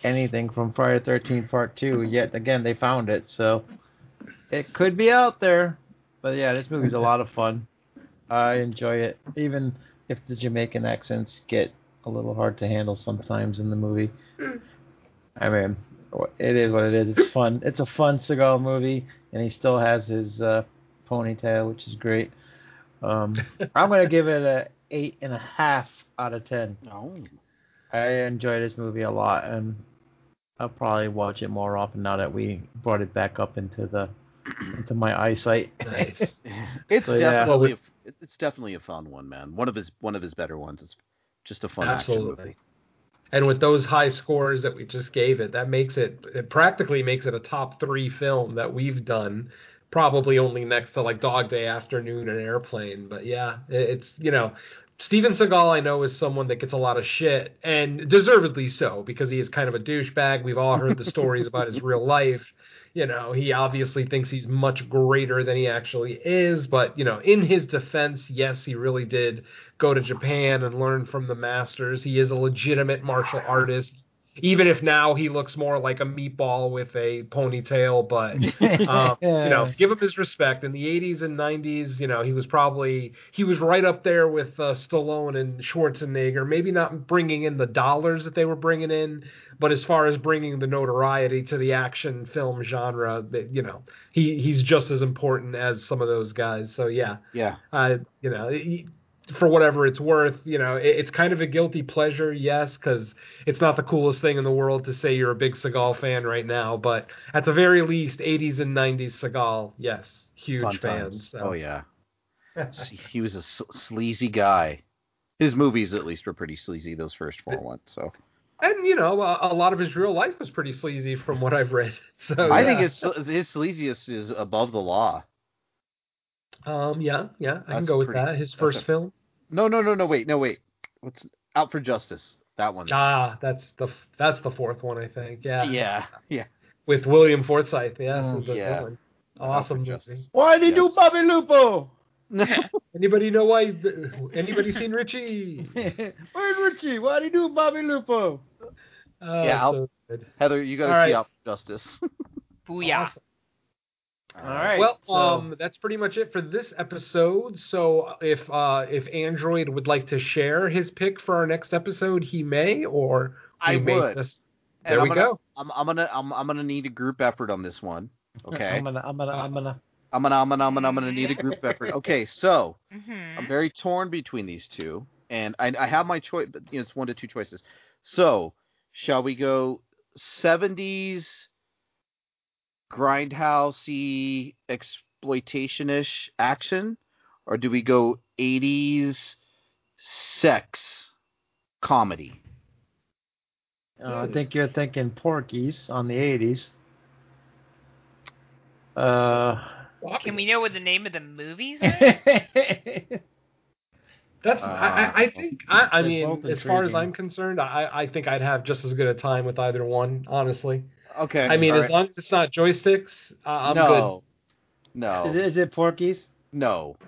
S9: anything from Friday the Thirteenth Part Two. Yet again, they found it, so it could be out there. But yeah, this movie's a lot of fun. I enjoy it, even if the Jamaican accents get a little hard to handle sometimes in the movie. I mean, it is what it is. It's fun. It's a fun Seagal movie, and he still has his uh, ponytail, which is great. Um, I'm gonna give it a eight and a half out of ten.
S7: Oh.
S9: I enjoy this movie a lot, and I'll probably watch it more often now that we brought it back up into the into my eyesight.
S6: Nice.
S7: It's
S9: So, yeah.
S7: definitely a, it's definitely a fun one, man. One of his one of his better ones. It's just a fun action movie.
S6: Absolutely. And with those high scores that we just gave it, that makes it it practically makes it a top three film that we've done. Probably only next to like Dog Day Afternoon and Airplane, but yeah, it- it's you know. Steven Seagal, I know, is someone that gets a lot of shit, and deservedly so, because he is kind of a douchebag. We've all heard the stories about his real life. You know, he obviously thinks he's much greater than he actually is, but, you know, in his defense, yes, he really did go to Japan and learn from the masters. He is a legitimate martial artist, even if now he looks more like a meatball with a ponytail. But um, you know, give him his respect. In the '80s and '90s, you know, he was probably he was right up there with uh, Stallone and Schwarzenegger. Maybe not bringing in the dollars that they were bringing in, but as far as bringing the notoriety to the action film genre, that you know, he he's just as important as some of those guys. So yeah,
S7: Yeah.
S6: uh, you know, y- for whatever it's worth, you know, it, it's kind of a guilty pleasure, yes, because it's not the coolest thing in the world to say you're a big Seagal fan right now, but at the very least, 80s and 90s Seagal, yes, huge
S7: Fun
S6: fans.
S7: times.
S6: so.
S7: Oh yeah. S- he was a s- sleazy guy. His movies, at least, were pretty sleazy. Those first four ones. So
S6: And you know, a, a lot of his real life was pretty sleazy from what I've read. So
S7: I
S6: Oh, yeah.
S7: think his his sleaziest is above the law.
S6: um, yeah, yeah, I can
S7: That's
S6: go with
S7: pretty-
S6: that. His
S7: that's
S6: first
S7: a-
S6: film,
S7: No, no, no, no. Wait, no, wait. What's out for justice? That one.
S6: ah, that's the that's the fourth one, I think. Yeah,
S7: yeah, yeah.
S6: with William Forsythe. Yeah,
S9: Mm,
S6: that's a good
S7: yeah.
S6: one.
S7: for
S6: awesome. movie.
S7: Justice.
S9: Why did you do
S7: Yes.
S9: Bobby Lupo?
S6: Anybody know why? Anybody seen Richie?
S9: Where's Richie? Why did you do Bobby Lupo?
S6: Oh,
S7: Yeah, I'll-
S6: so good.
S7: Heather, you got to
S6: All
S7: see
S6: right.
S7: out for justice.
S8: Booyah.
S6: Awesome.
S9: All right.
S6: Well,
S9: so-
S6: um, that's pretty much it for this episode. So if uh, if Android would like to share his pick for our next episode, he may, or
S7: I
S6: we may
S7: would.
S6: just-
S7: And
S6: there
S7: I'm
S6: we
S7: gonna-
S6: go.
S7: I'm, I'm gonna I'm, I'm gonna need a group effort on this one. Okay.
S9: I'm gonna, I'm gonna, I'm gonna.
S7: I'm gonna I'm gonna I'm gonna, I'm gonna need a group effort. Okay, so
S8: Mm-hmm.
S7: I'm very torn between these two, and I, I have my choice, but you know, it's one to two choices. So, shall we go 70s grindhousey exploitation-ish action, or do we go 80s sex comedy?
S9: Uh, I think you're thinking Porkies on the '80s. Uh,
S8: Can we know what the name of the movies are?
S9: I
S6: That's I, I- I think I, I
S5: They're
S6: mean
S5: both
S6: as far as
S5: intriguing.
S6: I'm concerned, I, I think I'd have just as good a time with either one, honestly.
S7: Okay.
S6: I mean,
S7: all
S6: as
S7: right.
S6: long as it's not joysticks, uh, I'm good.
S7: no, no,
S9: Is it, is it Porky's?
S7: no,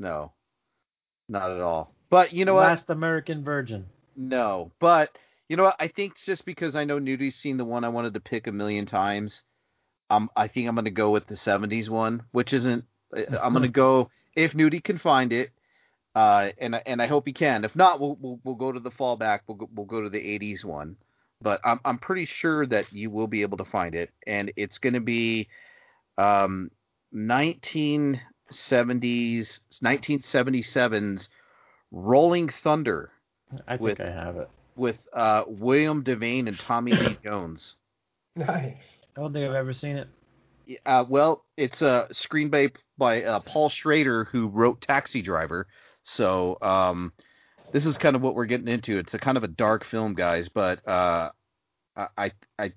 S7: no, not at all. But you know what?
S9: Last American Virgin.
S7: No, but you know what? I think just because I know Nudie's seen the one I wanted to pick a million times, um, I think I'm going to go with the '70s one, which isn't. I- I'm going to go if Nudie can find it, uh, and I- and I hope he can. If not, we'll we'll, we'll go to the fallback. We'll go, we'll go to the '80s one, but I'm I'm pretty sure that you will be able to find it, and it's going to be, um, 1970s 1977's Rolling Thunder
S9: I think
S7: With-
S9: I have it.
S7: with uh, William Devane and Tommy Lee Jones.
S6: Nice.
S9: I don't think I've ever seen it.
S7: Uh, well, it's a screenplay by uh, Paul Schrader, who wrote Taxi Driver. So um, this is kind of what we're getting into. It's a kind of a dark film, guys, but uh, I- I I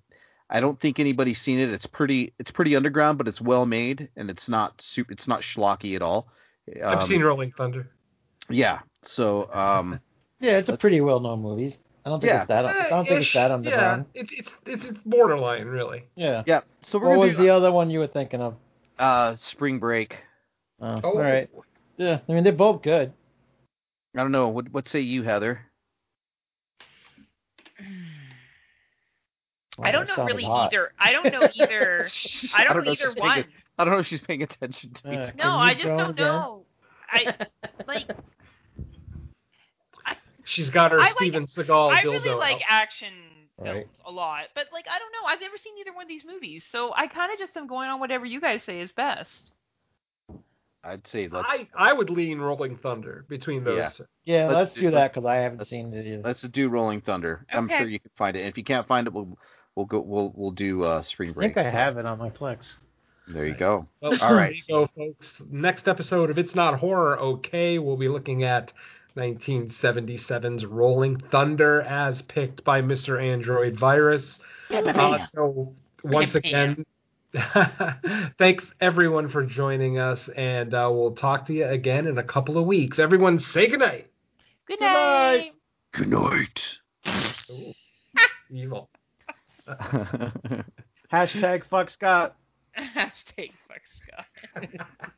S7: I don't think anybody's seen it. It's pretty it's pretty underground, but it's well made and it's not super, it's not schlocky at all.
S6: I've
S7: Um,
S6: seen Rolling Thunder.
S7: Yeah. So um,
S9: Yeah, it's a pretty well known movie. I don't think
S7: Yeah.
S9: it's that. I
S8: Eh,
S9: don't think it's that
S6: Yeah,
S9: underground.
S6: it's it's it's it's borderline, really.
S9: Yeah.
S7: yeah. So we're
S9: What was
S7: gonna do
S9: the other one you were thinking of?
S7: uh, Spring Break.
S9: Oh,
S6: Oh.
S9: All right. Yeah. I mean, they're both good.
S7: I don't know. What what say you, Heather?
S8: I don't
S9: that
S8: know
S9: sounded
S8: really
S9: hot.
S8: either. I don't know either. I don't,
S7: know if
S8: either
S7: she's paying
S8: one.
S7: I don't know if she's paying attention to me.
S9: Yeah. Can
S8: No, I
S9: you
S8: just
S9: throw
S8: don't
S9: again?
S8: know. I like.
S6: She's got her
S8: I like-
S6: Steven
S5: Oh,
S6: Seagal
S8: I
S6: dildo
S8: really like
S6: out.
S8: action films
S9: Right.
S8: a lot, but like I don't know. I've never seen either one of these movies, so I kind of just am going on whatever you guys say is best.
S7: I'd say let's
S6: I, I would lean Rolling Thunder between those
S7: Yeah.
S6: two.
S9: Yeah,
S7: Let's
S9: let's,
S7: do-
S9: do that because I haven't
S7: let's-
S9: seen it either.
S7: let's do Rolling Thunder. I'm
S8: Okay.
S7: sure you can find it. And if you can't find it, we'll we'll go we'll we'll do uh, Spring
S9: I
S7: Break.
S9: think I have it on my Plex.
S7: There you go.
S6: Well,
S7: All right.
S6: So, folks, next episode of It's Not Horror, okay, we'll be looking at 1977's Rolling Thunder as picked by Mr. Android Virus. Uh, so, once again, thanks everyone for joining us, and uh, we'll talk to you again in a couple of weeks. Everyone, say goodnight.
S8: Good night.
S7: Good night.
S6: Evil.
S9: Hashtag fuck Scott.
S8: Hashtag fuck Scott.